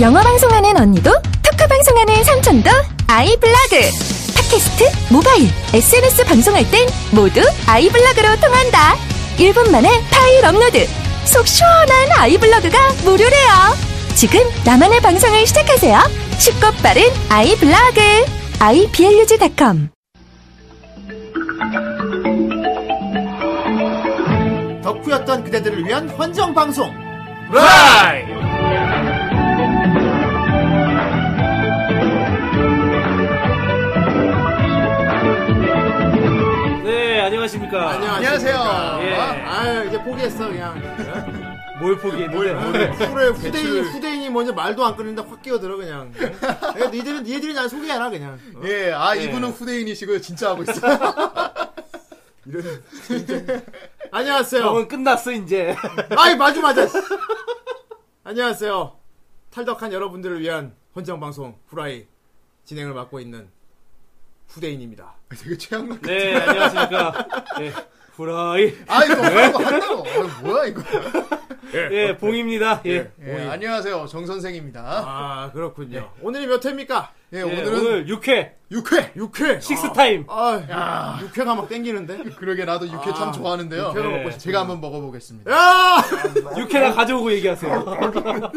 영어 방송하는 언니도 토크 방송하는 삼촌도 아이블로그 팟캐스트, 모바일, SNS 방송할 땐 모두 아이블로그로 통한다. 1분 만에 파일 업로드. 속 시원한 아이블로그가 무료래요. 지금 나만의 방송을 시작하세요. 쉽고 빠른 아이블로그. iblog.com 덕후였던 그대들을 위한 헌정 방송. 라이! 네, 안녕하십니까. 안녕하세요. 예. 아 이제 포기했어 그냥. 뭘 포기했는데? 뭘 뭘. 후레 후대인 대출. 후대인이 먼저 말도 안 끊는다 확 끼어들어 그냥. 야, 니들은 니들이 날 소개 안 하 그냥. 어? 예, 아 예. 이분은 후대인이시고요. 진짜 하고 있어요. 안녕하세요. 형은 끝났어, 이제. 아이 마주 맞아. 씨. 안녕하세요. 탈덕한 여러분들을 위한 헌정 방송 후라이 진행을 맡고 있는 후대인입니다. 되게 최악만. 네, 안녕하십니까. 예, 후라이. 아 이거 뭐라고 한다고? 아, 뭐야 이거? 예, 봉입니다. 예. 예, 안녕하세요. 정 선생입니다. 아 그렇군요. 오늘이 몇 회입니까? 예, 예, 오늘은 오늘 6회, 6회. 6회. 식스타임. 아, 6회가 막 땡기는데. 그러게 나도 6회 참 좋아하는데요. 예. 육회로 먹고 싶다. 제가 한번 먹어보겠습니다. 야! 6회나 가져오고 얘기하세요.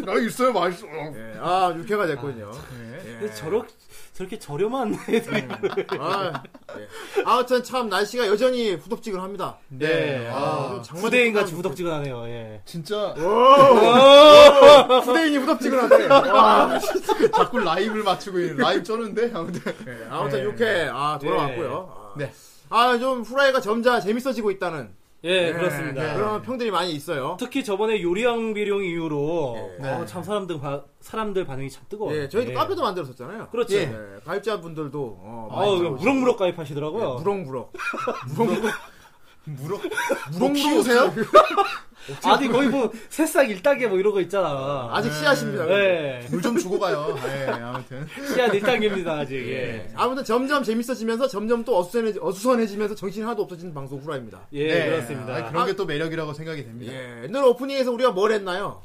나 있어요, 맛있어. 예, 아, 6회가 됐군요. 예. 근데 저렇, 저렇게 저렴한 애들이. 아, 예. 아무튼 참 날씨가 여전히 후덥지근합니다. 네. 아, 아, 장마도 후대인 같이 끝나고 후덕지근하네요, 예. 진짜 어? 어! 후대인이 후덥지근하대. 와, 아, 자꾸 라임을 맞추고 있는 라임 쩌는데 아무튼. 예, 아무튼 6회 아 돌아왔고요. 네. 아, 좀 후라이가 점차 재밌어지고 있다는. 예, 예, 그렇습니다. 예, 그런 평들이 많이 있어요. 특히 저번에 요리왕 비룡 이후로 예. 어, 참 사람들 바- 사람들 반응이 참 뜨거워. 예, 저희도 카페도 만들었었잖아요. 그렇죠. 예, 예, 가입자분들도 어, 아, 많이 들어오시고. 무럭무럭 가입하시더라고요. 예, 무럭무럭. 무럭무럭. 무럭 무럭무럭 무럭 키우세요? 아니 거의 뭐 새싹 일당계 뭐 이런 거 있잖아. 아직 씨앗입니다. 근데. 예. 물 좀 주고 가요. 예, 아무튼. 씨앗 일당계입니다 아직. 예. 아무튼 점점 재밌어지면서 점점 또 어수선해지, 어수선해지면서 정신이 하나도 없어지는 방송 후라이입니다. 예, 네. 그렇습니다. 아, 그런 게 또 매력이라고 생각이 됩니다. 예, 옛날 오프닝에서 우리가 뭘 했나요?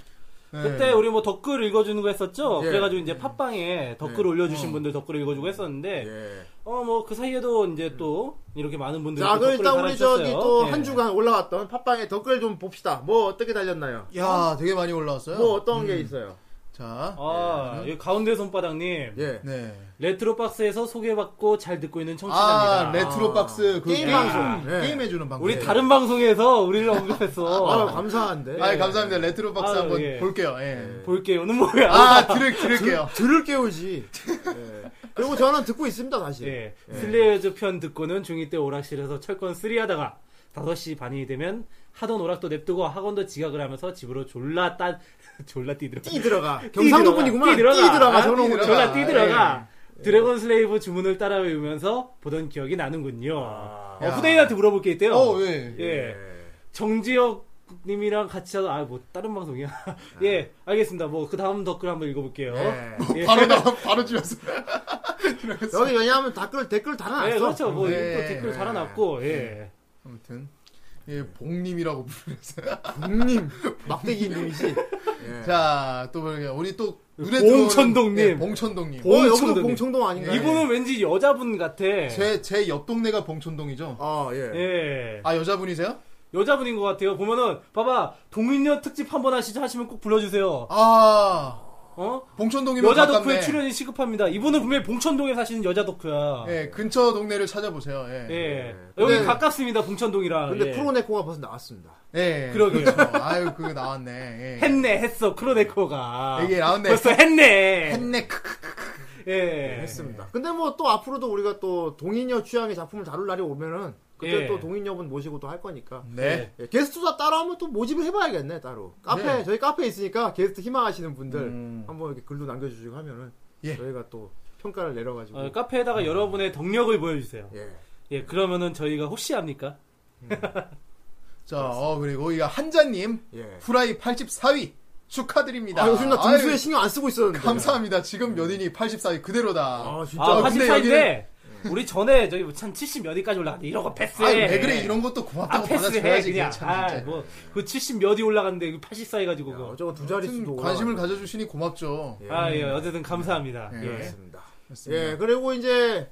예. 그때 우리 뭐 댓글 읽어주는 거 했었죠. 네. 예. 그래가지고 이제 팟빵에 댓글 예. 올려주신 분들 댓글 읽어주고 했었는데 예. 어 뭐 그 사이에도 이제 또 이렇게 많은 분들이 자, 또 그럼 댓글을 일단 우리 달아주셨어요. 저기 또 예. 한 주간 올라왔던 팟빵의 댓글 좀 봅시다. 뭐 어떻게 달렸나요? 야, 되게 많이 올라왔어요. 뭐 어떤 게 있어요? 자, 아, 이 가운데 손바닥님 음. 예. 네. 레트로 박스에서 소개받고 잘 듣고 있는 청취자입니다. 아, 레트로 박스 그 게임 방송. 예. 게임 해주는 방송. 우리 예. 다른 방송에서 우리를 아, 언급했어. 감사한데. 아, 감사합니다. 레트로 박스 아, 한번 예. 볼게요. 예. 볼게요는 뭐야? 아, 들을 들을게요. 들을 깨우지. 예. 그리고 저는 듣고 있습니다, 다시. 예. 슬레이어즈 편 듣고는 중2 때 오락실에서 철권 3 하다가 5시 반이 되면 하던 오락도 냅두고 학원도 지각을 하면서 집으로 졸라 따 졸라 뛰더라가. 아, 띠 들어가. 경상도 분이구만. 예. 띠 들어가. 아, 저런 띠 거. 졸라 들어가. 뛰더라가. 드래곤 슬레이브 주문을 따라 외우면서 보던 기억이 나는군요. 어, 후대인한테 물어볼 게 있대요. 어, 예. 예. 정지혁 님이랑 같이 하던 아뭐 다른 방송이야. 예. 알겠습니다. 뭐 그 다음 댓글 한번 읽어 볼게요. 예. 예. 바로 나 바로 줄였어. 여기 왜냐하면 댓글, 댓글 달아놨어. 예, 그렇죠. 뭐, 네. 또 댓글 달아놨고, 예. 아무튼 예, 복님이라고 부르면서. 님 막대기 님이지. 예. 네. 자, 또 볼게요. 우리 또 눈에 봉천동님. 들어오는- 예, 봉천동님. 어, 여기도 봉청동님. 봉청동 아닌가요? 이분은 왠지 여자분 같아. 제제 옆 동네가 봉천동이죠. 아, 예. 예. 아, 여자분이세요? 여자분인 것 같아요. 보면은, 봐봐, 동인년 특집 한번 하시죠 하시면 꼭 불러주세요. 아, 어? 봉천동이면 여자 가깝네. 덕후의 출연이 시급합니다. 이분은 분명히 봉천동에 사시는 여자 덕후야. 예. 예, 근처 동네를 찾아보세요. 예. 여기 근데- 가깝습니다, 봉천동이랑. 근데 예. 프로네코가 벌써 나왔습니다. 예. 그러게요. 그렇죠. 아유, 그거 나왔네. 예. 했네, 했어, 크로네코가. 이게 나왔네. 벌써 했네. 했네. 크크크. 예. 했습니다. 근데 뭐 또 앞으로도 우리가 또 동인여 취향의 작품을 다룰 날이 오면은 그때 예. 또 동인여분 모시고 또 할 거니까. 네. 예, 게스트도 따로 한번 또 모집을 해봐야겠네 따로. 카페 네. 저희 카페 있으니까 게스트 희망하시는 분들 음. 한번 이렇게 글도 남겨주시고 하면은 예. 저희가 또 평가를 내려가지고. 어, 카페에다가 여러분의 덕력을 보여주세요. 예. 예, 그러면은 저희가 혹시 합니까? 자, 어, 그리고 이거 한자님 예. 후라이 84위 축하드립니다. 아 요즘 나 등수에 아유, 신경 안 쓰고 있었는데. 감사합니다. 지금 연인이 84위 그대로다. 아 진짜. 음. 아, 근데 84인데, 여기는- 우리 전에 저기 뭐 한 70몇 위까지 올라갔는데 이런 거 패스해. 아니 왜 네, 그래 이런 것도 예. 아, 고맙다고 패스해, 받아줘야지 그냥. 그냥 참 아, 진짜. 뭐, 그 70 몇이 올라갔는데 84 해가지고. 야, 그거. 어쩌고 두 아무튼 자릿수도 관심을 올라가네. 가져주시니 고맙죠. 예. 아, 예, 어쨌든 감사합니다. 예. 예. 그렇습니다. 그렇습니다. 예, 그리고 이제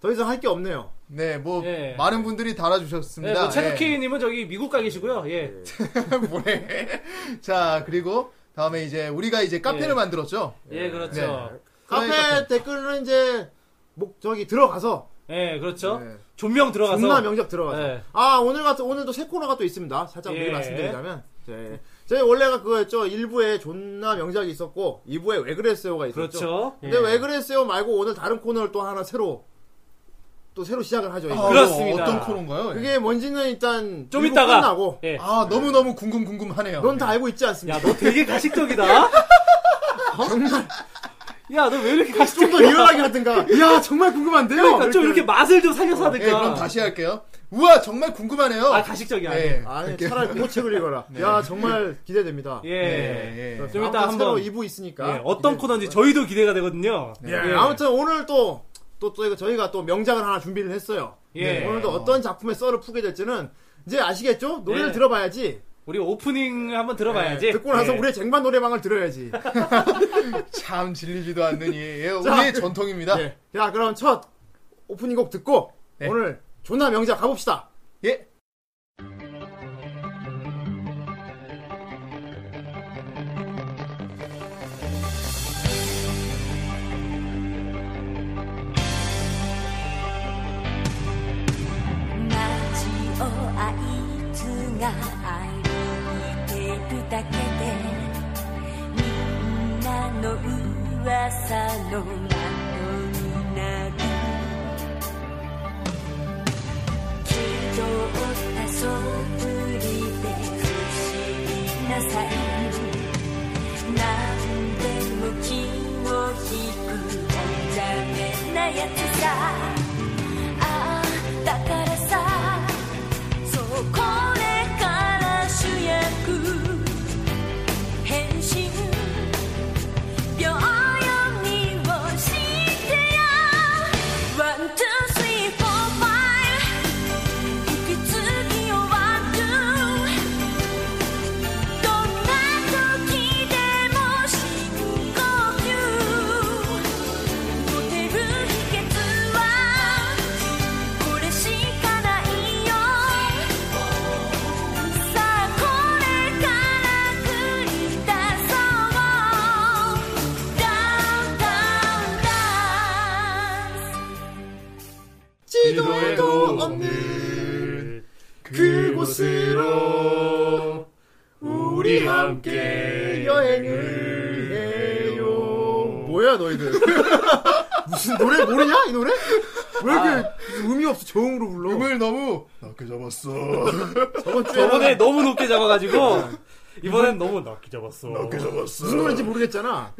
더 이상 할 게 없네요. 네, 뭐 예. 많은 분들이 예, 달아주셨습니다. 뭐, 체드케이님은 저기 미국 가 계시고요. 예. 뭐래? 자 그리고 다음에 이제 우리가 이제 카페를 예. 만들었죠. 예, 그렇죠. 카페 그러니까. 댓글은 이제 목 저기 들어가서 예, 그렇죠. 네. 존명 들어가서. 존나 명작 들어가서 예. 아 오늘 같은 오늘도 새 코너가 또 있습니다. 살짝 예. 미리 말씀드리자면 예. 저희 원래가 그거였죠. 1부에 존나 명작이 있었고 2부에 왜 그랬어요가 있었죠. 그렇죠. 근데 예. 왜 그랬어요 말고 오늘 다른 코너를 또 하나 새로 또 새로 시작을 하죠. 이거. 아, 그렇습니다. 어떤 코너인가요? 예. 그게 뭔지는 일단 좀 일부 이따가. 끝나고 예. 아 너무 너무 궁금 궁금하네요. 넌 다 알고 있지 않습니까? 야, 너 되게 가식적이다. 정말 야, 너 왜 이렇게 좀 더 가식적이야? 리얼하게 하든가. 이야 정말 궁금한데요. 그러니까 좀 이렇게 맛을 좀 살려서 어, 예, 하니까. 그럼 다시 할게요. 우와 정말 궁금하네요. 아, 가식적이야. 예. 아니 차라리 공책을 읽어라. 야 정말 기대됩니다. 네. 예. 예. 예. 예. 그래서 좀 이따 아무튼 한번- 새로 2부 있으니까 예, 어떤 코너인지 저희도 기대가 되거든요. 그러니까 예, 아무튼 오늘 또, 또, 또 이거 저희가 또 명작을 하나 준비를 했어요. 예. 네, 오늘도 어떤 작품의 썰을 푸게 될지는 이제 아시겠죠? 노래를 예. 들어봐야지. 우리 오프닝 한번 들어봐야지. 예, 듣고 나서 예. 우리의 쟁반 노래방을 들어야지. 참 질리지도 않는 이 예, 자. 우리의 전통입니다. 예. 자, 그럼 첫 오프닝 곡 듣고 네. 오늘 존나 명작 가봅시다. 예. 街をあいつが歩いてるだけでみんなの噂の的になる気取ったそぶりで不思議なサイン何でも気を引くおちゃめなやつさああだからさそうこれから主役変身秒読みをしてよ One, two, three, four, five 息継ぎを One, two どんな時でも深呼吸「モテる秘訣はこれしかないよ」「さあこれから繰り出そう」「ダウンダウンダンス」 지도에도 없는 그곳으로 우리 함께 여행을 해요. 뭐야 너희들? 무슨 노래 모르냐 이 노래? 왜 이렇게 의미 없어 저음으로 불러? 음을 너무 낮게 잡았어. 저번 예. 주에 저번에 너무 높게 잡아가지고 이번엔 너무 낮게 잡았어. 낮게 그 잡았어. 무슨 노래인지 모르겠잖아.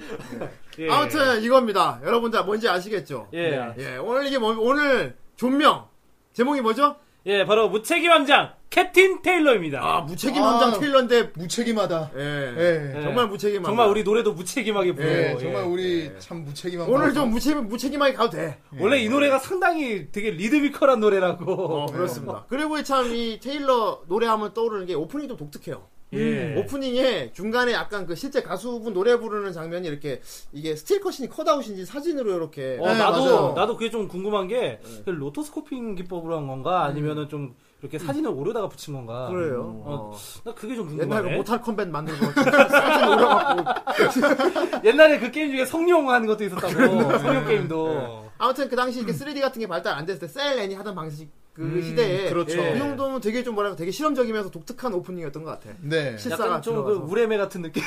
예. 아무튼 이겁니다. 여러분들 뭔지 아시겠죠? 예. 예, 오늘 이게 뭐, 오늘 존명 제목이 뭐죠? 예, 바로 무책임 함장 캡틴 테일러입니다. 아 무책임 아. 함장 테일러인데 무책임하다. 예, 예. 정말 무책임한 정말 거야. 우리 노래도 무책임하게 부르고 예, 예. 정말 우리 참 무책임한 오늘 방송. 좀 무책임, 무책임하게 가도 돼. 원래 이 노래가 상당히 되게 리드미컬한 노래라고. 예. 어, 그렇습니다. 그리고 참 이 테일러 노래하면 떠오르는 게 오프닝이 좀 독특해요. 예. 오프닝에 중간에 약간 그 실제 가수분 노래 부르는 장면이 이렇게 이게 스틸컷인지 컷아웃인지 사진으로 이렇게 예, 어, 네, 나도 맞아요. 나도 그게 좀 궁금한 게 로토스코핑 기법으로 한 건가 아니면은 좀 이렇게 사진을 오려다가 붙인 건가. 그래요. 어, 어. 나 그게 좀 옛날 그 궁금하네. 모탈 컴뱃 만든 거 사진 올려갖고 옛날에 그 게임 중에 성룡 하는 것도 있었다고. 성룡 게임도. 아무튼 그 당시 이게 3D 같은 게 발달 안 됐을 때 셀앤이 하던 방식 그 시대에 그렇죠. 이 정도면 되게 좀 뭐랄까 되게 실험적이면서 독특한 오프닝이었던 것 같아. 네. 실사가 약간 좀 그 들어가서. 우레메 같은 느낌.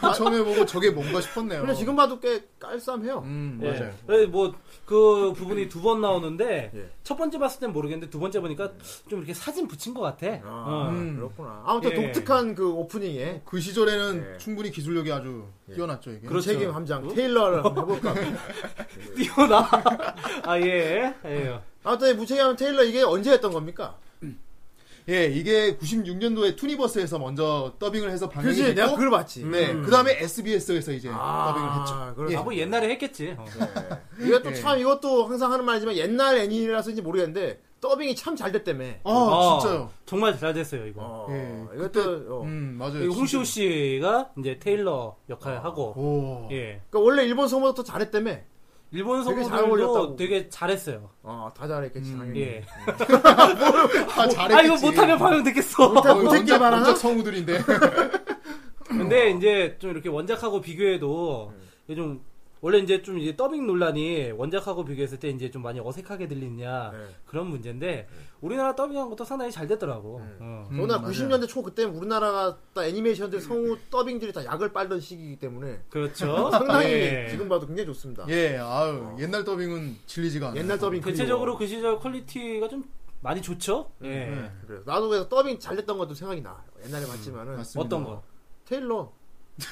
저 처음에 보고 저게 뭔가 싶었네요. 근데 지금 봐도 꽤 깔쌈해요. 어. 음, 예. 맞아요. 그래서 뭐그 부분이 두 번 나오는데 예. 첫 번째 봤을 땐 모르겠는데 두 번째 보니까 좀 이렇게 사진 붙인 것 같아. 아, 어. 음. 그렇구나. 아무튼 예. 독특한 그 오프닝에 그 시절에는 예. 충분히 기술력이 아주 뛰어났죠, 뭐? 이게. 그렇죠. 책임 함장 테일러를 한번 해볼까. 합니다. 뛰어나. 아 예. 예. 아무튼 무책임 함장 테일러 이게 언제 했던 겁니까? 예, 이게 96년도에 투니버스에서 먼저 더빙을 해서 방영이 그지 됐고 내가 그걸 봤지. 네, 그다음에 SBS에서 이제 더빙을 했죠. 아, 그래. 예. 서 아뭐 옛날에 했겠지. 어, 네. 이게 또 참 이것도 항상 하는 말이지만 옛날 애니라서인지 모르겠는데 더빙이 참 잘 됐다며. 아, 어, 진짜요. 정말 잘 됐어요 이거. 어, 예, 이것도 그때- 어. 음, 맞아요. 그리고 홍시호 씨가 이제 테일러 역할 아, 하고 오. 예 그러니까 원래 일본 성우도 더 잘했다며. 일본 되게 잘 어울렸다고. 성우들도 되게 잘했어요. 어, 다 잘했겠지. 당연히. 예. 뭐, 아, 잘했지. 아 이거 못하면 반응 듣겠어. 못하- 못했길 원작, 바라나? 원작 성우들인데. 근데 어. 이제 좀 이렇게 원작하고 비교해도 음. 이게 좀 원래 이제 좀 이제 더빙 논란이 원작하고 비교했을 때 이제 좀 많이 어색하게 들리냐 네. 음. 그런 문제인데 우리나라 더빙한 것도 상당히 잘 됐더라고. 어. 워낙 맞아요. 90년대 초 그때 우리나라가 다 애니메이션들 성우 더빙들이 다 약을 빨던 시기이기 때문에 그렇죠. 상당히 예. 지금 봐도 굉장히 좋습니다. 예, 아유, 옛날 더빙은 질리지가 않아요. 옛날 더빙 그리워. 대체적으로 그 시절 퀄리티가 좀 많이 좋죠. 예. 그래. 나도 그래서 더빙 잘 됐던 것도 생각이 나. 옛날에 봤지만은 맞습니다. 어떤 거? 테일러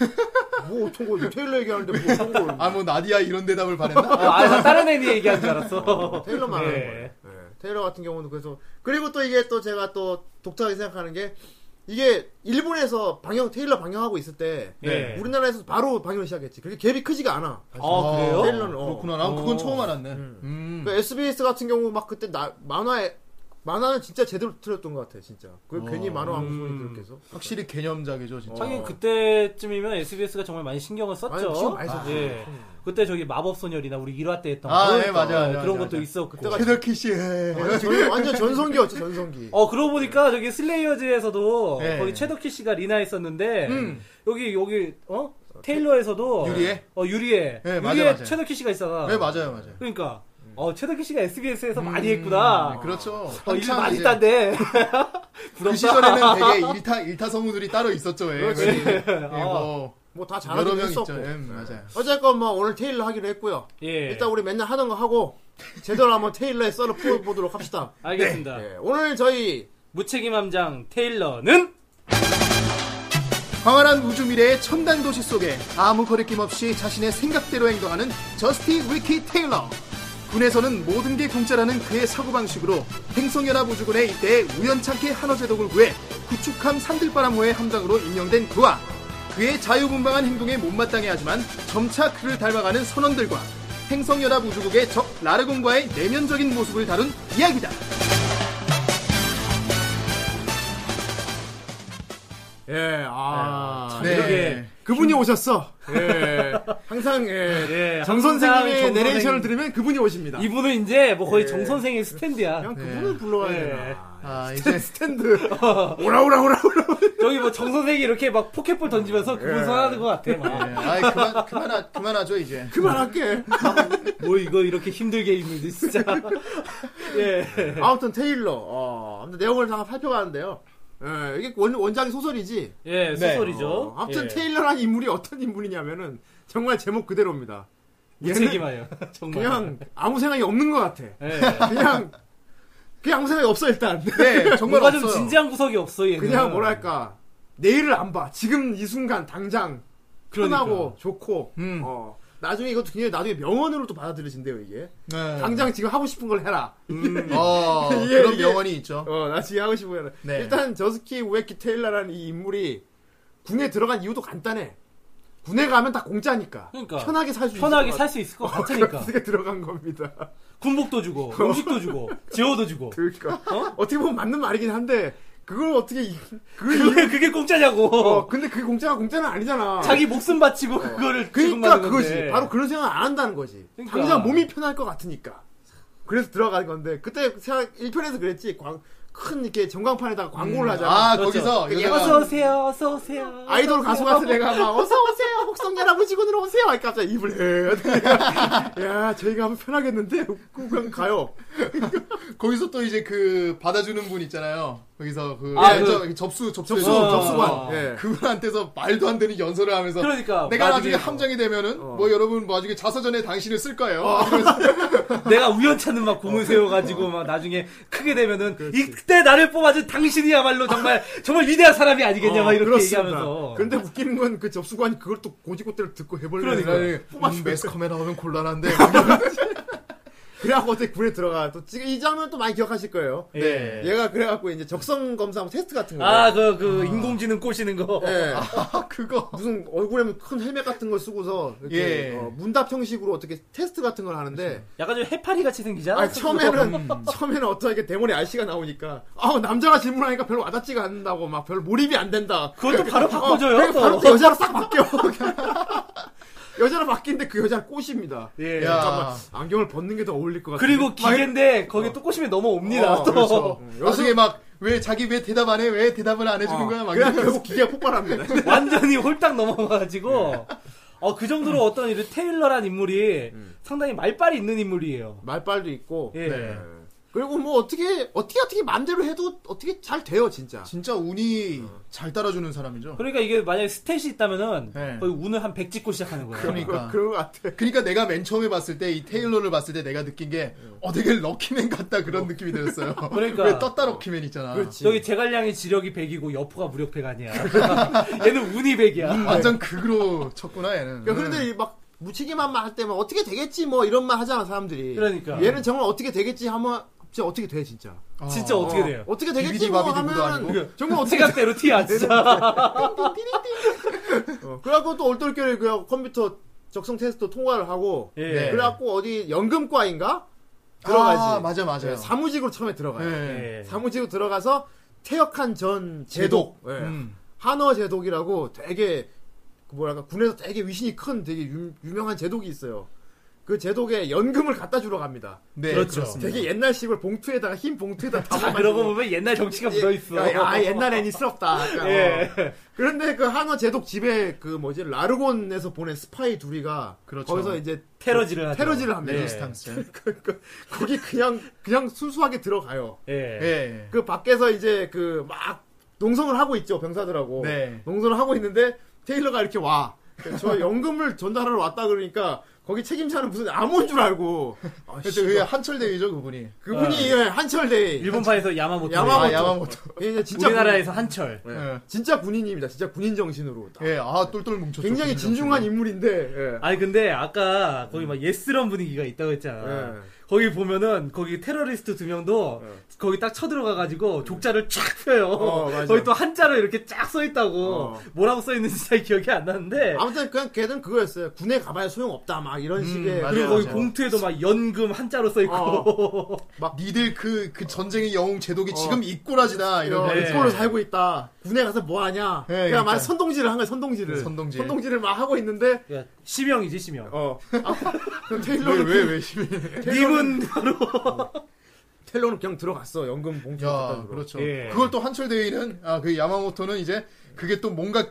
뭐 어떤 거 테일러 얘기하는데 뭐 어떤 걸 아, 뭐, 나디아 이런 대답을 바랬나? 아, 아, 나 다른 애니 얘기한 줄 알았어. 테일러 말하는 예. 거예요. 예. 테일러 같은 경우는 그래서 그리고 또 이게 또 제가 또 독특하게 생각하는 게 이게 일본에서 방영 테일러 방영하고 있을 때 네. 우리나라에서 바로 방영을 시작했지. 그게 갭이 크지가 않아. 아, 그래요? 테일러는 어. 그렇구나. 난 그건 어. 처음 알았네. 음. 그러니까 SBS 같은 경우 막 그때 나, 만화에 만화는 진짜 제대로 틀었던 것 같아 진짜. 그 어. 괜히 만화 방송이 음. 그렇게 해서 확실히 개념작이죠, 진짜. 하긴 어. 그때쯤이면 SBS가 정말 많이 신경을 썼죠. 아니, 지금 많이 아, 썼죠. 예. 그때 저기 마법소녀리나 우리 1화 때 했던 아, 거. 예, 맞아, 맞아, 어. 그런 맞아, 것도 맞아. 있었고. 그때가 헤더키씨, 예. 해. 완전, 전- 네, 완전 전성기였지 전성기. 어, 그러고 보니까 저기 슬레이어즈에서도 예. 거기 최덕희 씨가 리나 했었는데 음. 여기 여기 어? 테일러에서도 유리에? 어, 유리에. 예, 유리에 맞아, 맞아. 최덕희 씨가 있잖아. 네, 맞아요, 맞아요. 그러니까 어, 최덕희 씨가 SBS에서 음, 많이 했구나. 네, 그렇죠. 어, 일 한창 많이 이제 딴데. 그 시절에는 되게 일타, 일타 성우들이 따로 있었죠, 예. 그렇지. 예, 어, 네, 뭐, 뭐 다 여러 잘하긴 명 했었고. 있죠. 예, 맞아요. 어쨌건 뭐 오늘 테일러 하기로 했고요. 예. 일단 우리 맨날 하는 거 하고 제대로 한번 테일러의 썰을 풀어보도록 합시다. 알겠습니다. 예, 오늘 저희 무책임 함장 테일러는 광활한 우주 미래의 첨단 도시 속에 아무 거리낌 없이 자신의 생각대로 행동하는 저스티 위키 테일러. 군에서는 모든 게 공짜라는 그의 사고방식으로 행성연합 우주군의 이때 우연찮게 한화제독을 구해 구축함 산들바람호의 함장으로 임명된 그와 그의 자유분방한 행동에 못마땅해 하지만 점차 그를 닮아가는 선원들과 행성연합 우주국의 적 라르곤과의 내면적인 모습을 다룬 이야기다. 예, 아, 네. 이렇게 그분이 오셨어. 예, 항상 예, 예, 정 항상 선생님의 정 선생님. 내레이션을 들으면 그분이 오십니다. 아, 이분은 이제 뭐 네. 거의 정 선생의 스탠드야. 그냥 그분을 불러야 예. 되나. 아, 이제 스탠드 네. 오라 오라 오라 오라. 저기 뭐 정 선생이 이렇게 막 포켓볼 던지면서 네. 그분 선하는 것 같아. 막. 아이 그만 그만 그만하죠 이제. 그만할게. 뭐 이거 이렇게 힘들게 입는데 진짜. 예. 아무튼 테일러. 어, 아무튼 내용을 다 살펴봤는데요. 예, 이게 원, 원작이 소설이지. 예, 소설이죠. 어, 아무튼 예. 테일러란 인물이 어떤 인물이냐면은 정말 제목 그대로입니다. 얘는 무책임해요. 정말. 그냥 아무 생각이 없는 것 같아. 예. 그냥 그냥 아무 생각이 없어 일단. 네 정말 뭔가 좀 없어요. 진지한 구석이 없어 얘는. 그냥 뭐랄까 내일을 안 봐. 지금 이 순간 당장 그러니까. 편하고 좋고. 음. 어. 나중에 이것도 굉장히 나중에 명언으로 또 받아들여진대요 이게. 네. 당장 지금 하고 싶은 걸 해라. 어, 예, 이게- 그런 이게- 명언이 있죠. 어, 나 지금 하고 싶은 거 해라. 네. 일단 저스키 우에키 테일러라는 이 인물이 군에 들어간 이유도 간단해. 군에 가면 다 공짜니까. 그러니까. 편하게 살 수 있을 편하게 것 살 수 있을 것 같아. 같으니까. 그래서 들어간 겁니다. 군복도 주고, 음식도 주고, 재호도 주고. 그러니까 어? 어떻게 보면 맞는 말이긴 한데 그걸 어떻게 이- 그 그게, 그게 공짜냐고. 어, 근데 그게 공짜가 공짜는 아니잖아. 자기 목숨 바치고 그거를 그러니까 지급받는 그거지. 건데. 바로 그런 생각 안 한다는 거지. 그러니까. 당장 몸이 편할 것 같으니까. 그래서 들어가는 건데 그때 생각 1편에서 그랬지. 광- 큰 이렇게 전광판에다가 광고를 하잖아. 아 그렇죠. 거기서 그 여자가- 어서 오세요, 어서 오세요. 아이돌 가수 같은 애가 막 어서 오세요 혹성 여러분 직원으로 오세요 하니까 갑자기 입을 해. 야 저희가 하면 편하겠는데 웃고 그냥 가요 거기서 또 이제 그 받아주는 분 있잖아요. 거기서 그 아, 예, 그- 저- 접수 접수 접수 어. 접수관 예. 그분한테서 말도 안 되는 연설을 하면서 그러니까, 어. 내가 나중에 나중에 함장이 되면은 뭐 여러분 나중에 자서전에 당신을 쓸 거예요. 어. 이러면서 내가 우연찮은 막 어. 공을 세워가지고 막 나중에 크게 되면은 이때 나를 뽑아준 당신이야말로 정말 정말 위대한 사람이 아니겠냐 막 이렇게 얘기하면서 어, 근데 웃기는 건 그 접수관이 그걸 또 고지고대로 듣고 해버리는 그러니까. 거예요. 어, 음, 매스컴에 나오면 곤란한데 그래갖고 어떻게 군에 들어가. 또 지금 이 장면 또 많이 기억하실 거예요. 네. 예. 얘가 그래갖고 이제 적성 검사 뭐 테스트 같은 거. 아, 그, 그, 인공지능 꼬시는 거. 예. 아, 그거. 무슨 얼굴에 뭐 큰 헬멧 같은 걸 쓰고서 이렇게 예. 어, 문답 형식으로 어떻게 테스트 같은 걸 하는데 약간 좀 해파리 같이 생기잖아. 아 처음에는 처음에는 어떻게 대머리 아저씨가 나오니까 아 남자가 질문하니까 별로 와닿지가 않는다고 막 별로 몰입이 안 된다. 그러니까 어, 그것도 바로 바꿔줘요. 그냥 바로 또. 또 여자로 싹 바뀌어. 여자로 바뀌는데 그 여자는 꽃입니다. 예. 야. 잠깐만 안경을 벗는 게 더 어울릴 것 같아. 그리고 기계인데, 거기 또 꼬시면 넘어옵니다. 어, 또. 그렇죠. 나중에 막, 왜 자기 왜 대답 안 해? 왜 대답을 안 어. 해주는 거야? 막 어, 그냥 이러면서. 결국 기계가 폭발합니다. 완전히 홀딱 네. 넘어가가지고, 어, 그 정도로 어떤 이 테일러란 인물이 음. 상당히 말빨이 있는 인물이에요. 말빨도 있고. 예. 네. 그리고 뭐 어떻게 어떻게 어떻게 마음대로 해도 어떻게 잘 돼요 진짜. 진짜 운이 잘 따라주는 사람이죠. 그러니까 이게 만약에 스탯이 있다면은, 네. 거의 운을 한 100 찍고 시작하는 거예요. 그러니까. 그런 것 같아. 그러니까 내가 맨 처음에 봤을 때 이 테일러를 봤을 때 내가 느낀 게 어, 되게 럭키맨 같다 그런 느낌이 들었어요. 그러니까. 왜 떴다 럭키맨 있잖아. 그렇지. 저기 제갈량이 지력이 100이고 여포가 무력백 아니야. 얘는 운이 100이야. 완전 극으로 쳤구나 얘는. 그러니까 그런데 이막 무책임한 말 할 때만 어떻게 되겠지 뭐 이런 말 하잖아 사람들이. 그러니까. 얘는 정말 어떻게 되겠지 하면 진짜 어떻게 돼 진짜. 어. 진짜 어떻게 돼요? 어떻게 네. 되겠지 비비디 뭐 바비디 무도 하면 아니고. 정말 어떻게 생각대로 티야 진짜. 어, 그래갖고 또 얼떨결에 그 컴퓨터 적성 테스트 통과를 하고 예. 네. 그래갖고 어디 연금과인가 들어가지. 아, 맞아 맞아요. 예, 사무직으로 처음에 들어가요. 예. 예. 사무직으로 들어가서 퇴역한 전 제독, 예. 음. 한어 제독이라고 되게 그 뭐랄까 군에서 되게 위신이 큰 되게 유, 명한 제독이 있어요. 그 제독에 연금을 갖다 주러 갑니다. 네, 그렇죠. 그렇죠. 되게 옛날식으로 봉투에다가 흰 봉투에다가 다 아, 그러고 보면 옛날 정치가 묻어 있어. 예. 야, 야, 아, 옛날엔 있었다. 약간, 예. 어. 그런데 그 한어 제독 집에 그 뭐지 라르곤에서 보낸 스파이 둘이가 그렇죠. 거기서 이제 테러질을 하죠. 테러질을 합니다. 네. 레지스탕스. 그- 그- 거기 그냥 그냥 순수하게 들어가요. 예. 예. 그 밖에서 이제 그 막 농성을 하고 있죠 병사들하고 네. 농성을 하고 있는데 테일러가 이렇게 와. 저 연금을 전달하러 왔다 그러니까 거기 책임자는 무슨 암호인 줄 알고 아, 그래서 씨, 그게 한철 대위죠 그분이. 그분이 예, 한철대 일본파에서 야마모토. 야마모토. 아, 야마모토. 예, 예, 진짜 우리나라에서 한철. 군- 예. 예, 진짜 군인입니다 진짜 군인 정신으로 딱. 예, 아 똘똘 뭉쳤죠. 굉장히 군인들 진중한 같은 인물인데 예. 아니 근데 아까 거기 막 예스런 분위기가 있다고 했잖아. 예. 거기 보면은 거기 테러리스트 두 명도 거기 딱 쳐들어가가지고 족자를 쫙 펴요. 네. 어, 맞아. 거기 또 한자로 이렇게 쫙 써있다고 어. 뭐라고 써있는지 잘 기억이 안 나는데 아무튼 그냥 걔는 그거였어요. 군에 가봐야 소용없다 막 이런 식의 맞아요. 그리고 그리고 거기 맞아요. 봉투에도 막 연금 한자로 써있고 막 니들 그, 그 전쟁의 영웅 제독이 어. 지금 이꼬라지다, 이런 이런 거. 네. 일본을 어, 살고 있다. 군에 가서 뭐 하냐? 네, 그냥 그러니까. 막 선동질을 한 거야. 선동질을. 선동질. 을막 하고 있는데 야, 그러니까 심형이지 심형. 어. 아, 그럼 테일러는 왜, 왜, 왜, 심해. 님은 바로 테일러는 그냥 들어갔어. 연금 봉투 야, 갖다 주러. 그렇죠. 예. 그걸 또 한철 대위는, 아, 그 야마모토는 이제 그게 또 뭔가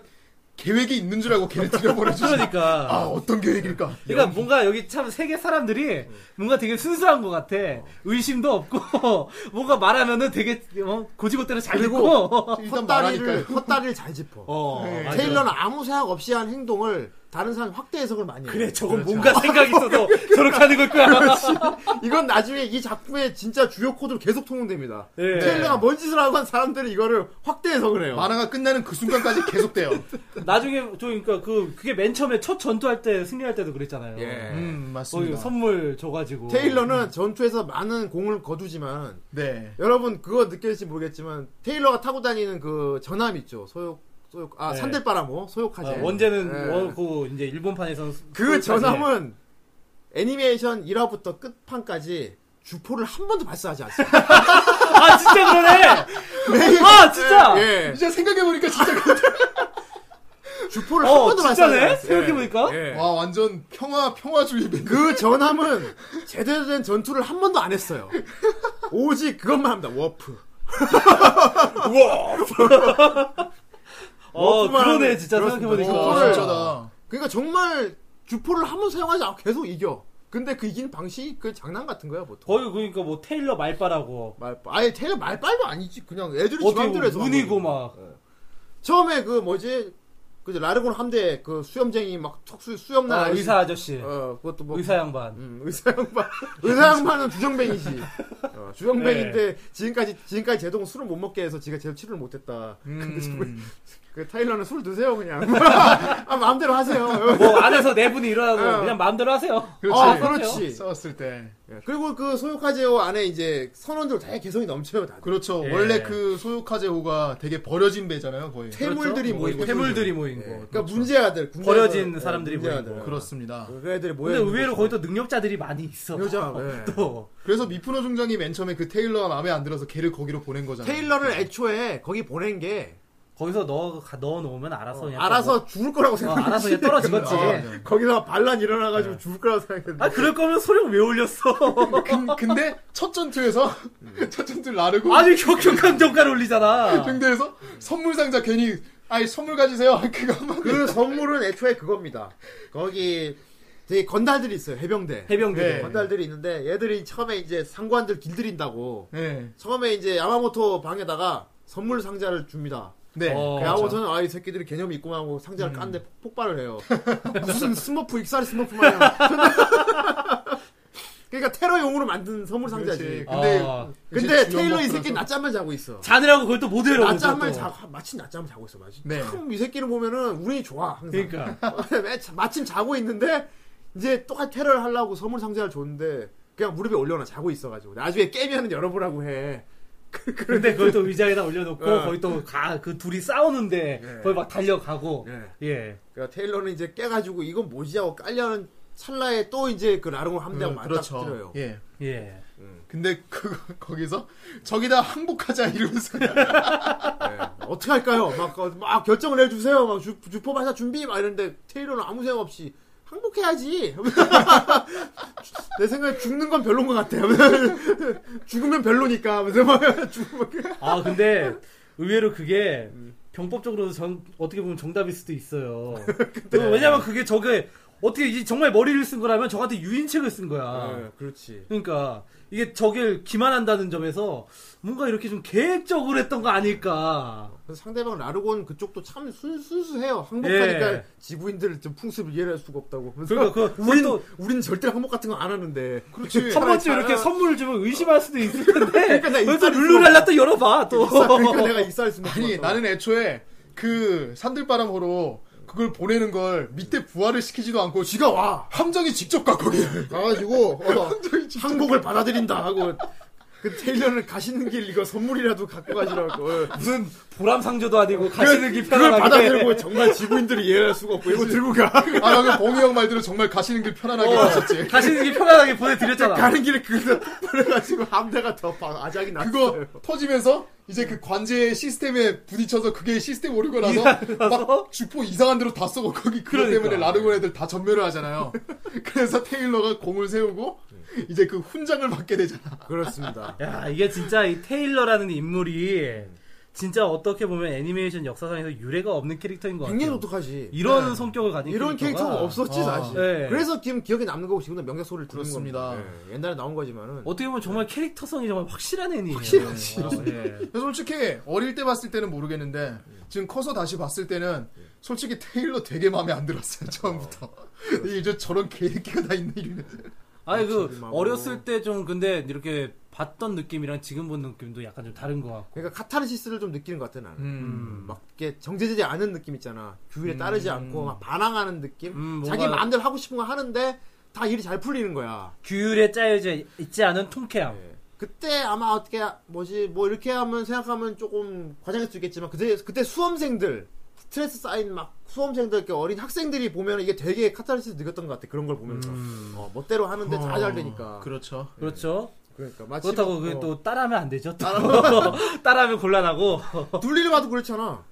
계획이 있는 줄 알고 걔를 들여보내주지. 그러니까. 아, 어떤 계획일까? 그러니까 뭔가 여기 참 세계 사람들이 뭔가 되게 순수한 것 같아. 어. 의심도 없고 뭔가 말하면은 되게 어, 고지고대로 잘 듣고. 일단 헛다리를 말하니까요. 헛다리를 잘 짚어. 예, 어, 맞아. 네. 테일러는 아무 생각 없이 한 행동을 다른 사람이 확대 해석을 많이 해. 그래 저건 뭔가 생각이 있어서 저렇게 하는 걸 거야. 이건 나중에 이 작품의 진짜 주요 코드로 계속 통용됩니다. 네. 예. 테일러가 뭔 짓을 하고 한 사람들은 이거를 확대 해석을 해요. 만화가 끝나는 그 순간까지 계속돼요. 나중에 저 그러니까 그 그게 맨 처음에 첫 전투할 때 승리할 때도 그랬잖아요. 예. 음, 어, 이거 맞습니다. 선물 줘가지고. 테일러는 전투에서 많은 공을 거두지만 네. 여러분 그거 느껴질지 모르겠지만 테일러가 타고 다니는 그 전함 있죠 소욕 소욕 아 네. 산들바람호 아, 소욕하지 원제는 예. 원- 그 이제 일본판에서는 수- 그 수까지 해. 전함은 애니메이션 1화부터 끝판까지 주포를 한 번도 발사하지 않습니다. 아 진짜 그러네. 아 진짜. 예. 진짜 생각해보니까 진짜. 아, 주포를 한 어 번도 발사하지 진짜네. 않습니다. 생각해 보니까. 예. 와, 완전 평화, 평화주의 맨. 그 전함은 제대로 된 전투를 한 번도 안 했어요. 오직 그것만 합니다. 워프. 어 워프만 그러네 하면 진짜 생각해 그렇습니다. 보니까. 어, 그거를- 진짜다. 그러니까 정말 주포를 한 번 사용하지 않고 계속 이겨. 근데 그 이긴 방식이 그 장난 같은 거야 보통. 거의 그러니까 뭐 테일러 말빨하고 말빨. 아니, 테일 말빨도 아니지. 그냥 애들이 어떻게 지맘대로 해서. 한 운이고 거지. 막 처음에 그 뭐지? 그 라르곤 함대 그 수염쟁이 막 턱수 수염난 아, 아저씨. 의사 아저씨 네. 어, 그것도 뭐. 의사 양반 음, 의사 양반. 의사 양반은 주정뱅이지. 어, 네. 주정뱅인데 지금까지, 지금까지 제동은 술을 못 먹게 해서 지가 제대로 치료를 못 했다. 근데 음. 그 타일러는 술 드세요 그냥. 아 마음대로 하세요. 뭐 안에서 내분이 일어나고 그렇죠. 어. 그냥 마음대로 하세요. 그렇지. 아, 그렇지. 싸웠을 때. 예, 그리고 그 소요카제오 안에 이제 선원들 다 개성이 넘쳐요. 다. 그렇죠. 예. 원래 그 소유카제호가 되게 버려진 배잖아요, 거의. 그렇죠. 뭐 태물들이 뭐 모인 거. 해물들이 모인 예, 거. 그렇죠. 그러니까 문제아들. 군대에서- 버려진 예, 사람들이 문제아들. 모인 거. 네, 그렇습니다. 그 애들이 모여. 근데 의외로 거기 또 능력자들이 많이 있어. 여자, 네. 또 그래서 미프노 중장이 맨 처음에 그 테일러가 마음에 안 들어서 걔를 거기로 보낸 거잖아요. 테일러를 애초에 거기 보낸 게 거기서 넣어 넣어 놓으면 알아서 그냥 알아서 뭐- 죽을 거라고 어, 생각했지. 알아서 그냥 떨어지겠지. 예. 아, 아, 거기서 반란 일어나가지고 죽을 거라고 생각했는데. 그럴 거면 소령 왜 올렸어? 근, 근데 첫 전투에서 첫 전투를 나르고 아주 격격한 정가를 올리잖아. 등대에서 선물 상자 괜히 아이 선물 가지세요. 그거만 그 선물은 애초에 그겁니다. 거기 되게 건달들이 있어요. 해병대. 예, 해병대. 네. 건달들이 있는데 얘들이 처음에 이제 상관들 길들인다고 예. 네. 처음에 이제 야마모토 방에다가 선물 상자를 줍니다. 네. 어. 그 야마모토는 아이 새끼들이 개념이 있구만 하고 상자를 깐데 폭발을 해요. 무슨 스머프 익살이 스머프만 그러니까 테러용으로 만든 선물 상자지. 그렇지. 근데 아. 이제 근데 주연 테일러 이 먹고 새끼 나서- 낮잠을 자고 있어. 자느라고 그걸 또 모델로 낮잠을 자 마침 낮잠을 자고 있어 마침 네. 참이 새끼를 보면은 운이 좋아 항상 그러니까. 매- 마침 자고 있는데 이제 똑같이 테러를 하려고 선물 상자를 줬는데 그냥 무릎에 올려놔 자고 있어가지고 나중에 깨면 열어보라고 해 그- 그- 근데 그걸 또 의자에다 올려놓고 어. 거기 또가그 둘이 싸우는데 예. 거기 막 달려가고 예. 예. 그러니까 테일러는 이제 깨가지고 이건 뭐지 하고 깔려는 찰나에 또 이제 그 라르고 함대하고 그, 맞닥뜨려요 그렇죠. 예. 음, 예. 근데 그거 거기서 저기다 항복하자 이러면서 예. 어떻게 할까요 막, 어, 막 결정을 해주세요 막 주, 주포 발사 준비 막 이러는데 테일러는 아무 생각 없이 항복해야지 내 생각에 죽는 건 별론 것 같아 죽으면 별로니까 하면서 막 죽으면 그- 아 근데 의외로 그게 병법적으로도 전 어떻게 보면 정답일 수도 있어요. 네. 왜냐면 그게 저게 어떻게 이 정말 머리를 쓴 거라면 저한테 유인책을 쓴 거야. 예, 그렇지 그러니까 이게 저길 기만한다는 점에서 뭔가 이렇게 좀 계획적으로 했던 거 아닐까. 그래서 상대방 라르곤 그쪽도 참 순, 순수해요. 항복하니까 예. 지구인들 좀 풍습을 이해할 수가 없다고. 그래서 그러니까 그 우린, 우리도- 우린 절대 항복 같은 거 안 하는데. 그렇지. 첫 번째 이렇게 선물을 주면 의심할 수도 있을 네, 텐데. 그러니까 나 그러니까 인사를 룰루랄라 또 열어봐 또. 그러니까 내가 익사할 수는 아니 나는 애초에 그 산들바람 호로 그걸 보내는 걸 밑에 부하를 시키지도 않고 지가 와 함정이 직접 가 거기 가가지고 어, 항복을 받아들인다 하고 그 테일러는 가시는 길 이거 선물이라도 갖고 가시라고 어. 무슨 보람 상조도 아니고 가시는 길 그걸 편안하게. 받아들고 정말 지구인들이 이해할 수가 없고 이거 들고 가 아 방금 봉이 형 말대로 정말 가시는 길 편안하게 어. 가셨지 가시는 길 편안하게 보내드렸잖아. 가는 길에 그거 폭발해가지고 함대가 더 바- 아작이 났어 그거 터지면서 이제 그 관제 시스템에 부딪혀서 그게 시스템 오르고 나서 막 주포 이상한 데로 다 쏘고 거기 그것 그러니까. 때문에 라르곤 애들 다 전멸을 하잖아요 그래서 테일러가 공을 세우고 이제 그 훈장을 받게 되잖아 그렇습니다 야 이게 진짜 이 테일러라는 인물이 진짜 어떻게 보면 애니메이션 역사상에서 유례가 없는 캐릭터인 것 굉장히 같아요. 독특하지 네. 이런 성격을 가진 이런 캐릭터가 없었지 아, 사실. 네. 그래서 지금 기억에 남는 거고 지금도 명작 소리를 듣는 그렇습니다. 겁니다. 예, 옛날에 나온 거지만은 어떻게 보면 정말 캐릭터성이 정말 확실한 애니예요. 확실하지. 어, 예. 그래서 솔직히 어릴 때 봤을 때는 모르겠는데 지금 커서 다시 봤을 때는 솔직히 테일러 되게 마음에 안 들었어요 처음부터 이제 저런 개새끼가 다 있네 이러면서 아니 그 지금하고. 어렸을 때 좀 근데 이렇게 봤던 느낌이랑 지금 본 느낌도 약간 좀 다른 것 같고. 그러니까 카타르시스를 좀 느끼는 것 같아 나는. 음. 음, 막 이게 정제되지 않은 느낌 있잖아. 규율에 따르지 않고 막 반항하는 느낌. 음, 뭔가- 자기 마음대로 하고 싶은 거 하는데 다 일이 잘 풀리는 거야. 규율에 짜여져 있지 않은 통쾌함. 예. 그때 아마 어떻게 뭐지 뭐 이렇게 하면 생각하면 조금 과장일 수 있겠지만 그때 그때 수험생들 스트레스 쌓인 막 수험생들 이렇게 어린 학생들이 보면 이게 되게 카타르시스 느꼈던 것 같아 그런 걸 보면서 음. 어, 멋대로 하는데 다 잘 되니까 그렇죠 그렇죠. 그러니까 마치 어, 그렇다고 어. 그게 또 따라하면 안 되죠. 또. 따라하면 곤란하고. 둘리를 봐도 그렇잖아.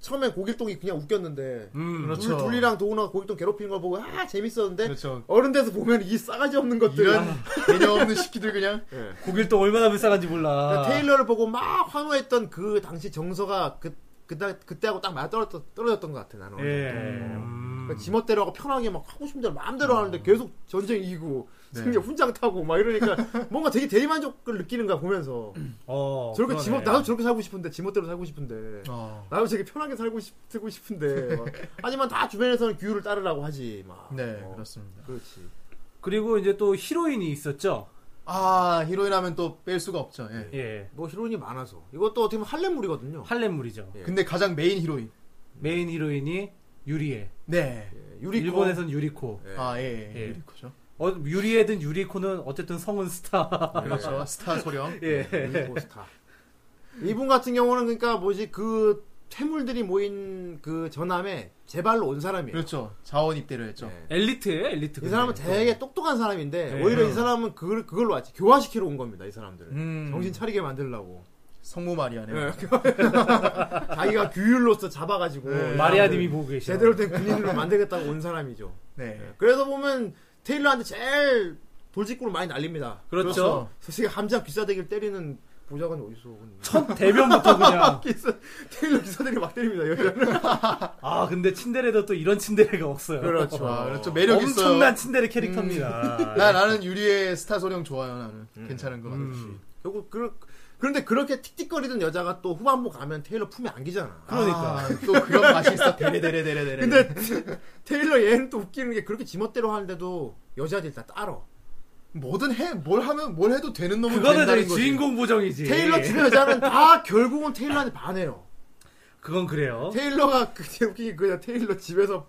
처음엔 고길동이 그냥 웃겼는데 음. 둘- 그렇죠. 둘리랑 도훈아가 고길동 괴롭히는 걸 보고 아 재밌었는데 그렇죠. 어른 돼서 보면 이 싸가지 없는 것들 예. 이런 아. 개념 없는 시끼들 그냥 고길동 얼마나 불쌍한지 몰라. 그러니까 테일러를 보고 막 환호했던 그 당시 정서가 그 그다, 그때하고 딱 맞아 떨어졌, 떨어졌던 것 같아 나는. 예. 음. 그러니까 지멋대로 하고 편하게 막 하고 싶은 대로 아. 마음대로 하는데 계속 전쟁 이기고 네. 승리 훈장 타고 막 이러니까 뭔가 되게 대리만족을 느끼는 거야 보면서 음. 어, 저렇게 그러네. 지멋 나도 저렇게 살고 싶은데 지멋대로 살고 싶은데 어. 나도 되게 편하게 살고 싶, 살고 싶은데 막. 하지만 다 주변에서는 규율을 따르라고 하지 막. 네 어, 그렇습니다 그렇지. 그리고 이제 또 히로인이 있었죠. 아 히로인 하면 또 뺄 수가 없죠 예. 예. 뭐 히로인이 많아서 이것도 어떻게 보면 할렘물이거든요. 할렘물이죠. 예. 근데 가장 메인 히로인 메인 히로인이 유리에 네. 유리코. 일본에선 유리코 예. 아, 예. 예. 예. 유리코죠. 어, 유리에든 유리코는 어쨌든 성은 스타 그렇죠. 스타 소령. 예. 유리코스타. 이분 같은 경우는 그러니까 뭐지 그 태물들이 모인 그 전함에 제발로 온 사람이에요. 그렇죠. 자원 입대를 했죠. 네. 예. 엘리트예요 엘리트 이 사람은 근데. 되게 똑똑한 사람인데 예. 오히려 이 사람은 그걸 그걸로 왔지 교화시키러 온 겁니다. 이 사람들을 음. 정신 차리게 만들려고 성모 마리아네요. 예. 자기가 규율로서 잡아가지고 예. 네. 마리아님이 보고 계시죠 네. 제대로 된 군인으로 만들겠다고 온 사람이죠. 네. 그래서 보면 테일러한테 제일 돌직구로 많이 날립니다. 그렇죠. 솔직히 함장 귀사대기를 때리는 보좌관이 어디서 오는 첫 대변부터 그냥 테일러 기사들이 막 때립니다 여자는 아 근데 친데레도 또 이런 친데레가 없어요 그렇죠. 음. 아, 그렇죠. 매력 있어요. 엄청난 친데레 캐릭터입니다 아, 나 나는 유리의 스타 소령 좋아요. 나는 괜찮은 거 같아. 음. 결국 그, 그런데 그렇게 틱틱거리던 여자가 또 후반부 가면 테일러 품에 안기잖아 그러니까 아, 또 그런 맛이 있어. 데레데레데레데레. 근데 테일러 얘는 또 웃기는 게 그렇게 지멋대로 하는데도 여자들이 다 따라 뭐든 해, 뭘 하면, 뭘 해도 되는 놈은 그거는 된다는 저희 거지. 주인공 보정이지 테일러 주변 여자는 다 결국은 테일러한테 반해요 그건 그래요 테일러가 그 제일 웃긴 게 그냥 테일러 집에서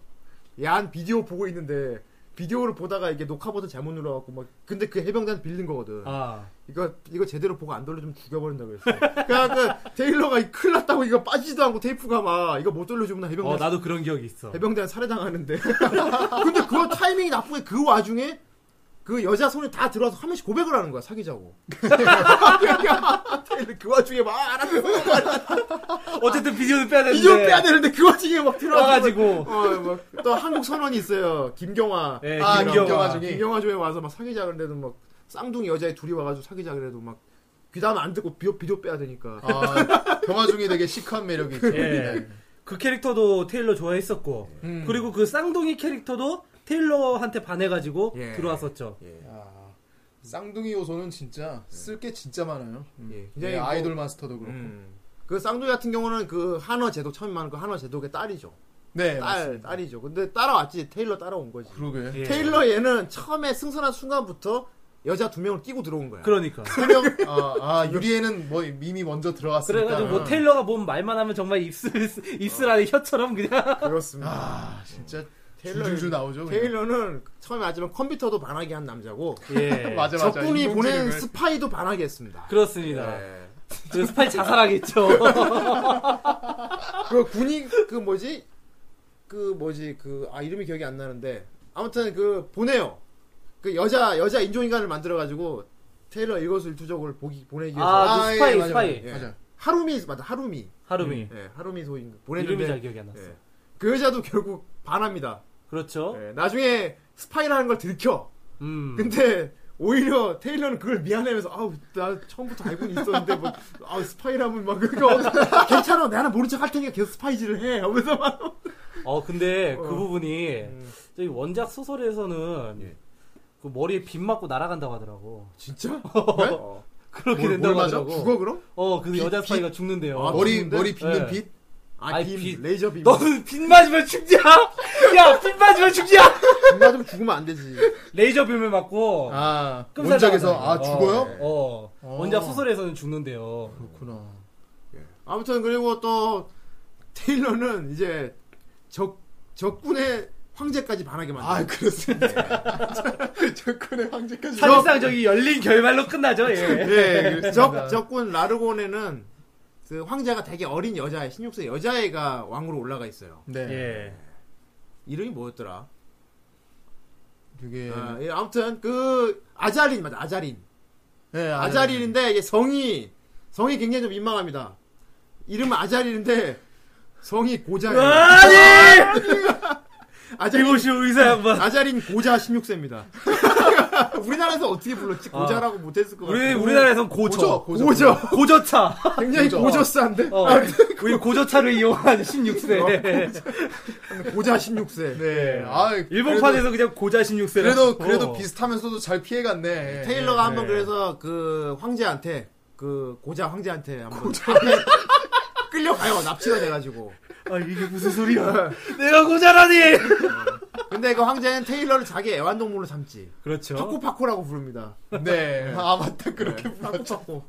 야한 비디오 보고 있는데 비디오를 보다가 이게 녹화 버튼 잘못 눌러갖고 막 근데 그 해병대한테 빌린 거거든 아 이거 이거 제대로 보고 안 돌려주면 죽여버린다고 했어. 그러니까 그 테일러가 이 큰일 났다고 이거 빠지지도 않고 테이프가 막 이거 못 돌려주면 해병대 어, 나도 그런 기억이 있어 해병대한 살해당하는데. 근데 그거 타이밍이 나쁘게 그 와중에 그 여자 손에 다 들어와서 한 명씩 고백을 하는 거야 사귀자고. 그러니까 테일러 그 와중에 막 알아서 어쨌든 비디오는 빼야 되는데 이전 빼야 되는데 그 와중에 막 아, 들어와서. 와가지고 어막또 한국 선원이 있어요 김경화. 예, 아, 김경화. 김경화 중에. 김경화 조에 와서 막 사귀자 그래도 막 쌍둥이 여자애 둘이 와가지고 사귀자 그래도 막 귀담 안 듣고 비디오, 비디오 빼야 되니까. 아, 경화 중에 되게 시크한 매력이 있죠. 예. 그 캐릭터도 테일러 좋아했었고 음. 그리고 그 쌍둥이 캐릭터도 테일러한테 반해가지고 예. 들어왔었죠 예. 아, 쌍둥이 요소는 진짜 쓸 게 진짜 많아요. 예. 네, 뭐, 아이돌 마스터도 그렇고. 음. 그 쌍둥이 같은 경우는 그 한화 제독 처음 만난 그 한화 제독의 딸이죠. 딸 네, 맞습니다. 딸이죠. 근데 따라왔지 테일러 따라온 거지. 그러게. 예. 테일러 얘는 처음에 승선한 순간부터 여자 두 명을 끼고 들어온 거야. 그러니까 설명, 아, 아, 유리에는 뭐 이미 먼저 들어갔으니까. 아, 그래가지고 음. 뭐 테일러가 뭔 말만 하면 정말 입술 입술 안에 혀처럼 그냥 습니다 아, 진짜 테일러- 줄줄줄 나오죠. 그냥. 테일러는 처음에 하지만 컴퓨터도 반하게 한 남자고 예 맞아, 맞아. 적군이 보낸 인공지능을. 스파이도 반하게 했습니다. 그렇습니다 예. 그 스파이 자살하겠죠 그 군이 그 뭐지 그 뭐지 그 아 이름이 기억이 안 나는데 아무튼 그 보내요 그 여자 여자 인종인간을 만들어 가지고 테일러 일거수일투족을 보기 보내기 위해서 아, 그 아, 예, 스파이 맞아, 스파이 예. 맞아. 하루미 맞다 하루미 하루미 예 하루미 소인 이름이 보냈는데 잘 기억이 안 났어 예. 그 여자도 결국 반합니다 그렇죠 예, 나중에 스파이라는 걸 들켜 음 근데 오히려 테일러는 그걸 미안해하면서 아우 나 처음부터 알고는 있었는데 뭐 아우 스파이라면 막 그거 괜찮아 내가 모른 척 할 테니까 계속 스파이질을 해 하면서 막 어 근데 어. 그 부분이 저기 원작 소설에서는 예. 그 머리에 빗 맞고 날아간다고 하더라고 진짜? 어, 그렇게 뭘- 된다고 뭘 맞아? 하더라고 죽어 그럼? 어그 빗, 여자 빗? 스파이가 죽는데요 아, 머리, 죽는데? 머리 빗는 예. 빛? 아, 아이, 빔, 빗. 레이저 빔. 너는 빗 맞으면 죽냐 야빗 맞으면 죽냐 빗 맞으면 죽으면 안 되지. 레이저 빔을 맞고 아, 끔살 원작에서, 당하잖아요. 아, 죽어요? 어, 어. 어. 원작 소설에서는 죽는데요 그렇구나. 예. 아무튼 그리고 또 테일러는 이제 적 적군의 황제까지 반하게 만들. 아, 그렇습니다. 적군의 황제까지. 사실상 저기 열린 결말로 끝나죠 예. 네. 예, 그렇습니다. 적 적군 라르곤에는 그 황제가 되게 어린 여자애, 16세 여자애가 왕으로 올라가 있어요. 네. 예. 이름이 뭐였더라? 그게. 아, 예, 아무튼 그 아자린 맞아, 아자린. 네, 아, 아자린인데 이게 성이 성이 굉장히 좀 민망합니다. 이름은 아자린인데 성이 고자예요. 아니! 아자린 이보시오 의사 양반. 아자린 고자 16세입니다. 우리나라에서 어떻게 불렀지? 고자라고 못했을 것 같아요. 우리, 우리나라에선 고저. 고저, 아, 네, 고저. 고저차. 굉장히 고저. 고저스한데? 어. 우리 고저차를 아, 이용한 16세. 고자 16세. 네. 아, 일본판에서 어. 그냥 고자 16세라. 그래도, 그래도, 그래도 비슷하면서도 잘 피해갔네. 테일러가 네. 한번 그래서 그 황제한테, 그 고자 황제한테 한번 끌려가요. 납치가 돼가지고. 아, 이게 무슨 소리야. 내가 고자라니! 근데 그 황제는 테일러를 자기 애완동물로 삼지. 그렇죠. 파코파코라고 부릅니다. 네. 아, 맞다. 그렇게 파코파코.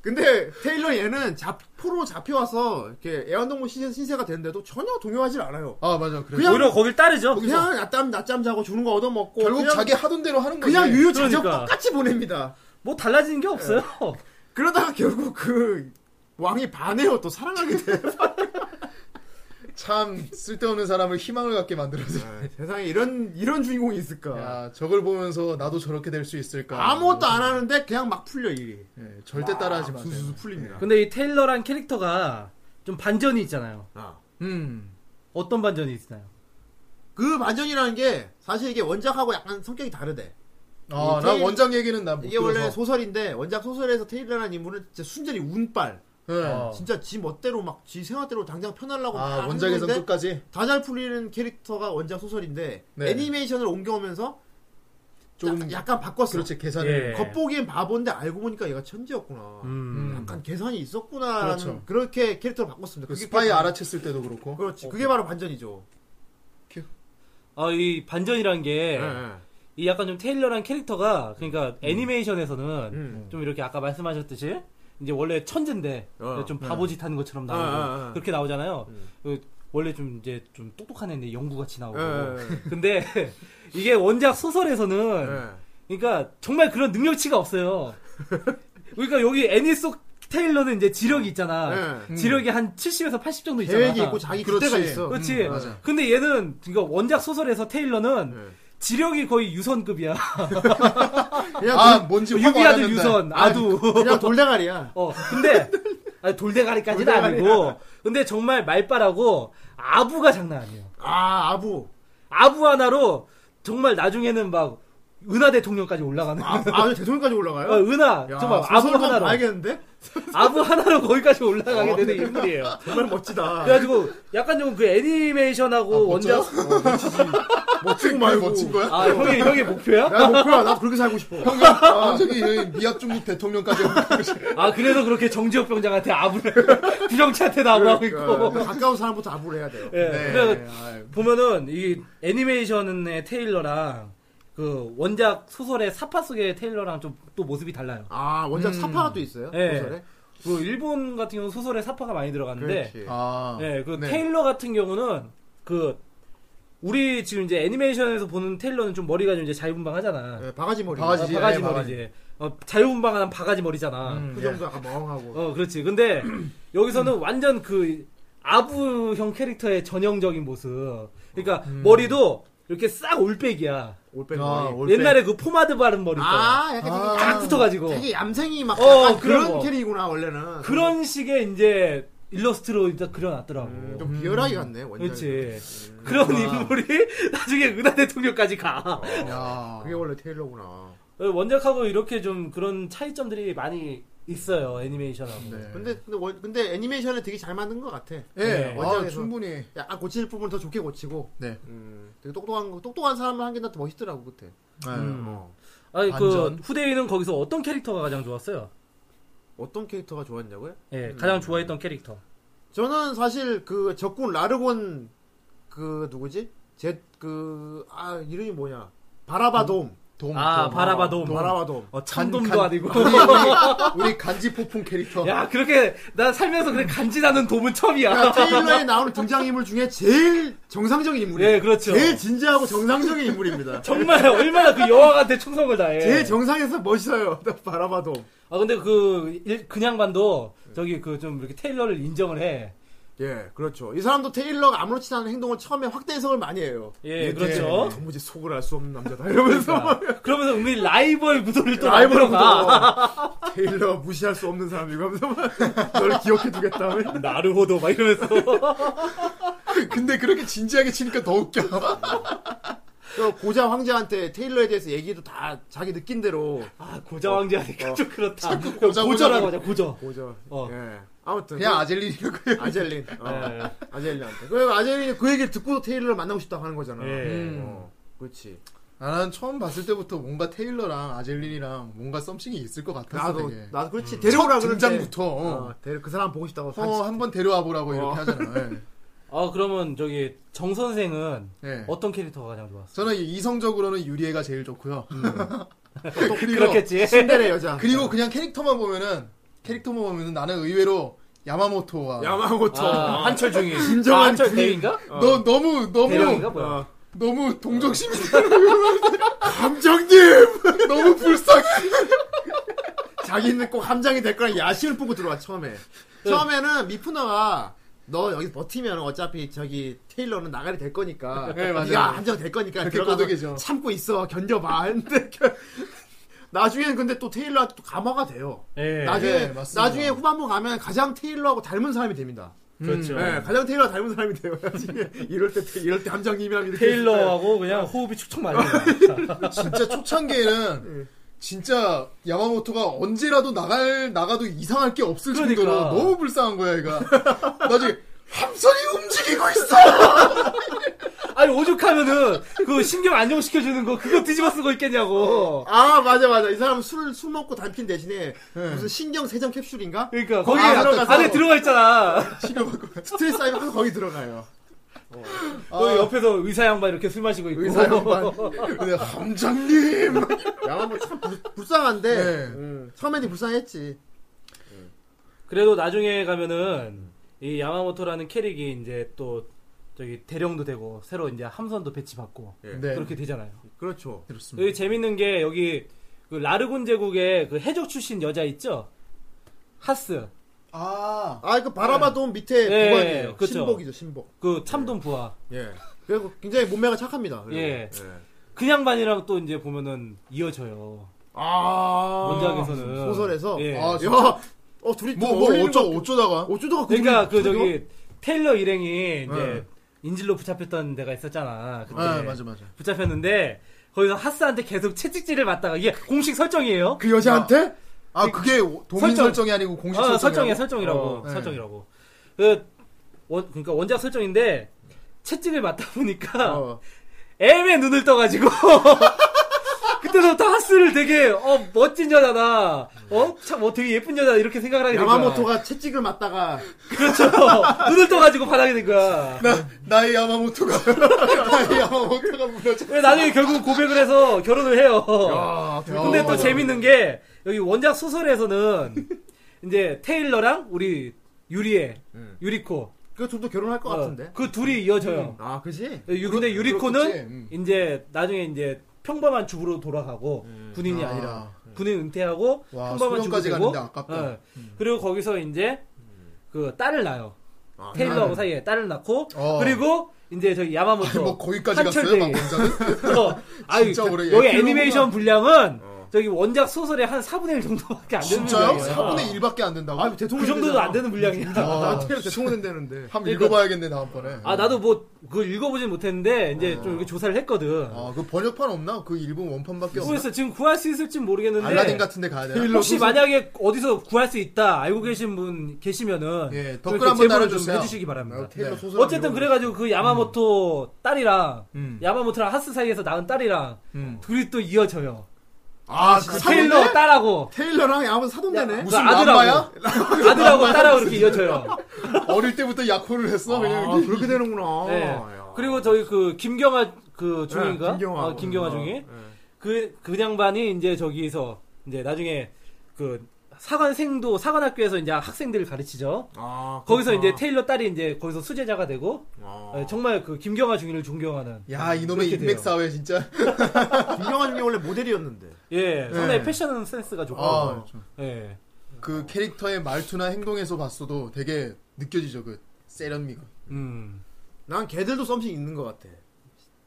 근데 테일러 얘는 잡, 포로 잡혀와서 이렇게 애완동물 신세, 신세가 되는데도 전혀 동요하질 않아요. 아 맞아 그래. 그냥- 오히려 거길 따르죠. 그냥 낮잠 낮잠 자고 주는 거 얻어먹고 결국 그냥, 자기 하던 예, 대로 하는 거지. 그냥 유유자적 그러니까. 똑같이 보냅니다. 뭐 달라지는 게 없어요. 예. 그러다가 결국 그 왕이 반해요 또 사랑하게 돼. 참 쓸데없는 사람을 희망을 갖게 만들어서. 아, 세상에 이런 이런 주인공이 있을까? 야 저걸 보면서 나도 저렇게 될 수 있을까. 네. 아무것도 안 하는데 그냥 막 풀려 일이. 네. 예, 절대 따라하지 마세요. 수수수 풀립니다. 근데 이 테일러란 캐릭터가 좀 반전이 있잖아요. 아. 음. 어떤 반전이 있나요? 그 반전이라는 게 사실 이게 원작하고 약간 성격이 다르대. 아, 이 난 테일- 원작 얘기는 난못 이게 들어서. 원래 소설인데 원작 소설에서 테일러라는 인물은 진짜 순전히 운빨. 예. 어. 진짜 지 멋대로 막 지 생각대로 당장 편하려고 막 아, 하는 원작에서 건데 끝까지 다 잘 풀리는 캐릭터가 원작 소설인데 네. 애니메이션을 옮겨오면서 조금 약- 약간 바꿨어. 그렇지 네. 계산을 예. 겉보기엔 바본데 알고 보니까 얘가 천재였구나. 음. 약간 계산이 있었구나라는 그렇죠. 그렇게 캐릭터를 바꿨습니다. 그 그게 스파이 바로- 알아챘을 때도 그렇고. 그렇지. 그게 바로 반전이죠. 아, 이 반전이란 네. 게, 아, 예. 이 약간 좀 테일러란 캐릭터가, 그러니까 애니메이션에서는 음. 좀 이렇게 아까 말씀하셨듯이, 이제 원래 천재인데, 어. 좀 바보짓 하는 것처럼 나오고, 어, 어, 어. 그렇게 예. 아, 나오잖아요. 음. 그 원래 좀 이제 좀 똑똑한 애인데 연구같이 나오고. 예, 예. 근데 이게 원작 소설에서는 예. 그러니까 정말 그런 능력치가 없어요. 그러니까 여기 애니 속 테일러는 이제 지력이 있잖아. 음. 네. 지력이 한 70에서 80 정도 있잖아. 계획이 있고 자기 그렇지. 그때가 있어. 그렇지. 음, 맞아. 근데 얘는 그러니까 원작 소설에서 테일러는 네. 지력이 거의 유선급이야. 그냥 아 뭔지 확 유비아들 알았는데. 유선, 아두. 돌- 그냥 돌대가리야. 어, 근데 아니, 돌대가리까지는 아니고 근데 정말 말빨하고 아부가 장난 아니에요. 아 아부. 아부 하나로 정말 나중에는 막 은하 대통령까지 올라가는 아, 아 대통령까지 올라가요? 어, 은하 야, 정말 아부 소설만 하나로 봐야겠는데? 아부 하나로 거기까지 어, 올라가게 되는 네. 인물이에요. 정말 멋지다. 그래가지고 약간 좀 그 애니메이션하고 아, 원작 멋지고 말 말고. 멋진 거야? 아 형이 형이 목표야? 야 목표야. 나도 그렇게 살고 싶어. 형님, 아, 저기 여기 미약 중국 대통령까지 아 그래서 그렇게 정지혁 병장한테 아부를 부정치한테 나부하고 있고 어, 가까운 사람부터 아부를 해야 돼요. 그러니까. 예. 네. 그래서 아유. 보면은 이 애니메이션의 테일러랑 그 원작 소설의 사파 속의 테일러랑 좀 또 모습이 달라요. 아 원작 사파가 또 있어요? 예. 소설에? 그 일본 같은 경우 는 소설에 사파가 많이 들어갔는데 그렇지. 아, 네, 그 네. 테일러 같은 경우는 그 우리 지금 이제 애니메이션에서 보는 테일러는 좀 머리가 좀 이제 자유분방하잖아. 예, 바가지 머리. 바가지. 아, 바가지 네, 바가지. 머리지. 어, 자유분방한 바가지 머리잖아. 음, 그 예. 정도 약간 멍하고. 어, 그렇지. 근데 여기서는 완전 그 아부형 캐릭터의 전형적인 모습. 그러니까 머리도 이렇게 싹 올백이야. 올빼미 아, 머리. 올빼미. 옛날에 그 포마드 바른 머리. 있잖아. 아, 약간 아. 되게, 딱 붙어가지고 되게 얌생이 막 어, 약간 그런 그런 거. 캐릭이구나 원래는. 그런 식의 이제 일러스트로 일단 그려놨더라고. 음, 좀 비열하게 갔네 원작. 그렇지. 그런 인물이 나중에 은하 대통령까지 가. 야. 아, 그게 원래 테일러구나. 원작하고 이렇게 좀 그런 차이점들이 많이 있어요 애니메이션하고. 네. 근데 근데, 원- 근데 애니메이션을 되게 잘 만든 것 같아. 예, 네, 아, 원작에서. 충분히. 약간 아, 고칠 부분 더 좋게 고치고. 네. 음, 되게 똑똑한 거- 똑똑한 사람을 한게 나한테 멋있더라고 그때. 음. 어. 아니 반전. 그 후대인은 거기서 어떤 캐릭터가 가장 좋았어요? 어떤 캐릭터가 좋았냐고요? 예, 가장 좋아했던 캐릭터. 저는 사실 그 적군 라르곤 그 누구지? 제 그 아 이름이 뭐냐? 바라바돔. 돔. 아 돔. 바라바돔. 바라바돔. 어, 간- 참돔도 간- 아니고. 우리, 우리, 우리 간지 폭풍 캐릭터. 야 그렇게 나 살면서 그래 간지나는 돔은 그러니까 처음이야. 테일러에 나오는 등장인물 중에 제일 정상적인 인물이에요. 예, 그렇죠. 예. 제일 진지하고 정상적인 인물입니다. 정말 얼마나 그 여왕한테 충성을 다해. 제일 정상에서 멋있어요. 바라바돔. 아 근데 그 일- 그냥 반도 저기 그 좀 이렇게 테일러를 인정을 해. 예, 그렇죠. 이 사람도 테일러가 아무렇지 않은 행동을 처음에 확대 해석을 많이 해요. 예, 얘 그렇죠. 그러니까. 되게 네, 도무지 속을 알 수 없는 남자다. 이러면서 그러면서 은근히 라이벌 구도를 또 라이벌 만들어 가. 구도. 테일러 무시할 수 없는 사람이고 하면서 널 기억해 두겠다. 나르호도 막 이러면서 근데 그렇게 진지하게 치니까 더 웃겨. 그 고자 황제한테 테일러에 대해서 얘기도 다 자기 느낀 대로 아 고자 왕자니까 좀 그렇다 고자, 고자라고 하자 고자 고자. 어. 예. 아무튼 그냥 그- 아젤린이라고요. 아젤린. 어. 예. 아젤린한테. 그 아젤린이 그 얘기를 듣고 테일러를 만나고 싶다고 하는 거잖아. 예. 어. 그렇지. 아, 난 처음 봤을 때부터 뭔가 테일러랑 아젤린이랑 뭔가 썸씽이 있을 것 같았어. 나도 되게. 나도 그렇지. 첫 그러니까 데려오라 그러는데. 등장부터 어, 어, 데려- 그 사람 보고 싶다고. 어, 한번 데려와 보라고 어. 이렇게 하잖아. 예. 아 그러면 저기 정 선생은 예. 어떤 캐릭터가 가장 좋았어? 저는 이성적으로는 유리애가 제일 좋고요. 똑똑- 그리고 음. 그렇겠지 아, 신데레 여자. 그리고 그냥 캐릭터만 보면은 캐릭터만 보면 나는 의외로 야마모토와 야마모토. 아, 한철 중이. 어. 진정한 아, 한철 군인. 대인가? 너 너무 너무 어. 대령인가 뭐야? 어. 너무 동정심이 함정님! 너무 불쌍해. 자기는 꼭 함장이 될 거란 야심을 품고 들어와, 처음에. 네. 처음에는 미푸너가 너 여기 버티면 어차피 저기 테일러는 나가리 될 거니까. 네, 맞아요. 네가 함정 될 거니까 그렇게 꼬드겨져. 들어가서 참고 있어. 견뎌봐. 했는데 결- 나중에는 근데 또 테일러한테 또 감화가 돼요. 예. 나중에 네, 맞습니다. 나중에 후반부 가면 가장 테일러하고 닮은 사람이 됩니다. 그렇죠. 네, 가장 테일러 닮은 사람이 돼요. 나중에 이럴 때 이럴 때 함장님이랑 이렇게 테일러하고 그냥 호흡이 축척 맞아요. 진짜 네. 초창기에는 진짜 야마모토가 언제라도 나갈 나가도 이상할 게 없을 그러니까. 정도로 너무 불쌍한 거야 얘가. 나중에 함선이 움직이고 있어. 아니 오죽하면은 그 신경 안정시켜주는 거 그거 뒤집어 쓰고 있겠냐고. 아 맞아 맞아 이 사람 술술 먹고 닮힌 대신에 네. 무슨 신경 세정 캡슐인가 그러니까 거기 아, 들어가서. 안에 들어가 있잖아. 스트레스 쌓이면 항상 거기 들어가요. 거기 옆에서 의사 양반 이렇게 술 마시고 있고. 의사 양반. 근데 함장님. 야마모 뭐 참 불, 불쌍한데 네. 음, 처음에는 불쌍했지. 그래도 나중에 가면은 이 야마모토라는 캐릭이 이제 또 저기 대령도 되고 새로 이제 함선도 배치받고 네. 그렇게 되잖아요. 그렇죠. 그렇습니다. 여기 재밌는 게 여기 그 라르군 제국의 그 해적 출신 여자 있죠? 하스 아. 아 이거 바라바도 밑에 예, 부관이에요. 그렇죠. 신복이죠 신복. 그 참돈 부하 예. 그리고 굉장히 몸매가 착합니다. 그리고. 예. 그 양반이랑 또 이제 보면은 이어져요. 아 원작에서는. 소설에서 예. 아, 진짜? 야, 어 둘이 뭐, 또 뭐 어울리는 어쩌, 것 같- 어쩌다가? 어쩌다가 그러니까 그 둘이- 저기 테일러 일행이 이제 네. 인질로 붙잡혔던 데가 있었잖아. 그때 아, 맞아, 맞아. 붙잡혔는데 거기서 하스한테 계속 채찍질을 받다가 이게 공식 설정이에요. 그 여자한테 아, 그게 동인 설정. 설정. 이 아니고 공식 아, 설정이야 설정이야. 설정이라고 네. 설정이라고. 그 원, 그러니까 원작 설정인데 채찍을 맞다 보니까 어. 애매 눈을 떠가지고 그때서부터 하스를 되게 어 멋진 여자다 어참 어, 되게 예쁜 여자 이렇게 생각을 하게 된 그러니까 거야 야마모토가 채찍을 맞다가 그렇죠 눈을 떠가지고 반하게 된 거야 나, 나의 야마모토가. 나의 야마모토가 뭐 무너져. 그래서 나중에 결국 고백을 해서 결혼을 해요 아, 근데 어, 또 재밌는 게 여기 원작 소설에서는 이제 테일러랑 우리 유리에 음. 유리코 그 둘도 결혼할 것 같은데. 그 둘이 이어져요 아 그지? 유- 근데 유리코는 음. 그렇겠지. 음. 이제 나중에 이제 평범한 주부로 돌아가고 군인이 아. 아. 니라 군인 은퇴하고 와, 평범한 주부 소년까지 되고 갔는데 아깝다. 음. 예. 그리고 거기서 이제 그 딸을 낳아요 아, 테일러하고 사이에 딸을 낳고 어. 그리고 이제 저기 아니, 야마모토 뭐 거기까지 갔어요? 막 어. 한철대기. 원작은? 어, 아유, 진짜 오래 여기 얘기해 애니메이션 분량은 어. 저기 원작 소설의 한 4분의 1 정도밖에 안 되는 진짜요? 분량이에요. 4분의 1밖에 안 된다고? 아 대통령 그 정도도 안 되는 분량이야. 아, 나한테 대통령 된다는데. 한번 읽어봐야겠네, 다음번에. 아 나도 뭐 그걸 읽어보진 못했는데 이제 좀 이렇게 조사를 했거든. 아, 그 번역판 없나? 그 일본 원판밖에 없나? 모르겠어 지금 구할 수 있을지 모르겠는데. 알라딘 같은 데 가야 되나? 혹시 만약에 어디서 구할 수 있다 알고 계신 분 계시면은 예, 좀 이렇게 댓글 한번 제보를 좀 달아주세요. 해주시기 바랍니다. 네. 음. 소설 어쨌든 그래가지고 그 야마모토 딸이랑 야마모토랑 하스 사이에서 낳은 딸이랑 음. 둘이 또 이어져요. 아, 그 그 테일러 테일러 딸하고 테일러랑 야무사 사돈되네. 무슨 그 아들하고 그 남마야? 아들하고 딸하고 이렇게 이어져요. 어릴 때부터 약혼을 했어? 그냥 아, 그렇게 되는구나. 네. 야. 그리고 저희 그 김경아 그 네, 중인가? 김경화. 어, 김경아 중이 네. 그, 그 양반이 이제 저기서 이제 나중에 그 사관생도 사관학교에서 이제 학생들을 가르치죠. 아, 거기서 그렇구나. 이제 테일러 딸이 이제 거기서 수제자가 되고 아. 어, 정말 그 김경아 중인을 존경하는 야, 이놈의 그렇게 돼요. 인맥사회, 진짜. 아, 김경환 중이 원래 모델이었는데. 예 상당히 네. 패션 센스가 좋고 아, 예 그 캐릭터의 말투나 행동에서 봤어도 되게 느껴지죠, 그 세련미가. 음. 난 걔들도 썸씽 있는 것 같아.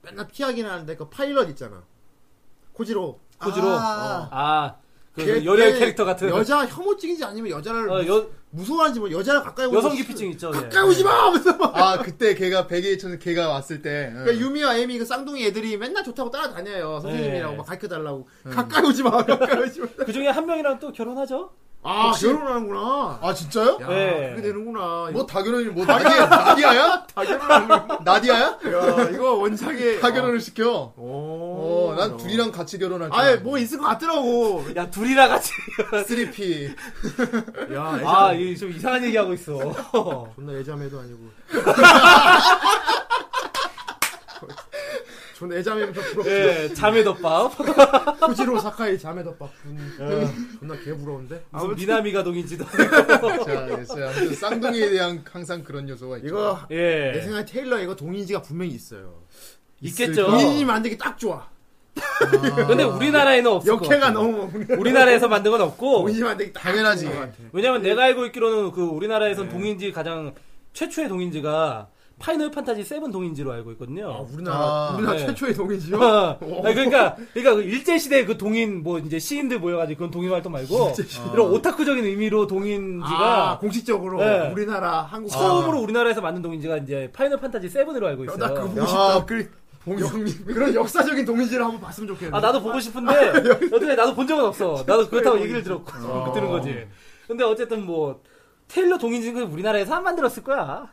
맨날 피하긴 하는데 그 파일럿 있잖아. 코지로. 코지로 아. 아그 걔- 열혈 걔 캐릭터 같은 여자 혐오증인지 아니면 여자를 어, 여, 무서워하는지 뭐 여자를 가까이 오면 여성 수- 기피증 있죠 예. 가까이 오지 마! 하면서 막. 아, 네. 그때 걔가, 베개이천 걔가 왔을 때. 응. 그러니까 유미와 에미 그 쌍둥이 애들이 맨날 좋다고 따라다녀요. 선생님이라고 네. 막 가르쳐 달라고. 음. 가까이 오지 마. 가까이 오지 마. 그 중에 한 명이랑 또 결혼하죠 아, 혹시- 결혼하는구나. 아, 진짜요? 야, 네. 그게 되는구나. 뭐 다결혼이, 뭐, 나디야, 나디아야? 다결혼하는 나디아야? 야, 이거 원작에. 다결혼을 시켜. 어. 오, 어, 난 둘이랑 같이 결혼할 거야. 아예 뭐 있을 것 같더라고. 야 둘이라 같이 3P. 야, 아 이 좀 이상한 얘기하고 있어 존나 예자매도 아니고. 전 애자매면서 부럽고 예, 자매덮밥. 후지로 사카이 자매덮밥 분 어. 존나 개 부러운데 무슨 미나미 가동인지도. 자, 그래서 아무튼 쌍둥이에 대한 항상 그런 요소가 있죠. 이거 내 예. 생각에 테일러 이거 동인지가 분명히 있어요 있겠죠. 동인이 만들기 딱 좋아 근데 우리나라에는 없을 것 역해가 같아요. 너무 우리나라에서 만든 건 없고 동인이 만들기 딱 당연하지. 좋은 것 같아. 왜냐면 내가 알고 있기로는 그 네. 우리나라에선 동인지 가장 최초의 동인지가 파이널 판타지 7 동인지로 알고 있거든요. 아, 우리나라 아, 우리나라 네. 최초의 동인지요 아, 그러니까 그러니까 일제 시대 그 동인 뭐 이제 시인들 모여가지고 그런 동인 활동 말고 이런 오타쿠적인 의미로 동인지가 아, 공식적으로 네. 우리나라 한국 처음으로 우리나라에서 만든 동인지가 이제 파이널 판타지 7으로 알고 아, 있어요. 나 그거 보고 야, 싶다 그 봉영님 그런 역사적인 동인지를 한번 봤으면 좋겠는데 아 나도 보고 싶은데 어떻게 나도 본 적은 없어. 나도 그렇다고 얘기를 들었고 그 들은 거지. 근데 어쨌든 뭐 테일러 동인지는 우리나라에서 안 만들었을 거야.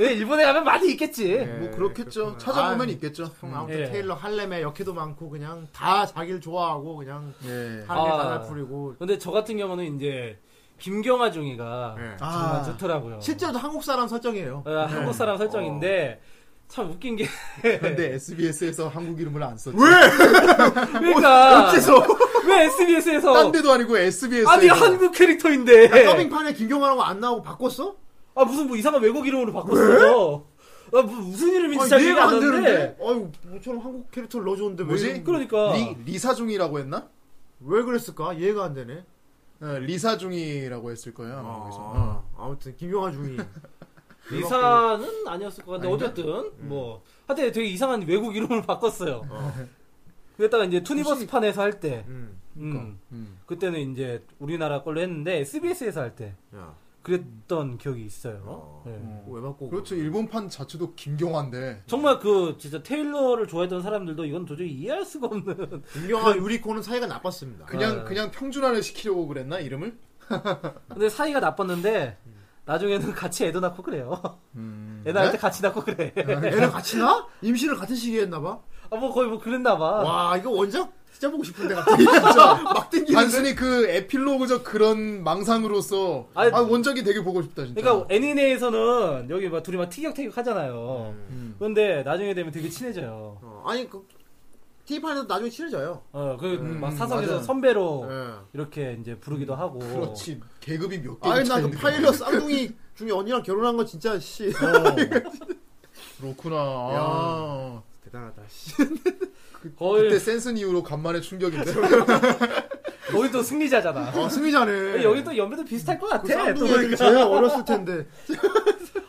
예, 일본에 가면 많이 있겠지. 네. 뭐 그렇겠죠. 그렇구나. 찾아보면 아, 있겠죠. 음. 형 아무튼 예. 테일러 할렘에 역해도 많고 그냥 다 자기를 좋아하고 그냥 예. 할렘 아. 가날풀이고 근데 저 같은 경우는 이제 김경화 중이가 예. 정말 아. 좋더라고요. 실제로도 한국 사람 설정이에요. 어, 한국 사람 설정인데 참 웃긴 게 근데 SBS에서 한국 이름을 안 썼지. 그러니까 어째서? 왜 SBS에서 딴 데도 아니고 SBS에서. 아니 한국 캐릭터인데 야, 아, 더빙판에 김경화라고 안 나오고 바꿨어? 아 무슨 뭐 이상한 외국 이름으로 바꿨어요. 아 무- 무슨 이름인지 잘 이해가 안 되는데. 아유, 뭐처럼 한국 캐릭터를 넣어줬는데 왜, 뭐지? 그러니까 리, 리사중이라고 했나? 왜 그랬을까? 이해가 안 되네. 어, 리사중이라고 했을 거예요. 아마 거기서. 어. 아, 아무튼 김경화 중이 리사는 아니었을 것 같은데 어쨌든 뭐 하여튼 되게 이상한 외국 이름으로 바꿨어요. 그랬다가 이제 투니버스판에서 할 때, 음, 음, 음. 그때는 이제 우리나라 걸로 했는데 SBS에서 할 때 야, 그랬던 기억이 있어요. 어. 네. 그거 왜 바꾸고? 그렇죠. 일본판 자체도 김경화인데. 정말 그 진짜 테일러를 좋아했던 사람들도 이건 도저히 이해할 수가 없는 김경화 유리코는 사이가 나빴습니다. 그냥 아. 그냥 평준화를 시키려고 그랬나 이름을? 근데 사이가 나빴는데 나중에는 같이 애도 낳고 그래요 애 낳을 때 같이 낳고 그래 애를 같이 나? 임신을 같은 시기에 했나봐. 아 뭐 거의 뭐 그랬나 봐 와, 이거 원작 진짜 보고 싶은데 갑자기 막 땡기는. 단순히 그 에필로그적 그런 망상으로서 아니, 아, 원작이 되게 보고 싶다 진짜. 그러니까 애니메이에서는 여기 막 둘이 막 티격태격 하잖아요 근데 나중에 되면 되게 친해져요 어, 아니 그 TV판에서 나중에 친해져요. 어그 막 음, 사석에서 맞아요. 선배로 예. 이렇게 이제 부르기도 하고 그렇지. 계급이 몇 개. 아니 나그 파일럿 쌍둥이 중에 언니랑 결혼한 건 진짜 씨 어. 그렇구나. 아. 대단하다. 씨. 거의 그때 센슨 이후로 간만에 충격인데. 거의 또 승리자잖아 예. 아 승리자네. 여기 또 연배도 비슷할 것 같아 그 또 쌍둥이 보니까. 애들이 제일 어렸을 텐데.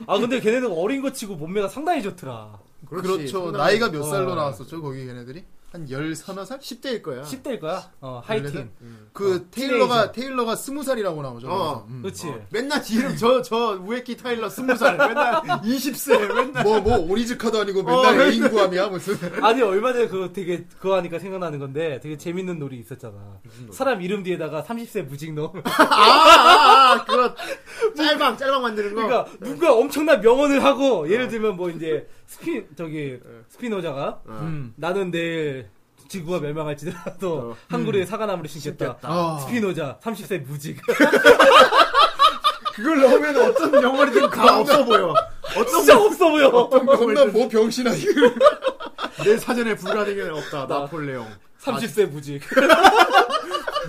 아 근데 걔네는 어린 거 치고 몸매가 상당히 좋더라 그렇죠 나이가 몇 살로 나왔었죠? 거기 걔네들이? 한 13, 4살? 10대일 거야. 10대일 거야 어 하이틴 14살? 그 테일러가 테일러가 20살이라고 나오죠. 어. 거기서. 음. 그렇지 맨날 지 이름 저 저 우에키 타일러 20살 맨날 20세 맨날 뭐, 뭐, 오리즈카도 아니고 맨날 어, 애인 구함이야, 무슨. 아니 얼마 전에 그거 되게 그거 하니까 생각나는 건데 되게 재밌는 놀이 있었잖아. 사람 이름 뒤에다가 30세 무직 넣으면 아, 아, 아 그거 짤방 짤방 만드는 거 그러니까 누가 엄청난 명언을 하고 어. 예를 들면 뭐 이제 스피 저기 스피노자가 어. 음, 나는 내일 지구가 어. 멸망할지라도 한 그루의 사과나무를 음. 심겠다. 아. 스피노자 30세 무직. 그걸 넣으면 어떤 영월이든 다 없어 보여. 어떤 진짜 없어 보여. 겁나 뭐 병신아, 이거. 내 사전에 불가능은 없다. 나- 나폴레옹. 30세 무직.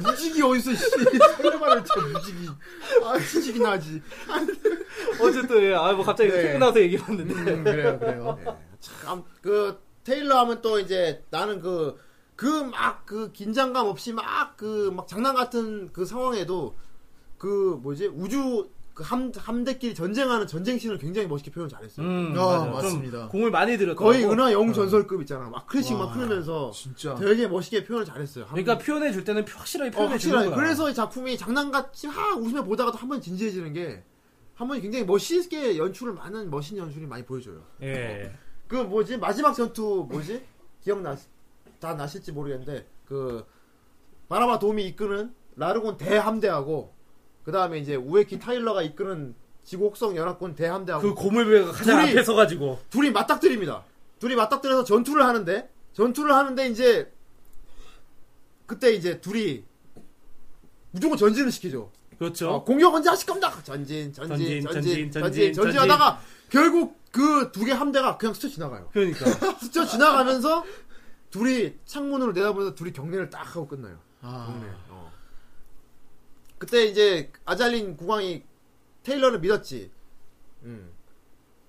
무지기 어디서 씨 소리만을 쳐 무지기. 아 무지기 나지. 어쨌든 예. 아뭐 갑자기 네. 생각나서 얘기해봤는데. 음, 그래요, 그래요. 참, 그 테일러 하면 또 이제 나는 그 그 막 그 긴장감 없이 막 그 막 장난 같은 그 상황에도 그 뭐지 우주 그 함, 함대끼리 전쟁하는 전쟁신을 굉장히 멋있게 표현 잘했어요. 음, 아, 맞아. 맞습니다. 공을 많이 어. 들였고 거의 은하 영웅 전설급 있잖아. 막 클래식 막 네. 와, 흐르면서 진짜. 되게 멋있게 표현을 잘했어요. 함- 그러니까 표현해 줄 때는 확실하게 어, 표현해 주는 확실하게. 거야. 그래서 이 작품이 장난같이 하 웃으며 보다가도 한 번 진지해지는 게, 한 번 굉장히 멋있게 연출을 많은, 멋있는 연출이 많이 보여줘요. 예. 그 뭐지, 마지막 전투 뭐지? 기억나, 다 나실지 모르겠는데, 그, 바라바 도움이 이끄는 라르곤 대함대하고, 그 다음에 이제 우에키 타일러가 이끄는 지구혹성 연합군 대함대하고, 그 고물배가 가장 아, 둘이- 앞에 서가지고 둘이 맞닥뜨립니다. 둘이 맞닥뜨려서 전투를 하는데 전투를 하는데 이제 그때 이제 둘이 무조건 전진을 시키죠. 그렇죠. 어, 공격 언제 하실 겁니다. 전진, 전진, 전진, 전진, 전진, 전진, 전진, 전진, 하다가 결국 그 두 개 함대가 그냥 스쳐 지나가요. 그러니까 스쳐 지나가면서 둘이 창문으로 내다보면서 둘이 경례를 딱 하고 끝나요. 아, 경례. 어. 그때 이제 아잘린 국왕이 테일러를 믿었지. 음.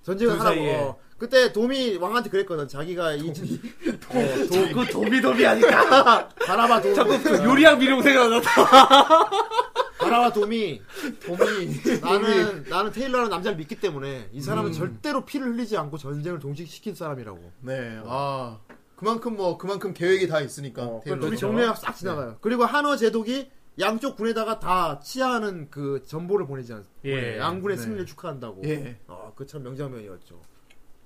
전쟁을 둘 하라고. 사이에. 어. 그때 돔이 왕한테 그랬거든. 자기가 이 어, 돔. 그거 도미도미 아니까 바라바 돔. 자꾸 그 요리학 미룡 생각나다 바라와 도미. 도미. 나는, 나는 테일러라는 남자를 믿기 때문에 이 사람은 음. 절대로 피를 흘리지 않고 전쟁을 종식시킨 사람이라고. 네. 아, 그만큼 뭐 그만큼 계획이 다 있으니까. 어, 테일러가. 둘이 정리가 싹 네. 지나가요. 그리고 한어 제독이 양쪽 군에다가 다 치하하는 그 전보를 보내지 않습니까? 예. 양군의 네. 승리를 축하한다고. 예. 아, 그 참 명장면이었죠.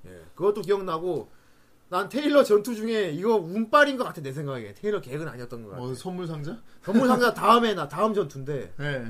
예. 그것도 기억나고, 난 테일러 전투 중에 이거 운빨인 것 같아, 내 생각에. 테일러 계획은 아니었던 것 같아. 뭐 선물 상자? 전문 상자 다음에 나, 다음 전투인데, 예.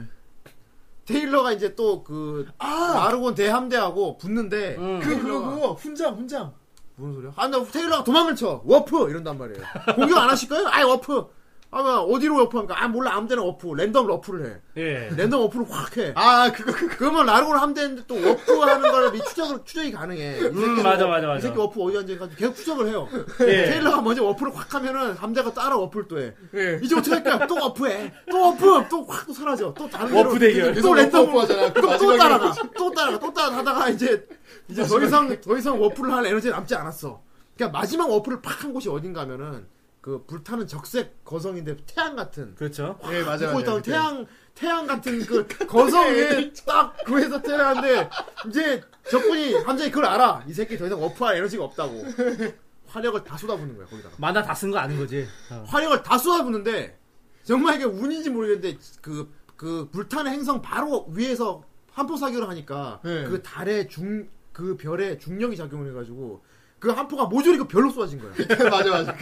테일러가 이제 또 그, 아, 아르곤 대함대하고 붙는데, 그 그러고 훈장 훈장. 무슨 소리야? 아, 나 테일러가 도망을 쳐. 워프! 이런단 말이에요. 공격 안 하실 거예요? 아이, 워프! 아, 뭐, 어디로 워프 합니까? 아, 몰라, 아무 데나 워프. 랜덤 러프를 해. 예. 랜덤 워프를 확 해. 아, 그거 그거. 그러면 라르곤 하면 되는데 또 워프 하는 거를 미 추적을 추적이 가능해. 이 음, 새끼는 맞아, 워- 맞아, 맞아. 이 새끼 워프 어디 앉아 가지고 계속 추적을 해요. 예. 테일러가 먼저 워프를 확 하면은 함대가 따라 워프를 또 해. 예. 이제 어떻게 할까? 또 워프해. 또 워프. 또 확 또 사라져. 또 다른 데로. 워프 대결. 또 랜덤 워프 하잖아. 또, 그또 마지막에 따라가. 또 따라가. 또 따라가다가 이제 이제 더 이상 더 이상 워프를 할 에너지 남지 않았어. 그러니까 마지막 워프를 팍 한 곳이 어딘가면은 그 불타는 적색 거성인데 태양 같은 그렇죠. 예, 맞아 보고 맞아. 있던 태양 태양 같은 그 거성에 딱 구해서 태어났는데 이제 적군이 함정이 그걸 알아 이 새끼 더 이상 워프할 에너지가 없다고 화력을 다 쏟아붓는 거야 거기다가 만화 다 쓴 거 아는 거지. 어. 화력을 다 쏟아붓는데 정말 이게 운인지 모르겠는데 그, 그 불타는 행성 바로 위에서 한포 사격을 하니까 네. 그 달의 중 그 별의 중력이 작용을 해가지고 그 한포가 모조리 그 별로 쏟아진 거야 맞아 맞아.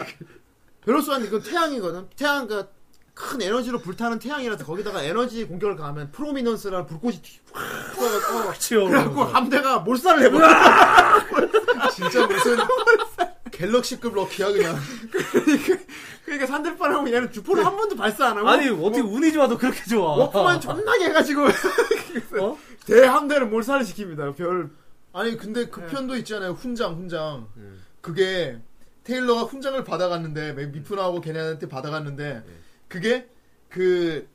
별로 쏘는 건 태양이거든. 태양 그러니까 그큰 에너지로 불타는 태양이라서 거기다가 에너지 공격을 가하면 프로미넌스라는 불꽃이 튀- 확 쏘아가지고 치어. 그래갖고 함대가 몰살을 해버려. 진짜 무슨 갤럭시급 럭키야 그냥. 그러니까 산들바람하고 얘는 주포를 한 번도 발사 안 하고 아니 어떻게 운이 좋아도 그렇게 좋아. 워프만 존나게 해가지고 어? 대함대를 몰살을 시킵니다. 별 네. 아니 근데 그 편도 있잖아요. 훈장 훈장. 그게 테일러가 훈장을 받아갔는데 맥 미프나하고 걔네한테 받아갔는데 그게 그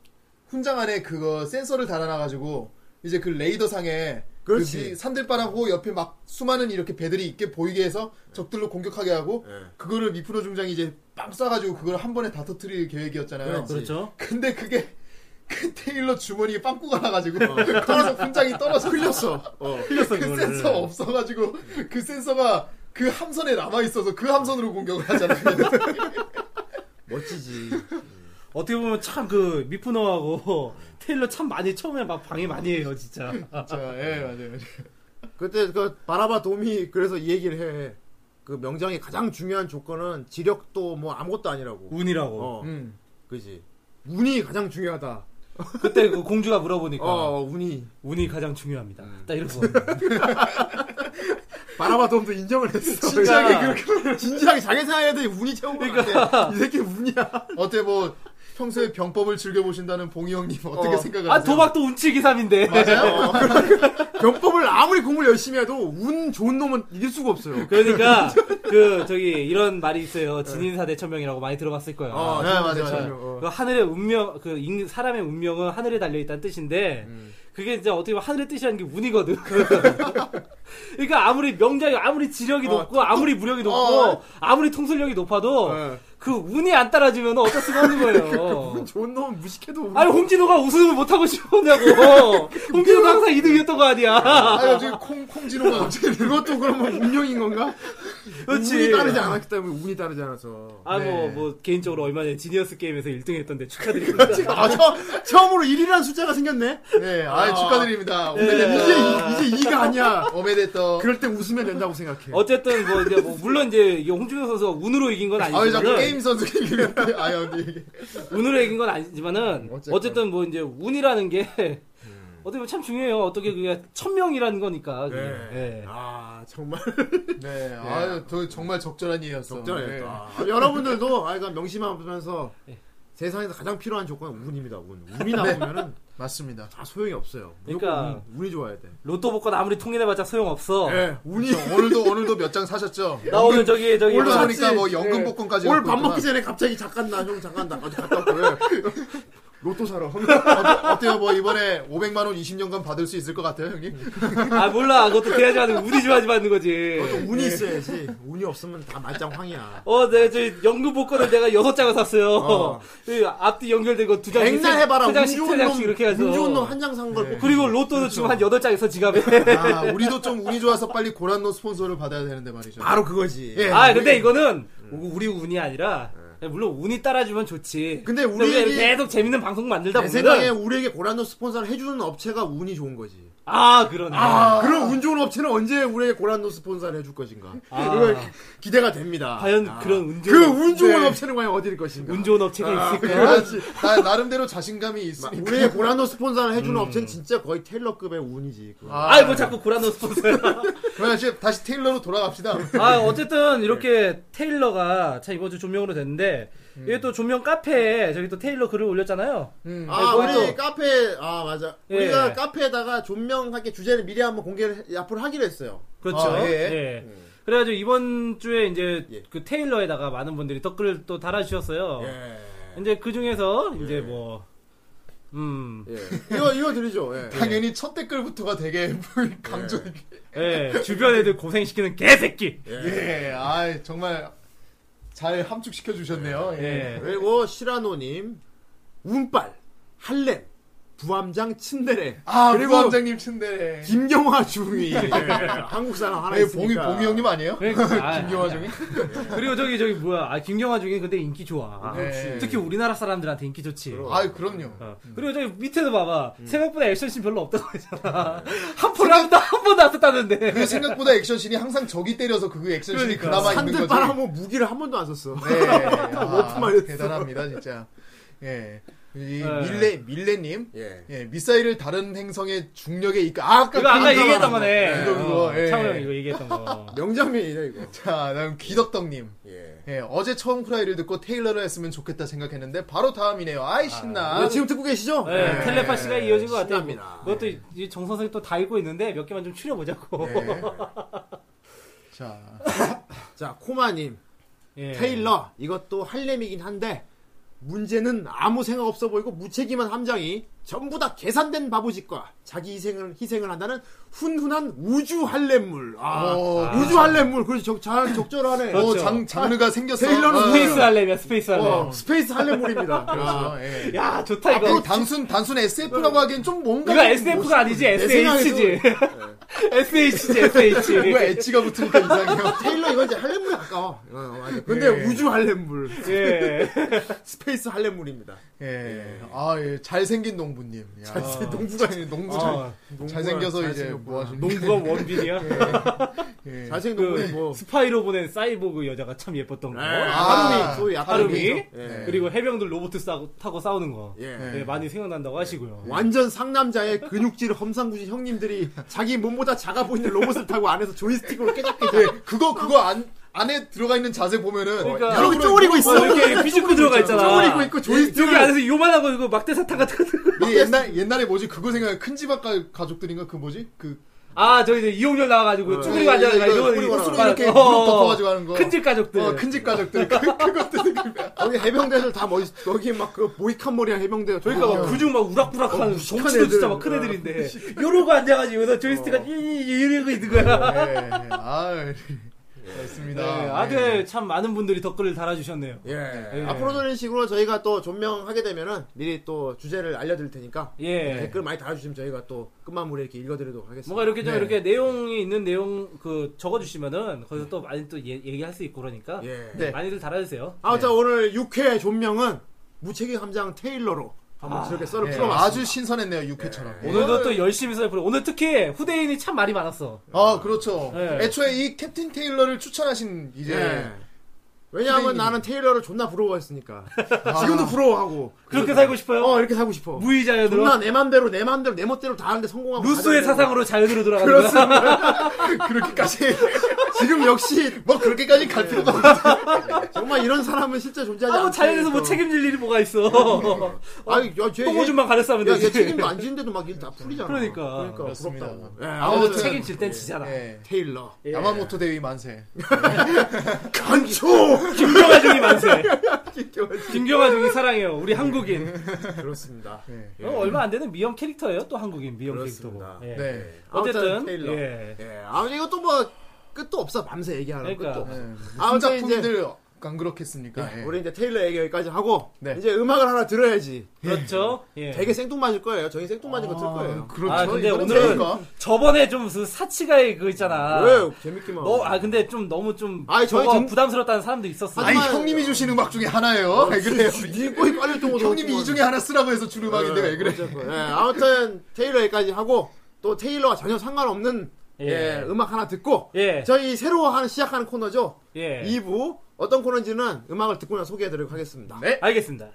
훈장 안에 그거 센서를 달아놔가지고 이제 그 레이더 상에 그렇지. 그 산들바람하고 옆에 막 수많은 이렇게 배들이 있게 보이게 해서 적들로 공격하게 하고 그거를 미프노 중장이 이제 빵 쏴가지고 그걸 한 번에 다 터트릴 계획이었잖아요. 그렇죠. 근데 그게 그 테일러 주머니에 빵꾸가 나가지고 거기서 훈장이 떨어져 흘렸어. 흘렸어, 그 그거를. 센서 없어가지고 그 센서가 그 함선에 남아 있어서 그 함선으로 공격을 하잖아요. 멋지지. 어떻게 보면 참 그 미프너하고 테일러 참 많이 처음에 막 방해 많이 해요 진짜. 자, 예 맞아요. 그때 그 바라바 도미 그래서 이 얘기를 해. 그 명장의 가장 중요한 조건은 지력도 뭐 아무것도 아니라고. 운이라고. 어, 음. 그지. 운이 가장 중요하다. 그때 그 공주가 물어보니까 어, 운이. 운이 가장 중요합니다. 딱 이러고. 바라바 돔도 인정을 했어. 진지하게 그렇게 진지하게 자기 생각해도 운이 최고인것 같아. 이 새끼 운이야. 어때 뭐 평소에 병법을 즐겨 보신다는 봉이 형님 어떻게 어. 생각하세요? 아 도박도 운치 기삼인데. 맞아요. 그러니까. 병법을 아무리 공을 열심히 해도 운 좋은 놈은 이길 수가 없어요. 그러니까 그 저기 이런 말이 있어요. 진인사 대천명이라고 많이 들어봤을 거예요. 어, 네, 맞아요. 맞아요. 그 하늘의 운명, 그 인- 사람의 운명은 하늘에 달려 있다는 뜻인데 음. 그게 이제 어떻게 보면 하늘의 뜻이라는 게 운이거든. 그렇죠. 그러니까 아무리 명작이 아무리 지력이 높고 아무리 무력이 높고 어. 아무리 통솔력이 높아도 네. 그 운이 안 따라주면 어쩔 수가 없는 거예요. 운 좋은 놈은 무식해도 운. 아니 홍진호가 우승을 못 하고 싶었냐고. 홍진호가 항상 2등이었던 어. 거 아니야. 아 갑자기 콩 콩지로가 갑자기 그것도 그러면 운명인 건가? 그렇지. 운이 따르지 않았기 때문에 운이 따르지 않아서. 아, 뭐, 네. 뭐, 개인적으로 얼마 전에 지니어스 게임에서 1등 했던데 축하드립니다. 아, 처, 처음으로 1이라는 숫자가 생겼네? 네, 아, 축하드립니다. 오메데토. 이제, 이- 이제 2가 아니야. 오메데토. 그럴 때 웃으면 된다고 생각해. 어쨌든, 뭐, 이제 뭐 물론 이제, 이 홍준호 선수가 운으로 이긴 건 아, 왜 자꾸 아니지만은, 게임 선수 얘기하는데 아야 언니. 네, 운으로 이긴 건 아니지만은, 어쨌건. 어쨌든 뭐, 이제, 운이라는 게, 어떻게 보면 참 중요해요. 어떻게 그게 천명이라는 거니까. 그게. 음. 네. 예. 아, 정말. 네, 네. 아유, 저 정말 적절한 이해였어. 네. 적절해. 아, 여러분들도 아이가 명심하면서 세상에서 가장 필요한 조건은 운입니다. 운. 운이 나오면은 맞습니다. 다 소용이 없어요. 네. 그러니까- 그러니까 운, 운이 좋아야 돼. 로또 복권 아무리 통일해봤자 소용없어. 예, 운이 저 그렇죠. 오늘도 오늘도 몇 장 사셨죠? 나 오늘 저기 저기 아, 오늘 막- 소리- 그러니까. 보니까 뭐 연금 그렇죠. 복권까지 갖고 오늘 밥 있구나. 먹기 전에 갑자기 잠깐 나 형 잠깐 나까지 갔다 올게. 로또 사러. 네. 어, 때요뭐 이번에 500만 원 20년간 받을 수 있을 것 같아요, 형님? 아 몰라 그것도 돼야지 하는 우리 좋아하지 받는 거지. 운이 있어야지. 운이 없으면 다 말짱 황이야. 어, 네, 저 연금 복권을 내가 여섯 장을 샀어요. 어. 그 앞뒤 연결된 거 두 장씩, 백날 해봐라. 그러니까 세 운 장씩, 세 좋은 장씩 놈, 이렇게 해서. 네. 운 좋은 놈 한 장 산 걸. 뽑고 그리고 로또는 지금 한 여덟 장 있어 지갑에. 아, 우리도 좀 운이 좋아서 빨리 고란노 스폰서를 받아야 되는데 말이죠. 바로 그거지. 예. 아, 근데 이거는 우리 운이 아니라 물론 운이 따라주면 좋지. 예. 근데 근데 우리 우리 계속 재밌는 방송 만들다 내 생각에 보면 우리에게 고란노 스폰서를 해주는 업체가 운이 좋은 거지. 아 그러네. 그런 운 좋은 업체는 언제 우리에게 고란노 스폰서를 해줄 것인가? 아. 이거 기대가 됩니다. 과연 아. 그런 운 좋은 그 운 좋은 네. 업체는 과연 어디일 것인가? 네, 운 좋은 업체가 아, 아. 있을까? 나, 나 나름대로 자신감이 마- 있으니까. 우리의 고란노 스폰서를 해주는 업체는 진짜 거의 테일러급의 운이지. 그거. 아, 음. 아이 뭐 자꾸 고라노 스폰서야. 그러면 이제 다시 테일러로 돌아갑시다. 아 어쨌든 이렇게 테일러가 참 이번 주 조명으로 됐는데 음. 이게 또 조명 카페에 저기 또 테일러 글을 올렸잖아요. 네, 아, 거기 우리 또- 카페, 아, 맞아. 예. 우리가 카페에다가 존명할게 주제를 미리 한번 공개를, 해- 앞으로 하기로 했어요. 그렇죠. 아, 예. 예. 그래가지고 이번 주에 이제 음. 예. 그 테일러에다가 많은 분들이 댓글을 또 달아주셨어요. 예. 이제 그 중에서 이제 뭐, 음, 예. 이거, 이거 드리죠. 예. 당연히 첫 댓글부터가 되게 강조. 예, 주변 애들 고생시키는 개새끼. 예, 아 정말 잘 함축시켜 주셨네요. 예. 예. 그리고 시라노님, 운빨, 할렘, 부함장 침대래. 아, 그리고 그리고 원장님 침대. 김경화 중위. 예. 한국 사람 하나 예, 봉이 있으니까. 봉이 형님 아니에요? 그러니까, 아, 김경화 중에? 그리고 저기 저기 뭐야, 아, 김경화 중에 근데 인기 좋아. 네. 특히 우리나라 사람들한테 인기 좋지. 아, 그럼요. 어. 그리고 저기 밑에도 봐봐. 생각보다 액션씬 별로 없다고 했잖아. 한 번, 한 번도 한 번도 안 썼다는데. 그 생각보다 액션씬이 항상 적이 때려서 그 액션씬이 그러니까. 그나마 있는 산들 거죠. 빨아먹 무기를 한 번도 안 썼어. 네. 못한 아, 말이었어. 대단합니다, 진짜. 예. 이 네. 밀레 밀레님. 예. 예, 미사일을 다른 행성의 중력에 이끌 아, 아까 이거 아까 깜깜한 얘기했던 거. 거네. 이거 그거. 어, 예. 창호 형 이거 얘기했던 거. 명장면이다, 이거. 자, 다음 기덕덕님. 예. 예, 어제 처음 후라이를 듣고 테일러를 했으면 좋겠다 생각했는데 바로 다음이네요. 아이 신나. 지금 듣고 계시죠? 예. 네, 텔레파시가 이어진 것 같아요. 신납니다. 그것도 이- 정 선생이 또 다 읽고 있는데 몇 개만 좀 추려보자고. 자, 자, 코마님. 예. 테일러 이것도 할렘이긴 한데 문제는 아무 생각 없어 보이고 무책임한 함장이 전부 다 계산된 바보짓과 자기 희생을 희생을 한다는 훈훈한 우주 할렘물. 아, 오, 우주 할렘물. 그래서 적, 잘 적절하네. 어, 어, 장, 장르가 생겼어. 테일러는 어, 스페이스 할렘이야, 스페이스 할렘. 어, 스페이스 할렘물입니다. 아, 그렇죠. 예. 야, 좋다, 이거. 앞으로 단순 단순 SF라고 어. 하기엔 좀 뭔가 이거 좀 SF가 아니지, SH지. SH지, 멋있- SH. 왜 엣지가 붙으니까 이상해요. 테일러 이건 이제 할렘물에 가까워. 어, 맞아. 근데 예. 우주 할렘물. 예. 스페이스 할렘물입니다. 예. 아, 예. 잘생긴 농부님. 야. 잘생- 농부가 아니라 농부 어, 잘, 잘생겨서 이제 잘생겼구나. 뭐 하시는 농부가 원빈이야? 예. 잘생긴 그, 네. 놈이 뭐 스파이로 보낸 사이보그 여자가 참 예뻤던 거. 아, 하루미 소위 약간 하루미. 네. 예. 그리고 해병들 로봇 싸고, 타고 싸우는 거. 예. 예, 많이 생각난다고 하시고요. 완전 상남자의 근육질 험상궂은 형님들이 자기 몸보다 작아 보이는 로봇을 타고 안에서 조이스틱으로 깨작깨작 예. 그거 그거 안 안에 들어가 있는 자세 보면은 그러니까- 여러 이러고 쪼그리고 어, 있어 이렇게 비집고 들어가 있잖아. 쪼그리고 있고 여기 조이스틱을 안에서 요만하고 이거 막대사탕 같은 거. 들고. 이 옛날 옛날에 뭐지 그거 생각해 큰집 아까 가족들인가 그 뭐지 그 아, 저기 이제 이용렬 나와가지고 쭈그리고 예, 앉아가지고 예, 이거 예, 이거 옷으로 막- 이렇게 어, 무릎 덮어가지고 하는 거. 큰집 네. 가족들. 어, 큰집 가족들 그, 그것들 거기 해병대들 다 멋있 거기 막그 모이칸 머리한 해병대 그러니까 막 근육 막 우락부락하는 정치도 어. 애들. 진짜 막 큰 어. 애들인데 요러고 앉아가지고 여기서 조이스틱가 이러고 있는 거야. 어, 예, 아 네, 그렇습니다 아들 참 많은 분들이 댓글을 달아주셨네요. 예. 예. 앞으로도 이런 식으로 저희가 또 존명하게 되면은 미리 또 주제를 알려드릴 테니까 예. 댓글 많이 달아주시면 저희가 또 끝마무리 이렇게 읽어드리도록 하겠습니다 뭔가 이렇게 좀 네. 이렇게 내용이 있는 내용 그 적어주시면은 거기서 또 많이 또 예, 얘- 얘기할 수 있고 그러니까 예. 네. 많이들 달아주세요. 아무튼 오늘 6회 존명은 무책임 함장 테일러로 한번 저렇게 썰을 예, 풀어봤습니다 아주 신선했네요 육회처럼 예. 오늘도 또 열심히 써요. 오늘 특히 후대인이 참 말이 많았어. 아 그렇죠 네. 예. 애초에 이 캡틴 테일러를 추천하신 이제 예. 왜냐하면 선생님. 나는 테일러를 존나 부러워했으니까. 지금도 부러워하고. 그렇게 살고 싶어요. 어, 이렇게 살고 싶어. 무이자연으로 존나 내 맘대로, 내 맘대로, 내 멋대로 다 하는데 성공하고. 가져야 루소의 되고. 사상으로 자연으로 돌아가는 거야. 그렇게까지 지금 역시 뭐 그렇게까지 갈 필요가 없어. 정말 이런 사람은 실제 존재하지 아무 않아. 자연에서 뭐 책임질 일이 뭐가 있어. 아니, 야, 쟤, 얘, 똥오줌만 가렸으면 예, 야, 얘 되지. 책임도 안 지는데도 막 일 다 풀리잖아. 그러니까. 그러니까 그렇습니다. 부럽다고. 예. 아무도 아무튼, 책임질 땐 지잖아. 네. 예. 테일러. 예. 야마모토 대위 만세. 네. 간초! 김경아 중이 만세. 김경아 중이 사랑해요. 우리 한국인. 그렇습니다. 예. 예. 어, 얼마 안 되는 미형 캐릭터예요. 또 한국인 미형 그렇습니다. 캐릭터고. 예. 네. 아무튼 어쨌든 테일러. 예. 예. 아, 이것도 뭐 끝도 없어. 밤새 얘기하는 그러니까. 끝도 없어. 아, 아무튼 이제 네, 작품들 안 그렇겠습니까? 예. 우리 이제 테일러 얘기 여기까지 하고 네. 이제 음악을 하나 들어야지. 그렇죠. 예. 되게 생뚱맞을 거예요. 저희 생뚱맞은 거 들 거예요. 그렇죠. 아, 근데 이거는 오늘은 그러니까. 저번에 좀 무슨 사치가의 그 있잖아. 왜 재밌기만. 너, 아, 근데 좀 너무 좀. 아니, 저희 저거 정- 부담스럽다는 사람도 있었어. 아니 정말- 형님이 주신 음악 중에 어, 하나예요. 왜 그래요? 니 네. 꼬이 빨렸던 거 형님이 이 중에 하나 쓰라고 해서 준 음악인데 왜 그래? 예, 아무튼 테일러 여기까지 하고 또 테일러와 전혀 상관없는 예. 예, 음악 하나 듣고 예. 저희 새로 하는 시작하는 코너죠. 예. 2부 어떤 코너인지는 음악을 듣고 나 소개해드리도록 하겠습니다. 네. 알겠습니다.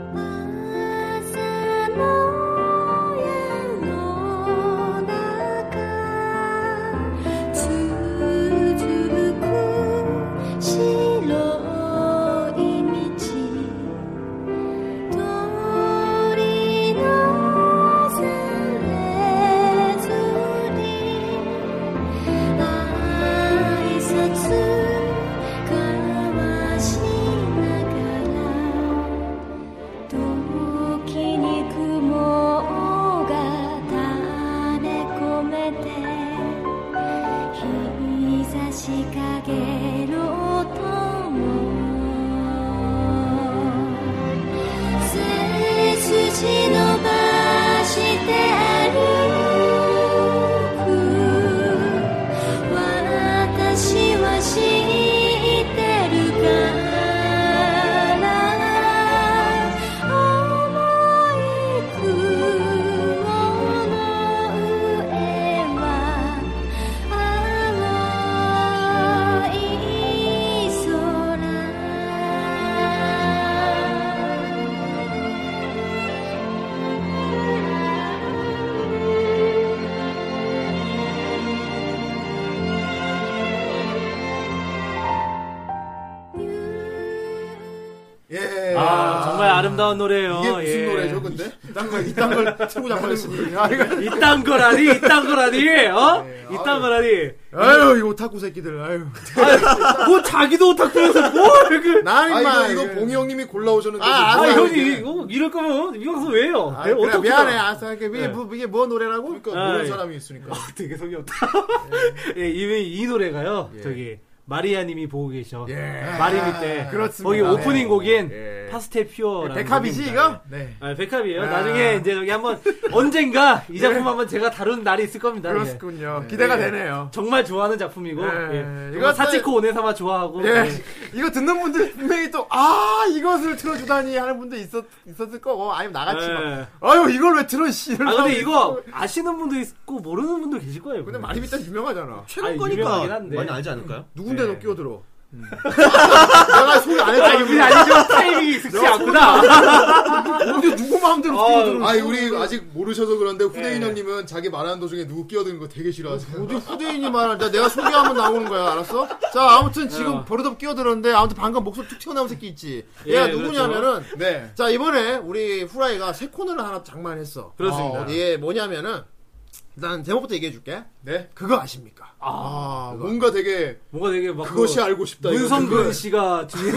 「朝もやの中つづく白い道」「鳥のされずに挨拶交わしながら」時に雲が垂れ込めて日差し陰の音も背筋伸ばして歩く私は知ってるから重い雲の上は青い空 예. 아, 정말 아름다운 노래예요. 이게 무슨 예. 노래죠, 근데? 이딴 걸 이딴 걸 치고 잡아냈습니다. 이딴 거라니, 이딴 거라니, 어? 네, 이딴 거라니. 아유 이 오타쿠 새끼들. 아유. 아, 뭐 자기도 오타쿠면서 뭘 그. 나 아, 이거, 이마 이거 봉이 형님이 골라오셨는데. 아, 아, 아니, 형님, 이거, 이럴 거면, 이 방송 왜요? 아, 왜 그래, 네, 어떻게 미안해. 해요? 아, 이게 네. 이게 뭐, 이게 뭐 노래라고? 그러니까 아, 모르는 예. 사람이 있으니까. 아, 되게 성의 없다. 예, 이, 이 노래가요, 예. 저기, 마리아님이 보고 계셔. 마리미 때. 아, 그렇습니다. 거기 오프닝 네. 곡인 예. 파스텔 퓨어라는. 백합이지 곡입니다. 이거? 네. 아, 백합이에요. 나중에 이제 저기 한번 언젠가 이 작품 한번 제가 다루는 날이 있을 겁니다. 예. 예. 그렇군요. 기대가 예. 되네요. 정말 좋아하는 작품이고 예. 예. 이것도- 사치코 오네사마 좋아하고 예. 예. 이거 듣는 분들 분명히 또, 아, 이것을 틀어주다니 하는 분도 있었, 있었을 거고, 아니면 나같이 네. 예. 막, 아유, 이걸 왜 틀어, 씨. 이런 아 근데 사람도 이거 아시는 분도 있고 모르는 분도 계실 거예요. 근데 그냥. 많이 밑단 유명하잖아. 아, 최근 유명하긴 거니까 한데. 많이 알지 않을까요? 누군데도 끼어들어. 내가 소개 안 아, 했잖아. 우리 아니죠. 타이밍이 익숙치 않구나. 근데 누구 마음대로 아, 끼어들어. 아, 우리 아직 모르셔서 그런데 후대인 형님은 자기 말하는 도중에 누구 끼어드는 거 되게 싫어하세요. 네. 어디 후대인이 말한다. 내가 소개하면 나오는 거야, 알았어? 자, 아무튼 지금 어. 버릇없 끼어들었는데, 아무튼 방금 목소리 툭 튀어나온 새끼 있지. 예, 얘가 그렇죠. 누구냐면은, 네. 자, 이번에 우리 후라이가 새 코너를 하나 장만했어. 그렇습니다. 어, 이게 뭐냐면은, 일단 제목부터 얘기해줄게. 네. 그거 아십니까? 아, 뭔가 되게 뭔가 되게 막 그것이 그 알고 싶다. 이런 문성근 생각을. 씨가 주인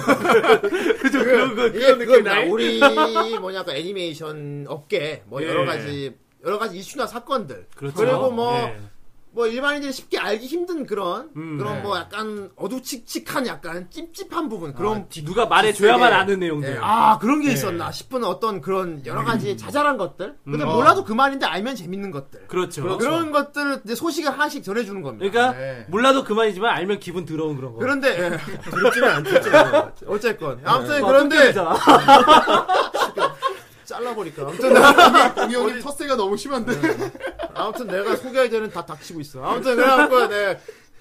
그죠 그런 거 이게 그런 예, 그거 느낌 나 나요. 우리 뭐냐 그 애니메이션 업계 뭐 예. 여러 가지 여러 가지 이슈나 사건들 그 그렇죠. 리고 뭐 뭐 예. 일반인들이 쉽게 알기 힘든 그런 음, 그런 네. 뭐 약간 어두칙칙한 약간 찝찝한 부분 그런 누가 아, 말해줘야만 뒷세계. 아는 내용들. 음. 예. 아 그런 게 있었나 싶은 어떤 그런 여러 가지 자잘한 것들 근데 몰라도 그만인데 알면 재밌는 것들 어. 그렇죠. 그런 것들을 이제 소식을 하나씩 전해주는 겁니다 그러니까 네. 몰라도 그만이지만 알면 기분 더러운 그런 거. 그런데 예. 들지는 안 들지는 어쨌건 아무튼 아, 그런데 뚱뚱이잖아. 잘라버릴까 아무튼 봉이 형님 텃세가 너무 심한데. 네. 네. 아무튼 내가 소개할 때는 다 닥치고 있어. 아무튼 그래갖고 내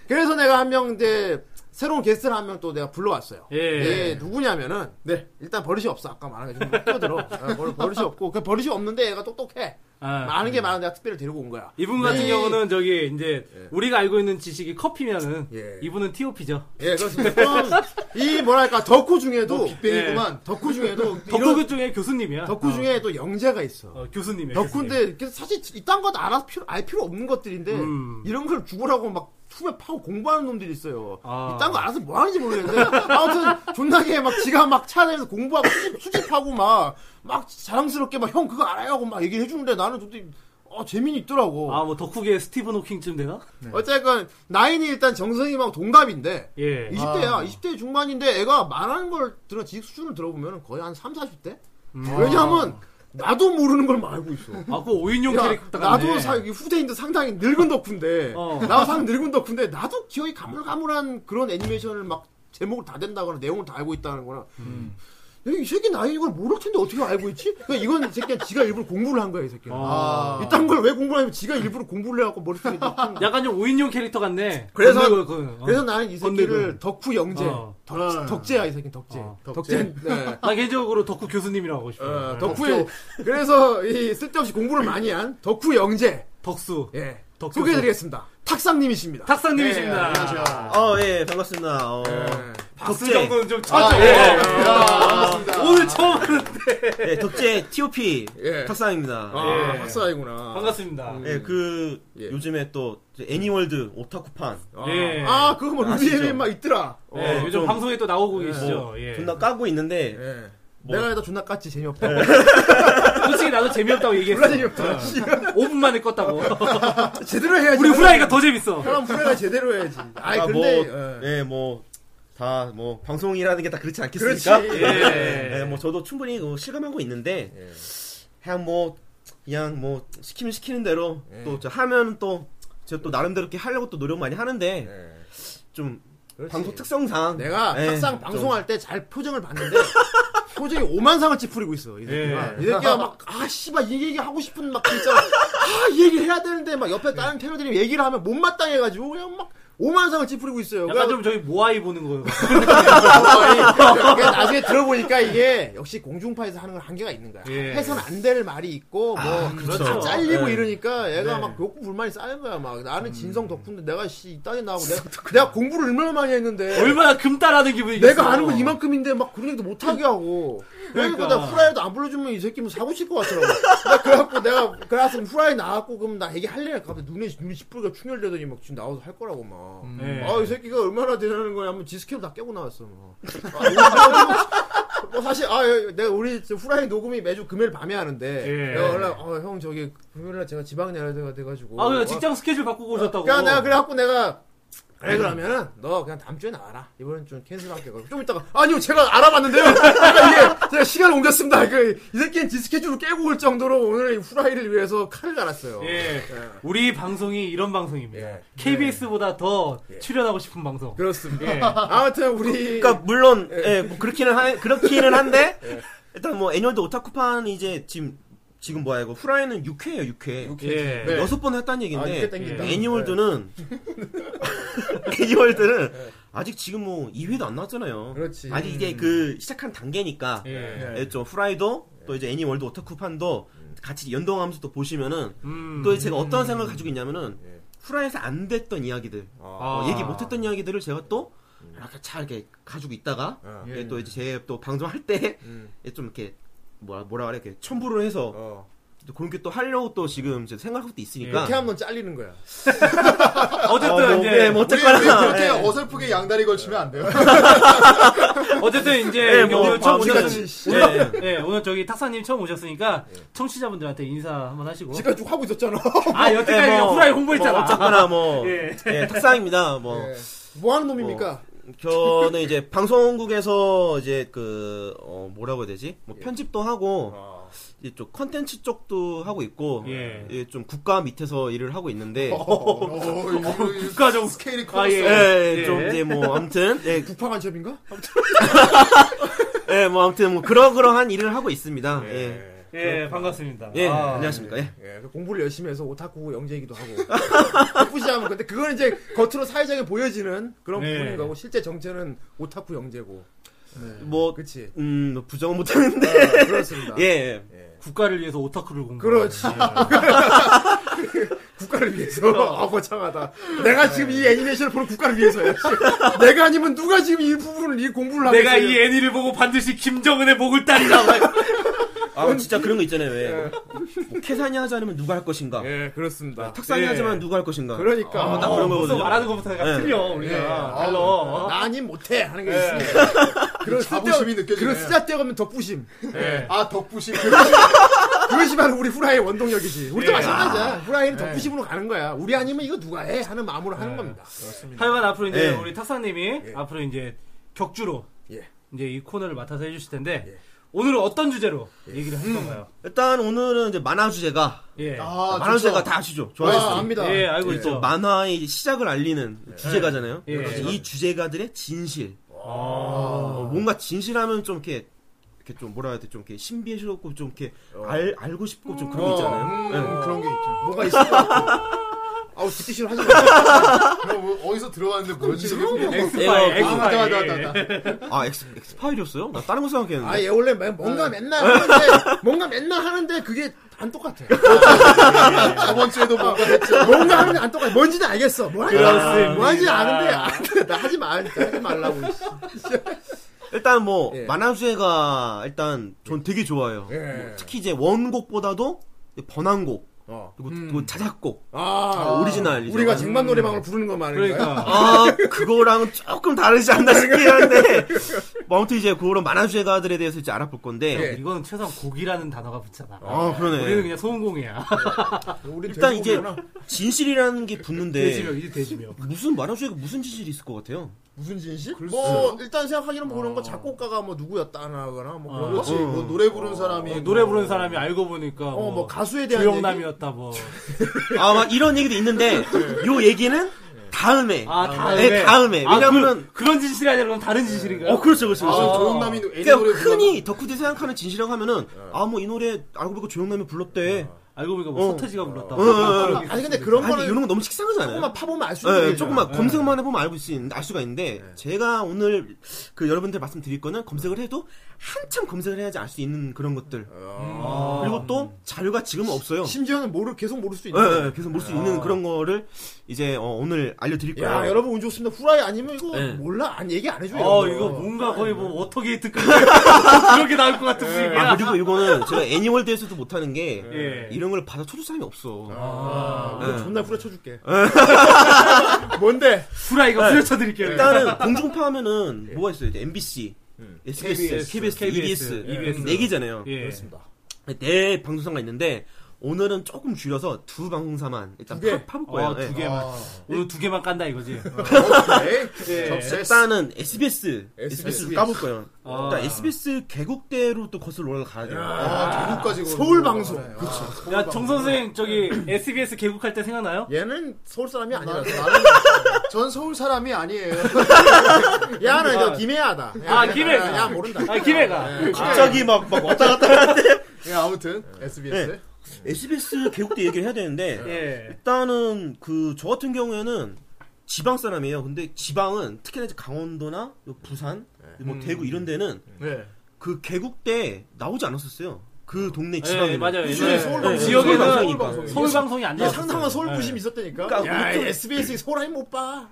그래서 내가 한 명 이제 새로운 게스트를 한 명 또 내가 불러왔어요. 예. 예, 누구냐면은 네. 일단 버릇이 없어. 아까 말한 게좀 뛰어들어. 어, 버릇- 버릇이 없고 그 버릇이 없는데 얘가 똑똑해. 아. 많은 게 많은데 내가 특별히 데리고 온 거야. 이분 네. 같은 경우는 저기 이제 우리가 알고 있는 지식이 커피면은 예. 이분은 TOP죠. 예, 그렇습니다. 좀 이 뭐랄까 덕후 중에도 예, 빅뱅이구만. 덕후 중에도 이런- 덕후 그 중에 교수님이야. 덕후 중에 또 영재가 있어. 어, 교수님이야. 덕후인데 그래서 사실 이딴 것 알아 필요 알 필요 없는 것들인데 음. 이런 걸 죽으라고 막 투에 파고 공부하는 놈들이 있어요. 아. 이딴 거 알아서 뭐 하는지 모르겠는데 아무튼 존나게 막 지가 막 찾아내서 공부하고 수집, 수집하고 막 막 자랑스럽게 막 형 그거 알아요 하고 막 얘기해 주는데 나는 도대체 어, 재미는 있더라고. 아뭐 네. 덕후계 스티븐 호킹쯤 되나? 네. 어쨌건 나이는 일단 정성이랑 동갑인데 예. 20대야. 20대 중반인데 애가 말하는 걸 들어 지식 수준을 들어보면 거의 한 3, 40대? 음. 왜냐하면 아. 나도 모르는 걸 알고 있어. 아그 오인용 야, 캐릭터 같네. 그러니까 나도 사, 이 후대인도 상당히 늙은 덕후인데 어. 나도 상 늙은 덕후인데 나도 기억이 가물가물한 그런 애니메이션을 막 제목을 다 된다거나 내용을 다 알고 있다는 거나 음. 야, 이 새끼 나이 이걸 모를 텐데 어떻게 알고 있지? 그러니까 이건 이 새끼가 지가 일부러 공부를 한 거야 이 새끼는 아. 이딴 걸 왜 공부를 하냐면 지가 일부러 공부를 해갖고 머릿속에 넣고 약간 좀 오인용 캐릭터 같네. 그래서- 건네고, 그, 어. 그래서 나는 이 새끼를 건네고. 덕후 영재 어. 덕, 덕재야 이 새끼는 덕재 어. 덕재 네. 나 개인적으로 덕후 교수님이라고 하고 싶어. 어, 요 네. 덕후의 그래서 이 쓸데없이 공부를 많이 한 덕후 영재 덕수. 예. 덕후. 소개해드리겠습니다. 탁상님이십니다. 탁상님이십니다. 네, 안녕하세요. 어, 예, 반갑습니다. 어. 박수 덕재. 정도는 좀 아, 쳐줘. 예. 오늘 처음 하는데. 네. 예, 덕재 TOP 예. 탁상입니다. 아, 예. 박사이구나. 반갑습니다. 예, 그 예. 요즘에 또 애니월드 오타쿠판 아, 예. 아, 그거 뭐 아시죠? 루비엠에 막 있더라. 어. 네. 예, 요즘 좀- 방송에 또 나오고 계시죠. 뭐 예. 존나 까고 있는데 예. 뭐. 내가 해도 존나 깠지, 재미없다. 솔직히 나도 재미없다고 얘기했어. 졸라 재미없다. 아, 5분 만에 껐다고. 제대로 해야지. 아. 우리 후라이가 더 재밌어. 사람 후라이가 제대로 해야지. 아이, 아, 근데. 뭐, 예. 예, 뭐, 다, 뭐, 방송이라는 게 다 그렇지 않겠습니까? 그렇지. 예. 예. 예. 뭐, 저도 충분히 그 실감하고 있는데, 그냥 뭐, 그냥 뭐, 시키면 시키는 대로, 예. 또, 저 하면 또, 제가 또 나름대로 이렇게 하려고 또 노력 많이 하는데, 좀, 예. 그렇지. 방송 특성상. 내가 예, 항상 좀 방송할 때 잘 표정을 봤는데. 표정이 오만상을 찌푸리고 있어. 이 새끼가. 예. 이 새끼가 막, 아, 씨발, 이 얘기 하고 싶은 막 진짜. 아, 이 얘기 해야 되는데 막 옆에 예. 다른 테러들이 얘기를 하면 못마땅해가지고 그냥 막 오만상을 찌푸리고 있어요. 약간 그래가지고 좀 저희 모아이 보는 거예요. 어, 예. 그러니까 나중에 들어보니까 이게 역시 공중파에서 하는 건 한계가 있는 거야. 예. 해선 안 될 말이 있고 뭐 그렇죠. 잘리고 예. 이러니까 얘가 네. 음. 막 욕구 불만이 쌓인 거야. 막 나는 진성 덕분에 내가 씨 이딴이 나오고 내가, 내가 공부를 얼마나 많이 했는데 얼마나 금따라는 기분이겠어. 내가 아는 건 이만큼인데 막 그런 얘기도 못하게 하고 그러니까 나 그러니까. 후라이도 안 불러주면 이 새끼 뭐 사고 칠 것 같더라고 나 그래갖고 내가 그래서 후라이 나왔고 그럼 나 얘기할래 갑자기 눈에 눈이 시뻘게 충혈되더니 막 지금 나와서 할 거라고 막 예. 아, 이 새끼가 얼마나 대단한 거냐 하면 지스케로 다 깨고 나왔어. 뭐. 아, 이거 뭐 사실 아 예, 내가 우리 저 후라이 녹음이 매주 금요일 밤에 하는데 예. 내가 원래 어, 형 저기 금요일 날 제가 지방 내려가 돼 가지고 아, 그냥 직장 스케줄 바꾸고 오셨다고. 그러니까 내가 그래 갖고 내가 그래 그러면은 너 그냥 다음 주에 나와라. 이번엔 좀 캔슬할게. 그러고 좀 이따가 아니요 제가 알아봤는데요. 그러니까 이게 제가 시간을 옮겼습니다. 그, 이 새끼는 지스케줄을 깨고 올 정도로 오늘 이 후라이를 위해서 칼을 갈았어요. 예. 우리 방송이 이런 방송입니다. 예. 그렇죠. KBS보다 더 출연하고 싶은 방송. 그렇습니다. 예. 아무튼 우리 그러니까 물론 예, 뭐 그렇기는 하, 그렇기는 한데 예. 일단 뭐 애니월드 오타쿠판 이제 지금 지금 뭐야 이거 후라이는 6회예요 6회 예. 네. 여섯 번 했다는 아, 얘기인데 음. 이렇게 땡긴다. 네. 애니월드는 애니월드는 아직 지금 뭐 2회도 안 나왔잖아요 그렇지. 아직 이게 그 시작한 단계니까 예. 예, 좀 후라이도 또 이제 애니월드 오타쿠판도 예. 같이 연동하면서 또 보시면은 음. 또 제가 어떤 생각을 가지고 있냐면은 예. 후라이에서 안 됐던 이야기들 아. 어, 얘기 못했던 이야기들을 제가 또 이렇게 잘 이렇게 가지고 있다가 어. 예, 또 이제 제 또 방송할 때 예, 좀 음. 이렇게 뭐라 뭐라 그래 이렇게 첨부를 해서 어. 또 그런 게 또 하려고 또 지금 이제 생각하고 또 있으니까 이렇게 하면 잘리는 거야. 어, 어쨌든 뭐, 예, 이제 예, 뭐 우리, 우리 어쨌거나 그렇게 예. 네. 어설프게 양다리 걸치면 안 돼요. 어쨌든 이제 예, 뭐, 오늘 처음 마음이 오셨 같이. 오늘 예, 오늘 저기 탁사님 처음 오셨으니까 청취자분들한테 인사 한번 하시고. 지가 쭉 하고 있었잖아. 아 여태까지 예, 뭐, 후라이 홍보했잖아. 뭐 어쨌거나 뭐 예. 예, 탁상입니다 뭐 예. 뭐 하는 놈입니까? 저는 이제 방송국에서 이제 그 어, 뭐라고 해야 되지? 뭐 예. 편집도 하고 이제 좀 컨텐츠 쪽도 하고 있고 어. 예. 어. 예, 좀 국가 밑에서 일을 하고 있는데 국가적 어, 스케일이 아, 예. 커졌어요. 예, 예. 좀 이제 뭐 아무튼 예, 국파 간첩인가? 예, 뭐 아무튼 뭐 그러그러한 일을 하고 있습니다. 예. 예, 반갑습니다. 예, 아, 안녕하십니까. 예. 예, 그 공부를 열심히 해서 오타쿠고 영재이기도 하고 푸시하면 근데 그건 이제 겉으로 사회적인 보여지는 그런 네. 부분인 거고 실제 정체는 오타쿠 영재고 뭐, 그치 음, 뭐 부정은 못하는데. 아, 그렇습니다 예. 국가를 위해서 오타쿠를 공부. 그렇지. 국가를 위해서 아 거창하다 내가 지금 이 애니메이션을 보는 국가를 위해서야 씨. 내가 아니면 누가 지금 이 부분을 이 공부를 하겠어요 내가 이 애니를 보고 반드시 김정은의 목을 따리라. 막. 아, 진짜 그런 거 있잖아요. 왜. 뭐 캐산이 하지 않으면 누가 할 것인가. 예 그렇습니다 탁산이 예. 하지만 누가 할 것인가. 그러니까 나 그런 그런 거 거거든요. 말하는 것부터 내가 예. 틀려 우리가. 아, 달라. 어? 나 아님 못해 하는 게 있습니다 네. 네. 그런 자부심이 쓸데없- 느껴지네. 그런 쓰자떼가면 덕부심 아, 덕부심. 그것이 바로 우리 후라이의 원동력이지. 우리도 예. 마찬가지야. 후라이는 덕부심으로 가는 거야. 우리 아니면 이거 누가 해? 하는 마음으로 하는 겁니다. 하여간 앞으로 이제 예. 우리 탁사님이 앞으로 이제 격주로 예. 이제 이 코너를 맡아서 해주실 텐데 오늘은 어떤 주제로 얘기를 할 건가요? 일단 오늘은 이제 만화 주제가. 예. 아, 만화 주제가 좋죠. 다 아시죠? 아, 좋아하시죠? 압니다. 예, 알고 있죠. 또 만화의 시작을 알리는 주제가잖아요. 예. 그래서 이 주제가들의 진실. 어, 아. 뭔가 진실하면 좀 이렇게 이렇게 좀 뭐라 해야 돼? 좀 이렇게 신비스럽고 좀 이렇게 알 알고 싶고 좀 그런 거 있잖아요. 음, 그런 게 있죠. 뭐가 있을 것 같고. 아우, 디티션 하지 마. 그럼 뭐 어디서 들어왔는데 뭔지 엑 되게 스파 예, 이 예, 엑 아, 스파 맞다, 맞다, 이 맞다, 맞다. 아, 엑스, 엑스파일이었어요? 나 다른 거 생각했는데. 아, 얘 원래 맨- 뭔가 맨날 하는데, 뭔가 맨날 하는데 그게 안 똑같아. 저번 주에도 뭔가 했죠. 뭔가 하는데 안 똑같아. 뭔지는 알겠어. 뭐 하는지, 그렇습니다. 뭐 하는지 아는데, 안 돼. 나 하지 마. 하지 말라고. 씨. 일단 뭐 예. 만화주제가 일단 전 되게 좋아해요. 뭐 특히 이제 원곡보다도 번안곡 어. 그리고 뭐 자작곡 아, 오리지널이죠. 우리가 쟁반 노래방을 부르는 거 많으니까. 그러니까 아 그거랑은 조금 다르지 않나 싶긴 한데 뭐 아무튼 이제 그런 만화주제가들에 대해서 이제 알아볼 건데 예. 이거는 최소한 곡이라는 단어가 붙잖아. 아 그러네. 우리는 그냥 소음공이야. 우린 일단 이제 돼지고기구나. 진실이라는 네, 게 대지명 붙는데 이제 대지명. 무슨 만화주제가 무슨 진실이 있을 것 같아요? 무슨 진실? 뭐 일단 생각하기는 뭐 그런 거 작곡가가 뭐 누구였다거나 뭐 그런 거. 그렇지. 뭐 노래 부르는 사람이 노래 부르는 사람이 알고 보니까 어 뭐 가수에 대한 조영남이었다 뭐. 아 막 이런 얘기도 있는데 요 얘기는 다음에 아 다음에. 네, 다음에 아, 왜냐면은 그, 런 진실이 아니라 그럼 다른 진실인가요? 어 그렇죠 그렇죠. 무슨 그렇죠. 조용남이 애니 그러니까 노래 부르는 흔히 덕후들이 생각하는 진실이라고 하면은 아 뭐 이 노래 알고 보니까 조용남이 불렀대. 알고 보니까 뭐 어. 서태지가 불렀다. 어, 어, 어. 얘기. 아니 근데 그런 아니 거는 이런 거 너무 식상하잖아요. 조금만 파보면 알 수 예, 있는 네. 예, 얘기잖아. 조금만 검색만 해보면 알고 있수 있는데 알 수가 있는데 제가 오늘 그 여러분들 말씀드릴 거는 검색을 해도 한참 검색을 해야지 알 수 있는 그런 것들 아, 그리고 또 자료가 지금은 없어요. 심지어는 모르 계속 모를 수 예, 있는. 예, 계속 볼 수 있는 그런 거를 이제 어, 오늘 알려드릴 거예요. 야 여러분 운 좋습니다. 후라이 아니면 이거 예. 몰라 안 얘기 안 해줘요. 어 이거 뭔가 거의 뭐 워터게이트급 그렇게 나올 것 같은 분위기야. 아, 그리고 이거는 제가 애니월드에서도 못하는 게 예. 이런 걸 받아 쳐줄 사람이 없어. 네. 이거 아, 존나 후려쳐줄게. 뭔데? 후라이가 네. 후려쳐드릴게요. 일단은 공중파 하면은 뭐가 있어요? 이제 MBC, SBS, KBS, KBS, EBS, EBS. 네 개잖아요. 예. 네 방송사가 있는데 오늘은 조금 줄여서 두 방송사만 일단 두 개? 파, 볼 거예요. 어, 예. 두 개만. 오늘 두 개만 깐다 어, 이거지. 예. 일단은 SBS, SBS, 를 SBS. 까볼 거예요. 아. 일단 SBS 개국대로 또 거슬러 올라가야 돼요. 아, 대구까지 서울 방송. 그렇죠. 야, 정 선생, 저기, SBS 개국할 때 생각나요? 얘는 서울 사람이 아니라서. 전 서울 사람이 아니에요. 야는 저 김해야다. 야, 아, 김해가. 야 모른다. 아, 김해가. 갑자기 막, 막 왔다 갔다 하는데 예, 아무튼 SBS. SBS 개국대 얘기를 해야 되는데 예. 일단은 그 저 같은 경우에는 지방 사람이에요. 근데 지방은 특히나 이제 강원도나 요 부산, 뭐 대구 이런 데는 네. 그 개국 때 나오지 않았었어요. 그 동네 지방에 예, 맞아요. 이준희 예. 서울 방송. 지역에는 서울 방송이니까. 서울 방송이 안 이게 나왔어요. 상당한 서울 부심이 있었다니까. 그러니까 야, 우리 좀- SBS 소라이 못 봐.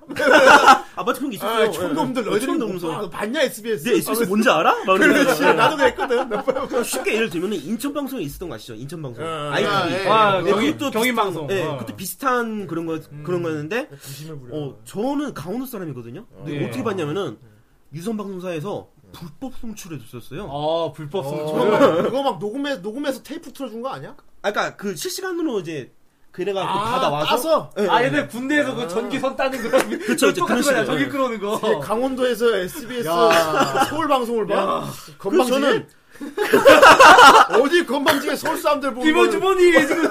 아 맞아 그런 게 있었어요. 아, 촌놈들 예. 너희들 못 촌놈들 봐. 무서워. 너 봤냐 SBS? 네, SBS 뭔지 알아? 막 이러면서. 그렇지. 뭐, 나도 그랬거든. 그냥 쉽게 예를 들면 인천 방송에 있었던 거 아시죠? 인천 방송. 아, 아이티. 아, 예. 아, 네, 경인, 그것도 경인 방송. 예, 어. 그것도 비슷한 그런 거 그런 거였는데 어, 저는 강원도 사람이거든요. 근데 네. 어떻게 봤냐면은 유선 방송사에서 불법 송출해 줬었어요. 어, 불법 그거 성추행. 막, 그거 막 녹음해 녹음해서 테이프 틀어준 거 아니야? 아까 그 실시간으로 이제 그래가 아, 받아와서 따서? 예, 아, 예. 얘네 군대에서 그 전기선 따는 거. 그쵸, 똑같은 거야. 그런 식으로. 저기 예. 끌어오는 이게 거. 강원도에서 SBS 야. 서울 방송을 봐. 그래서 건방지게? 저는 어디 건방지게 서울 사람들 보고. 김원 주머니 지금,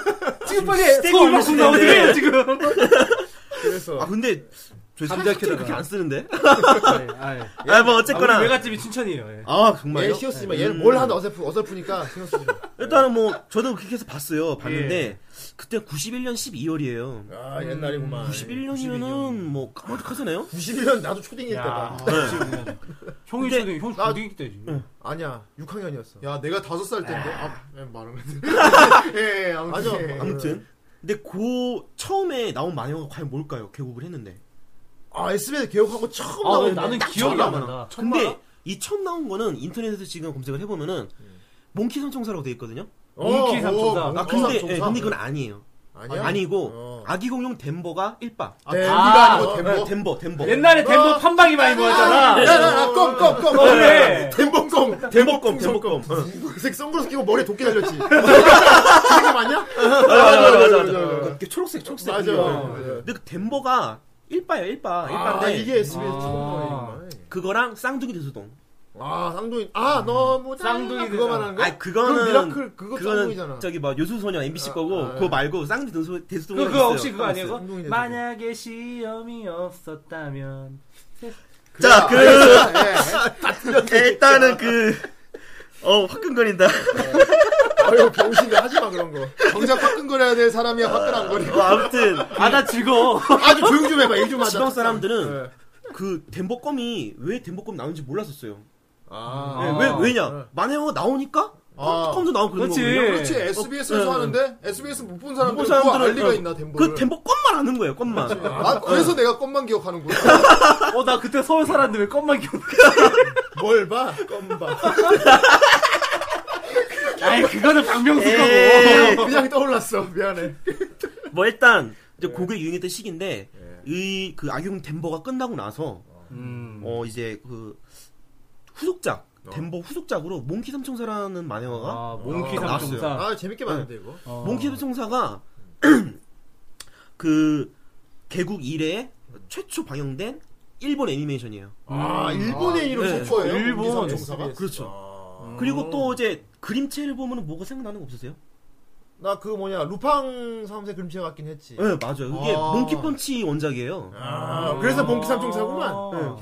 지금 빨리 시대가 서울 방송 올렸을 텐데. 나오네, 지금. 그래서 아 근데 저희 감자캐다가. 삼자캐를 그렇게 안 쓰는데? 네, 아, 예. 아 뭐 아, 어쨌거나 우리 외갓집이 춘천이에요. 예. 아 얘 정말요? 신경 쓰지 마. 얘는 뭘 하나 어설프, 어설프니까 신경 쓰지 마. 일단은 뭐 저도 그렇게 해서 예. 봤어요. 봤는데 그때 91년 12월이에요. 아, 옛날이구만. 91년이면은 뭐 까마득하잖아요. 91년 나도 초딩일 야, 때다. 형이 근데 초등, 형 나- 초등학교 때지. 아니야, 6학년이었어. 그, 야, 내가 다섯 살 때인데. 아, 예, 말하면 돼. 예, 예, 아무튼. 맞아. 예. 아무튼 근데 그 처음에 나온 마녀가 과연 뭘까요? 개국을 했는데. 아, SBS 개혁하고 처음 아, 나온 나는 딱 기억이 처음 안 나온 나. 근데 이 처음 나온 거는 인터넷에서 지금 검색을 해보면은 몽키 삼총사라고 돼 있거든요. 몽키 어, 삼총사. 어, 아 몽키 근데 삼총사. 예, 근데 그건 아니에요. 아니야? 아니고 어. 아기 공룡 덴버가 1박. 아, 덴비가 아니고 아, 덴버. 덴버 덴버. 옛날에 덴버 판박이 많이 야, 모았잖아. 어, 야, 야, 껌, 껌, 껌. 그래. 덴봉껌. 덴버껌 덴버껌. 색 선글라스 끼고 머리에 도끼 달렸지. 그게 맞냐? 맞아, 맞아, 맞아, 맞아. 이렇게 초록색 초록색. 어. 맞아. 그거. 맞아. 근데 그 덴버가 1바예요 1바. 1바인데 아, 이게 SBS 아. 처음 나온 거구만. 그거랑 쌍둥이 대소동. 아, 쌍둥이. 아, 너무 쌍둥이 짱이야. 그거만 대상. 하는 거야? 아 그거는 그건 미라클, 그거 쌍둥이잖아. 그거는 저기 막 요술소녀 MBC 거고 아, 아, 그거 아. 말고 쌍둥이 대소 대소동. 그, 그, 혹시 그거 아니에요? 그거? 쌍둥이 대상. 만약에 시험이 없었다면. 자, 아. 그 예. 일단은 그어 화끈거린다. 아유, 병신들 하지 마, 그런 거. 정작 화끈거려야 될 사람이 화끈한거리고. 어, 아무튼 아, 나 즐거워. 아주 조용 좀 해봐, 얘기 좀 하자. 지방 사람들은 그 덴버껌이 왜 덴버껌 나오는지 몰랐었어요. 아. 예, 왜 왜냐? 만해어 나오니까 아. 컴퓨터 나온 그런 그렇지. 거거든요. 그렇지, SBS에서 어, 네, 하는데, SBS 예. 못 본 그 사람들은 그거 사람들은 알 리가 어, 있나, 덴버를. 그 덴버 껌만 아는 거예요. 껌만. 아, 뭐 그래서 내가 껌만 기억하는구나. 어, 나 그때 서울 살았는데 왜 껌만 기억나. 뭘 봐? 껌 봐. 아이, 그거는 뭐. 박명수 네, 에이. 거고. 그냥 떠올랐어. 미안해. 뭐 일단 이제 고개 유행했던 시기인데 이 그 악용 덴버가 끝나고 나서 음. 어 이제 그 후속작 덴버 후속작으로 몽키 삼총사라는 만화가 아, 몽키 어, 삼총사. 아, 재밌게 봤는데, 이거. 어. 몽키 삼총사가 그 개국 이래 최초 방영된 일본 애니메이션이에요. 음. 아, 일본의 이름 네. 소포예요? 일본 공기상 정사가? 그렇죠. 네, 아. 그리고 또 이제 그림체를 보면 뭐가 생각나는 거 없으세요? 나 그 뭐냐, 루팡 삼세 그림체 같긴 했지. 네 맞아요. 그게 아. 몽키펀치 원작이에요. 아, 그래서 봉키 삼총사구만.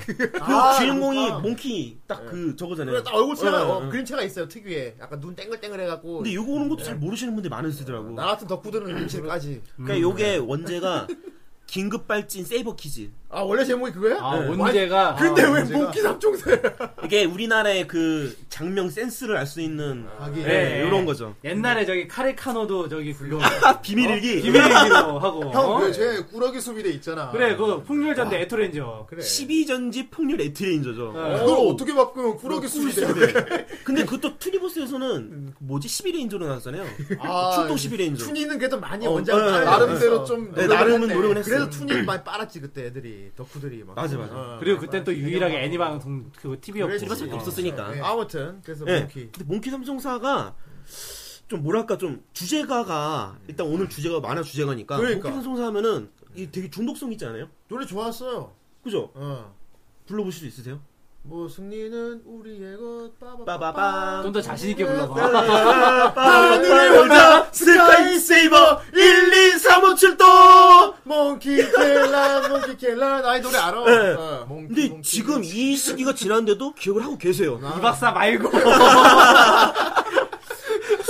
네. 그 아, 주인공이 루팡. 몽키 딱 그 저거잖아요. 그래, 딱 얼굴체가, 네, 어, 네. 그림체가 있어요, 특유의. 약간 눈 땡글땡글 해갖고. 근데 요거 오는 것도 잘 모르시는 분들이 많으시더라고. 나 같은 덕후들은 그림체까지. 그러니까 요게 원제가 긴급발진 세이버 키즈. 아, 원래 제목이 그거야? 아, 원제가. 네. 근데 아, 왜 원제가- 봉키 삼총사야? 이게 우리나라의 그 장명 센스를 알 수 있는 아. 하긴. 네, 이런 거죠. 옛날에 저기 카레카노도 저기 불러. 비밀일기. 어? 비밀기로 하고. 형, 어? 그, 쟤 꾸러기 수비대 있잖아. 그래, 그 풍률전대 에토렌저. 그래. 12전지 폭률 에트레인저죠. 어. 그걸 어떻게 바꾸면 꾸러기 수비대. 근데 그것도 투니버스에서는 그 뭐지 11레인저로 나왔잖아요. 아, 출동 11레인저. 춘이는 그래도 많이 어, 원작 네, 나름대로 좀. 네, 노력을 나름은 했네. 노력을 했어. 그래서 춘이 많이 빨았지 그때 애들이 덕후들이 막 맞아, 맞아. 어, 그리고 많이 그땐 또 빨았지. 유일하게 애니방송 그 TV 없지. 투니버스밖에 없었으니까. 네. 아무튼 그래서 예. 몽키 근데 몽키 삼총사가 좀 뭐랄까 좀 주제가가 일단 오늘 주제가 만화 주제가니까 그러니까. 몽키 삼총사 하면은 이 되게 중독성 있지 않아요? 노래 좋았어요. 그죠? 어. 불러보실 수 있으세요? 뭐 승리는 우리의 것 빠바바바 빠바밤. 좀더 자신있게 불러봐. 하늘의 여자 스카이 세이버 1, 2, 3, 5, 7도! 몽키 켈란 몽키 켈란 아이 노래 알아. 네. 어, 몽키, 근데 몽키. 지금 이 시기가 지났는데도 기억을 하고 계세요. 이 박사 말고.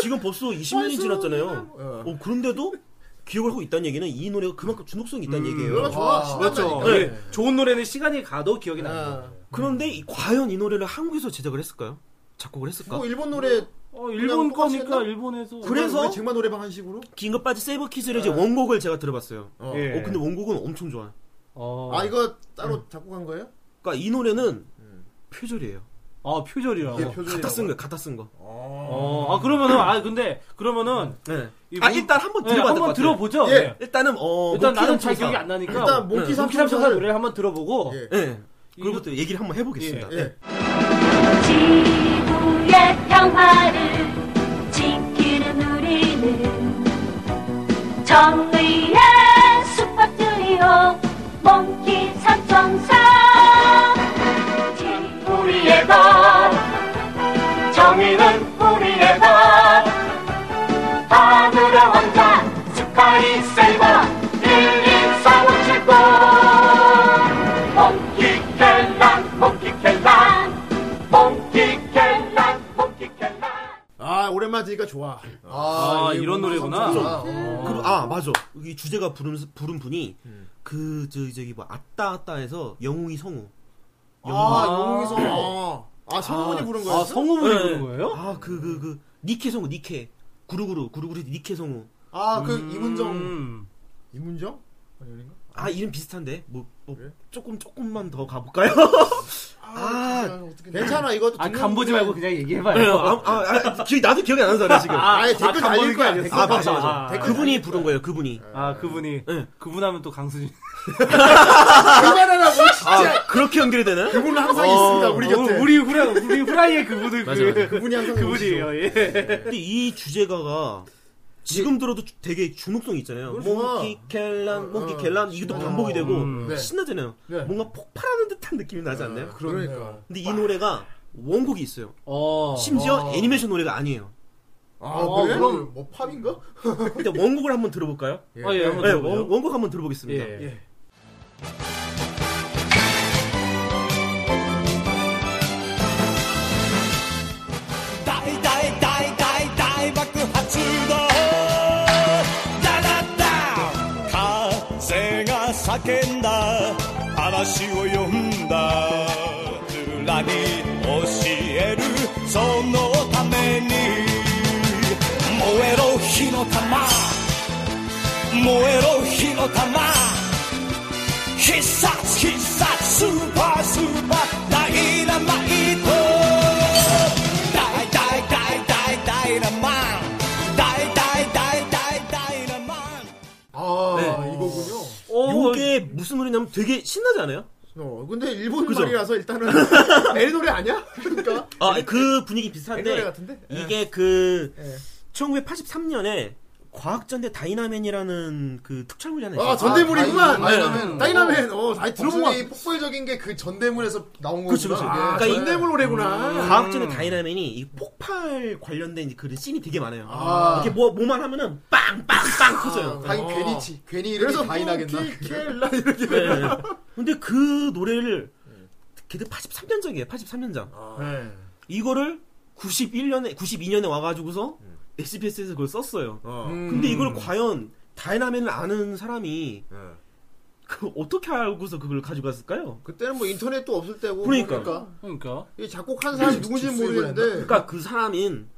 지금 벌써 20년이 지났잖아요. 어. 어, 그런데도 기억을 하고 있다는 얘기는 이 노래가 그만큼 중독성이 있다는 노래가 얘기예요. 좋아. 아, 신난다니까. 그렇죠. 네. 네. 아. 음. 좋은 노래는 시간이 가도 기억이 나. 어. 그런데 이- 과연 이 노래를 한국에서 제작을 했을까요? 작곡을 했을까? 뭐 일본 노래 어, 일본 그냥 똑같이 거니까 했나? 일본에서. 그래서? 뭐 우리 쟁반 노래방 한식으로? 긴급바지 세이버키즈를 네. 이제 원곡을 제가 들어봤어요. 어. 예. 어, 근데 원곡은 엄청 좋아요. 어. 아 이거 따로 작곡한 거예요? 그러니까 이 노래는 음. 표절이에요. 아, 표절이라고. 이게 표절이라고? 갖다 쓴 거예요. 갖다 쓴 거. 어, 아, 그러면은, 아, 근데, 그러면은. 음. 네. 이 아 몽- 일단 한번 네, 들어봐야 될것 한번 같아요. 들어보죠. 예. 뭐, 네. 일단은 어 일단 몽키 나는 잘 삼총사. 기억이 안 나니까. 뭐, 일단 뭐, 네. 몽키 아, 삼 삼총사를- 총사 노래를 한번 들어보고. 예. 예. 그리고 또 얘기를 한번 해보겠습니다. 예. 예. 지구의 평화를 지키는 우리는 정의의 숙박들이요 몽키 삼천사 우리의 것 정의는 우리의 것 하늘의 왕자 스카이세이버 1, 2, 3, 5, 7, 8 바가지가 아, 좋아. 어. 아, 아, 이런 노래구나. 그리고 아 맞아 이 주제가 부른 부른 분이 음. 그 저기 저기 뭐 아따 아따에서 영웅이 성우 아, 영웅이서. 아, 아 성우분이 부른 거였어? 아 성우분이 네. 그런 거예요? 아 그 그 그 니케 성우 니케 구루구루 구루구루 니케 성우 아, 그 이문정. 음. 이문정? 아니, 아닌가? 아 이름 비슷한데 뭐, 뭐 그래? 조금 조금만 더 가볼까요? 아, 진짜 어떻게 괜찮아. 이것도 아, 듣는 간보지 분들은- 말고 그냥 아, 얘기해봐요. 아, 아, 기- 나도 기억이 안 나서 그래 지금 아, 아, 예 댓글 간보는 달릴 게 거야. 아니었어. 댓글 아 맞아 달릴 맞아 거야. 댓글 그분이 달릴 부른 거야. 거예요 그분이 아, 그분이. 예. 네. 그분 하면 또 강수진. 그만하라고 진짜. 아 그렇게 연결이 되나? 그분은 항상 있습니다. 우리 곁에. 어, 우리 후라, 우리 후라이의 그분을 맞아, 그, 맞아. 그분이 항상 그분이에요, 예. 근데 이 주제가가 지금 들어도 주- 되게 중독성이 있잖아요. 그렇죠. 몽키 켈란, 몽키 어, 켈란 이것도 어, 반복이 되고 음. 네. 신나잖아요. 네. 뭔가 폭발하는 듯한 느낌이 나지 않나요? 그러니까. 근데 이 노래가 원곡이 있어요. 어. 아. 심지어 애니메이션 노래가 아니에요. 아, 어, 그래? 그럼- 그럼 뭐 팝인가? 근데 원곡을 한번 들어볼까요? 뭐, 아, 예, 한번 네, 들어보죠. 원, 곡 한번 들어보겠습니다. 예. 예. 아, 이거군요. 어, 이게 무슨 노래냐면 되게 신나지 않아요? 어, 근데 일본 그죠? 말이라서 일단은 애 노래 아니야? 그러니까 아, 그 분위기 애 노래 비슷한데 같은데? 이게 그 예. 1983년에 과학전대 다이나맨이라는 그 특촬물이 하나 있어요. 아 전대물이구만. 아, 다이나맨. 다이나맨. 다이나맨. 어, 다이 들어본 것 들어보면 같아. 폭발적인 게 그 전대물에서 나온 거구나. 그렇죠, 그렇죠. 아, 그러니까 이- 전대물 노래구나. 과학전의 다이나맨이 이 폭발 관련된 그런 씬이 되게 많아요. 아. 이렇게 뭐, 뭐만 하면은 빵빵빵 터져요. 다이 어. 괜히 지- 괜히 이름이 그래서 뭐, 다이 나겠나? 킬킬라 이렇게. 네. 근데 그 노래를 그때 83년작이에요. 83년작. 네. 이거를 91년에 92년에 와가지고서 SBS에서 그걸 썼어요. 음. 근데 이걸 과연 다이나맨을 아는 사람이 그 어떻게 알고서 그걸 가져갔을까요? 그때는 뭐 인터넷도 없을 때고 그러니까. 그러니까. 이 작곡한 사람이 누군지 음, 집수입을 모르겠는데 그러니까 그 사람인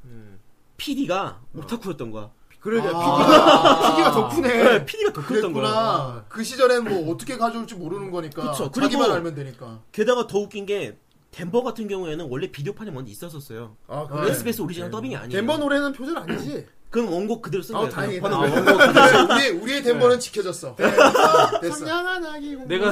PD가 오타쿠였던 거야. 그러게 PD가 PD가 덕분에 네, PD가 덕후였던 거야. 그러니까 그랬구나. 그 시절엔 뭐 어떻게 가져올지 모르는 거니까. 그쵸. 그리고- 자기만 알면 되니까. 게다가 더 웃긴 게 덴버 같은 경우에는 원래 비디오판이 먼저 있었었어요. 아, 네. SBS 오리지널 더빙이 아니에요. 덴버 노래는 표절 아니지? 그럼 원곡 그대로 쓴 아, 거예요. 어, 다행이다. 번호 아, 원곡. 우리의 우리의 덴버는 지켜졌어. 네, 됐어. 네. 선량한 아기 공주. 내가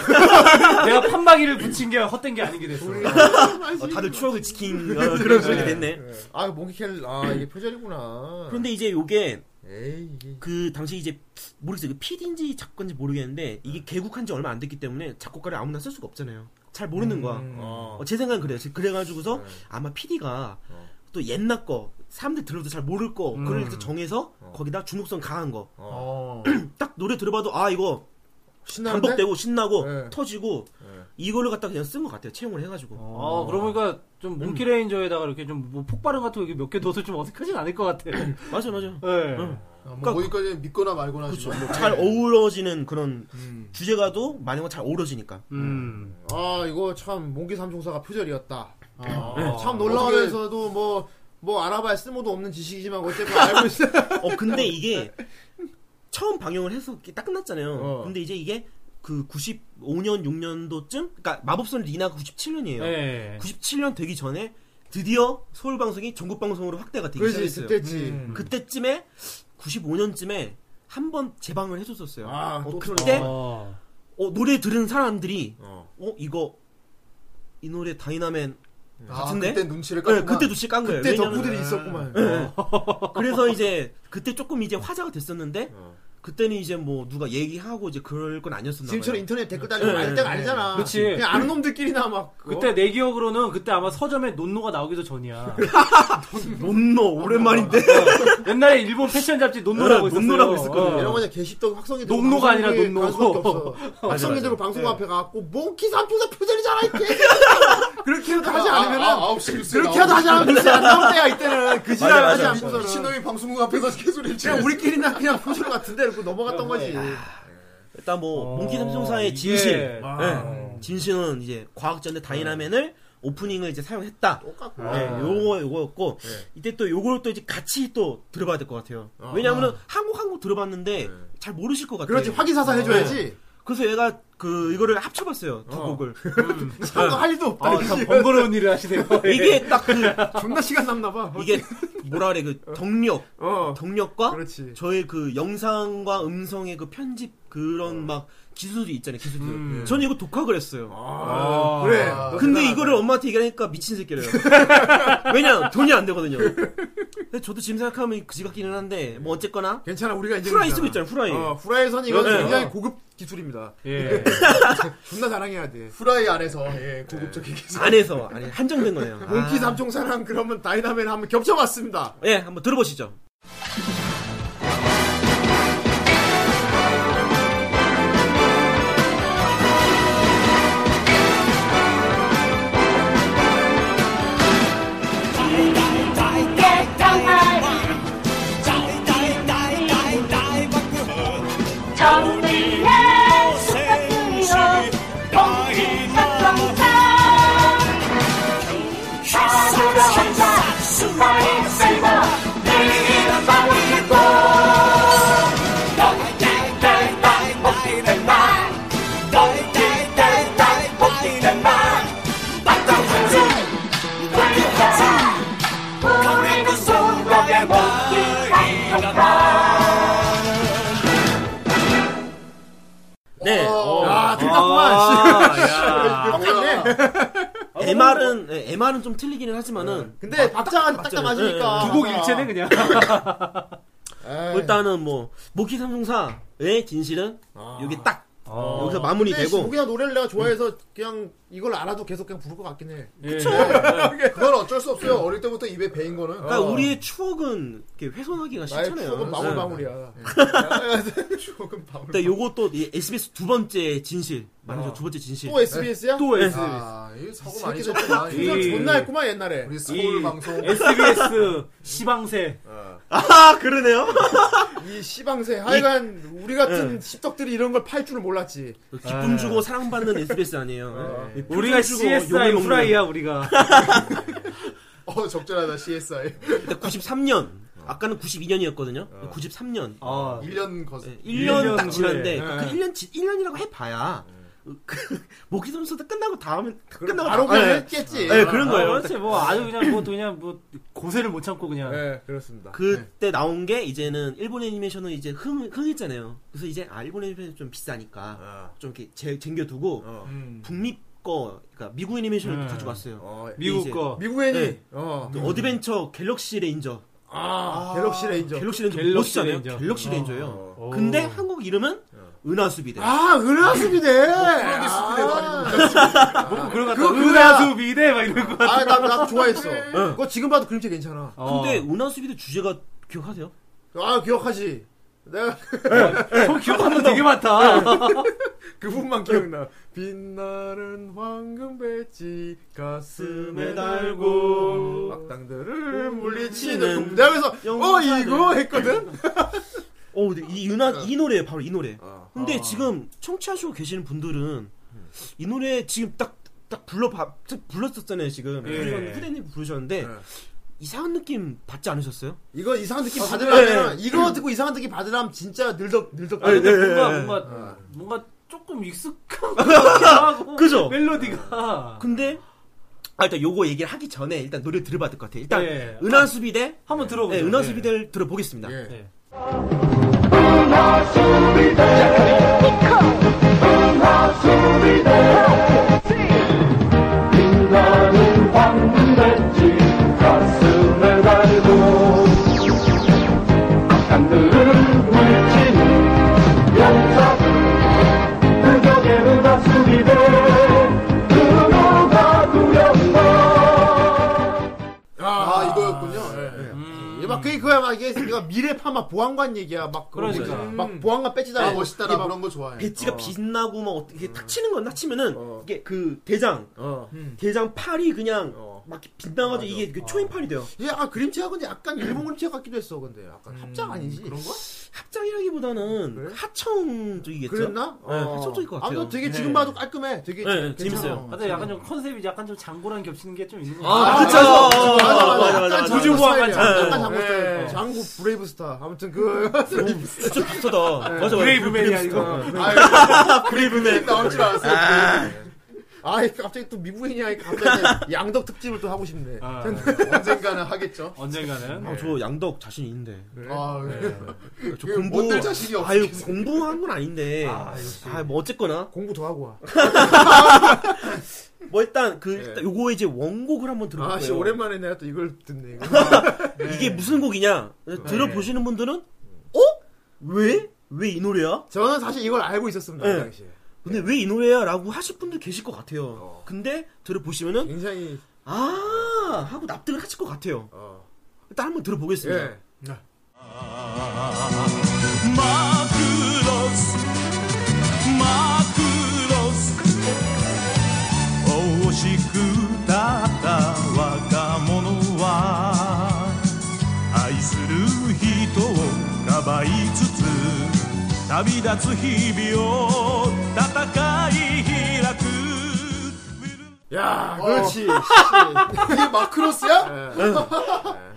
내가 판박이를 붙인 게 헛된 게 아닌 게 됐어. 어, 다들 추억을 지킨 어, 그런 그렇게 됐네. 아 몽키켈 아 이게 표절이구나. 그런데 이제 요게 에이 이게 그 당시 이제 모르겠어요. 그 PD인지 작가인지 모르겠는데 이게 개국한 지 얼마 안 됐기 때문에 작곡가를 아무나 쓸 수가 없잖아요. 잘 음. 모르는 거야. 어, 제 생각은 그래요. 그래가지고서 네. 아마 PD가 어. 또 옛날 거 사람들 들어도 잘 모를 거 그걸 이렇게 정해서 거기다 중독성 강한 거 딱 음. 어. 노래 들어봐도 아 이거 신나는데 반복되고 신나고 네. 터지고 네. 어. 이거를 갖다 그냥 쓴 것 같아요. 채용을 해가지고. 아, 그러고 보니까 좀 몽키레인저에다가 이렇게 좀뭐 폭발음 같은 거 몇 개 넣어서 좀 어색하진 않을 것 같아. 예. 맞아 맞아. 네. 아, 뭐 그러니까 거기까지 믿거나 말거나 그렇죠. 하지 뭐. 마. 어. 잘 어우러지는 그런 음. 주제가도 많은 잘 어우러지니까. 음. 그러니까. 아 이거 참 몽기 삼총사가 표절이었다. 아, 네. 참 놀라우면서도 뭐. 뭐 알아봐야 쓸모도 없는 지식이지만 어쨌든 알고 있어. 어 근데 이게 처음 방영을 해서 이렇게 딱 끝났잖아요. 어. 근데 이제 이게 그 95년 6년도쯤 그러니까 마법선 리나가 97년이에요. 네. 예. 97년 되기 전에 드디어 서울 방송이 전국 방송으로 확대가 되기 그렇지 시작했어요. 그때지. 그때... 쯤에 95년쯤에 한 번 재방을 해줬었어요. 아, 어, 또 그때 어. 어, 노래 들은 사람들이 어. 어 이거 이 노래 다이나맨 뭐 아, 같은데? 그때 눈치를 네, 깠구만. 그때도 씨깐 거예요. 그때 왜냐면- 어. 네. 덕후들이 있었구만. 그래서 이제 그때 조금 이제 화제가 됐었는데 어. 그때는 이제 뭐 누가 얘기하고 이제 그럴 건 아니었었나 봐요. 지금처럼 인터넷 댓글 달리고 말 때가 아니잖아. 그치. 그냥 아는 놈들끼리나 막 어? 그거. 그때 내 기억으로는 그때 아마 서점에 논노가 나오기도 전이야. 논노 오랜만인데. 옛날에 일본 패션 잡지 논노라고 어, 있었어요. 논노라고 있었거든요. 어. 이런 거는 게시떡 확성이 되고 방송국에 농노가 아니라 농노. 방송밖에 없어. 확성이 맞아. 되고 방송 앞에 가갖고 몽키 삼표사 표절이잖아 이게. 그렇게 해도 하지 않으면은 아, 9시 뉴스에 그렇게 하도 하지 않으면 뉴스 안 나올 때야 이때는 그 지랄 하지 맞아. 않고서는. 신놈이 방송국 앞에서 개소리를 치고 그냥 우리끼리나 그냥 포즈로 같은데 이러고 넘어갔던 거지. 일단 뭐 어, 몽키 삼총사의 이게- 진실. 아. 예. 진실은 이제 과학전의 다이나맨을 오프닝을 이제 사용했다. 똑같고. 예, 아. 요거 요거였고 이때 또 요걸 또 이제 같이 또 들어봐야 될 것 예. 같아요. 예. 왜냐하면 한국 한국 들어봤는데 잘 모르실 것 같아요. 그렇지 확인 사살 해줘야지. 그래서 얘가 그 이거를 합쳐봤어요 두 곡을. 그런 거할 일도 없다. 아, 참 번거로운 일을 하시네요. 이게 딱 그 존나 시간 남나 봐. 이게 뭐라 그래 그 덕력, 어. 덕력과 그렇지. 저의 그 영상과 음성의 그 편집 어. 그런 막 기술이 있잖아요 기술들. 예. 저는 이거 독학을 했어요. 음. 아, 그래. 너 근데 대단하다. 이거를 엄마한테 얘기하니까 미친 새끼래요. 왜냐 돈이 안 되거든요. 근데 저도 지금 생각하면 그지 같기는 한데 뭐 어쨌거나 괜찮아 우리가 이제 후라이 쓰고 있잖아요 후라이. 어, 후라이선 이건 네. 굉장히 어. 고급 기술입니다. 예. 존나 자랑해야 돼. 네. 후라이 안에서 예, 고급적인 기술. 안에서 아니 한정된 거네요. 몽키 삼총사랑 그러면 다이나맨 한번 겹쳐봤습니다. 예, 한번 들어보시죠. 네. 아, 들렸구만. 똑같네. 아, MR은 예, MR은 좀 틀리기는 하지만은 근데 박자가 아, 딱딱 맞으니까. 아. 두곡 일체네 그냥. 에이. 뭐 일단은 뭐 모키 삼성사의 진실은 아. 여기 딱 어. 어. 여기서 근데 씨, 마무리되고 뭐 그냥 노래를 내가 좋아해서 그냥 이걸 알아도 계속 그냥 부를 것 같긴 해. 그쵸. 그건 어쩔 수 없어요. 어릴 때부터 입에 배인 거는. 어. 그러니까 우리의 추억은 이렇게 훼손하기가 나의 싫잖아요. 추억은 네. 방울방울이야. 조금 방울. 일단 요거 또 이 SBS 두 번째 진실 말하죠 두 번째 진실. 어. 또 SBS야? 또 S. 아, 이 사고 많이 새끼들 쳤구나. 좀 이- 이... 존나 했구만 옛날에. 우리 이- 스몰 방송. SBS 시방세. 아 그러네요. 이 시방세. 하여간 우리 같은 십덕들이 이런 걸 팔 줄을 몰랐지. 기쁨 주고 사랑받는 SBS 어. 아니에요. 예. 우리가 표정 주고 CSI 욕을 먹는. 후라이야 우리가. 어, 적절하다, CSI. 일단 93년. 아까는 92년이었거든요. 어. 93년. 아, 1년 거. 1년 딱 후에. 지났는데 예. 네. 그 1년 지, 1년이라고 해봐야 그 모기 선수도 끝나고 다음에 다 끝나고 바로 다- 네. 그냥 예. 했겠지. 예, 그런 아, 거예요. 그렇지 뭐 아주 그냥 뭐 그냥 뭐 고세를 못 참고 그냥. 네, 그렇습니다. 그때 나온 게 이제는 일본 애니메이션은 이제 흥 흥했잖아요. 그래서 이제 아 일본 애니메이션 좀 비싸니까 어. 좀 이렇게 제, 쟁겨두고 북미 거 그러니까 미국 애니메이션을 네. 가져왔어요. 어, 미국 이제. 거. 미국 애니. 네. 어. 또 어드벤처 갤럭시 레인저. 아, 갤럭시 레인저. 갤럭시 레인저 갤럭시 못 쓰잖아요. 레인저. 갤럭시 어. 레인저예요. 어. 근데 한국 이름은 은하수비대. 아, 은하수비대. 수비대도 아니고. 뭐 그런 그거 거 같다. 그거야. 은하수 미대 막 이런 거. 아, 나, 나 좋아했어. 그거 지금 봐도 그림체 괜찮아. 근데 은하수비대 주제가 기억하세요? 아, 기억하지. 내가 저 기억하는 거 되게 많다. 그분만 기억나. 빛나는 황금 배지 가슴에 달고 악당들을 물리치는 내가 그래서 어 영웅사들. 이거 했거든. 어, 근데 이 은하 이 노래 바로 이 노래. 근데 지금 청취하시고 계시는 분들은 이 노래 지금 딱 딱 불러 봐, 딱 불렀었잖아요 지금 예. 후대님, 후대님 부르셨는데 예. 이상한 느낌 받지 않으셨어요? 이거 이상한 느낌 받으려면 이거 듣고 이상한 느낌 받으려면 진짜 늘덕 늘덕. 아니, 네. 근데 뭔가 예, 예. 뭔가 뭔가 조금 익숙한 것 같기도 하고 그죠? 네. 멜로디가 근데 아, 일단 요거 얘기를 하기 전에 일단 노래 들어봐야 될 것 같아요. 일단 예. 은하수비대 한번 들어보죠. 네, 은하수비대를 들어보겠습니다. 예. 예. 가슴을 달고 악당들을 물치는 아, 네. 예, 막 보안관 얘기야. 막 그런 그러니까. 거지. 막 보안관 배지 달아 아, 멋있다라 막 그런 거 좋아해. 배지가 빛나고 막 어떻게 탁 치는 건나 치면은 어. 이게 그 대장 어. 대장 팔이 그냥 어. 막 빛나가지고 이게 그 초인 팔이 돼요. 얘 약간 아, 그림체하고 근데 약간 일본 그림체 같기도 했어. 근데 약간 합장 아니지? 그런 거? 합장이라기보다는 그래? 하청 쪽이겠죠. 그랬나? 어. 네, 합청 쪽일 것 같아요. 아무튼 되게 지금 봐도 깔끔해. 되게 네, 네, 괜찮아. 재밌어요. 어, 근데 약간 좀 컨셉이 약간 좀 장고랑 겹치는 게 좀 있는 거 아, 같아요. 그쵸. 맞아, 맞아, 맞아. 어, 맞아, 맞아. 약간 우주 장고 보안관 스타일이야. 장- 약간 장고 네. 스타일. 장고 브레이브스타. 아무튼 그 진짜 네. 비슷하다. 맞아, 맞아. 브레이브맨이야 이거. 브레이브맨 나올 줄 알았어. 아, 갑자기 또 미부인이 하니까 갑자기 양덕 특집을 또 하고 싶네. 아, 언젠가는 하겠죠. 언젠가는 아, 저 양덕 자신 있는데. 아, 저 그 뭐, 못낼 자신이 없어. 아유, 공부한 건 아닌데. 아, 뭐, 어쨌거나. 공부 더 하고 와. 뭐, 일단, 그, 일단 요거 이제 원곡을 한번 들어볼게요. 네. 아, 씨, 오랜만에 내가 또 이걸 듣네. 네. 이거. 이게 무슨 곡이냐? 들어보시는 분들은, 어? 왜? 왜 이 노래야? 저는 사실 이걸 알고 있었습니다. 네. 그 당시에. 근데 왜 이 노래야? 라고 하실 분들 계실 것 같아요. 어. 근데, 들어보시면은, 굉장히, 아! 하고 납득을 하실 것 같아요. 네. 어. 일단 한번 네. 예. 들어보겠습니다. 惜しく立った若者は愛する人をかばいつつ旅立つ日々を戦い開く 야, 그렇지. 어. 예. 이게 마크로스야?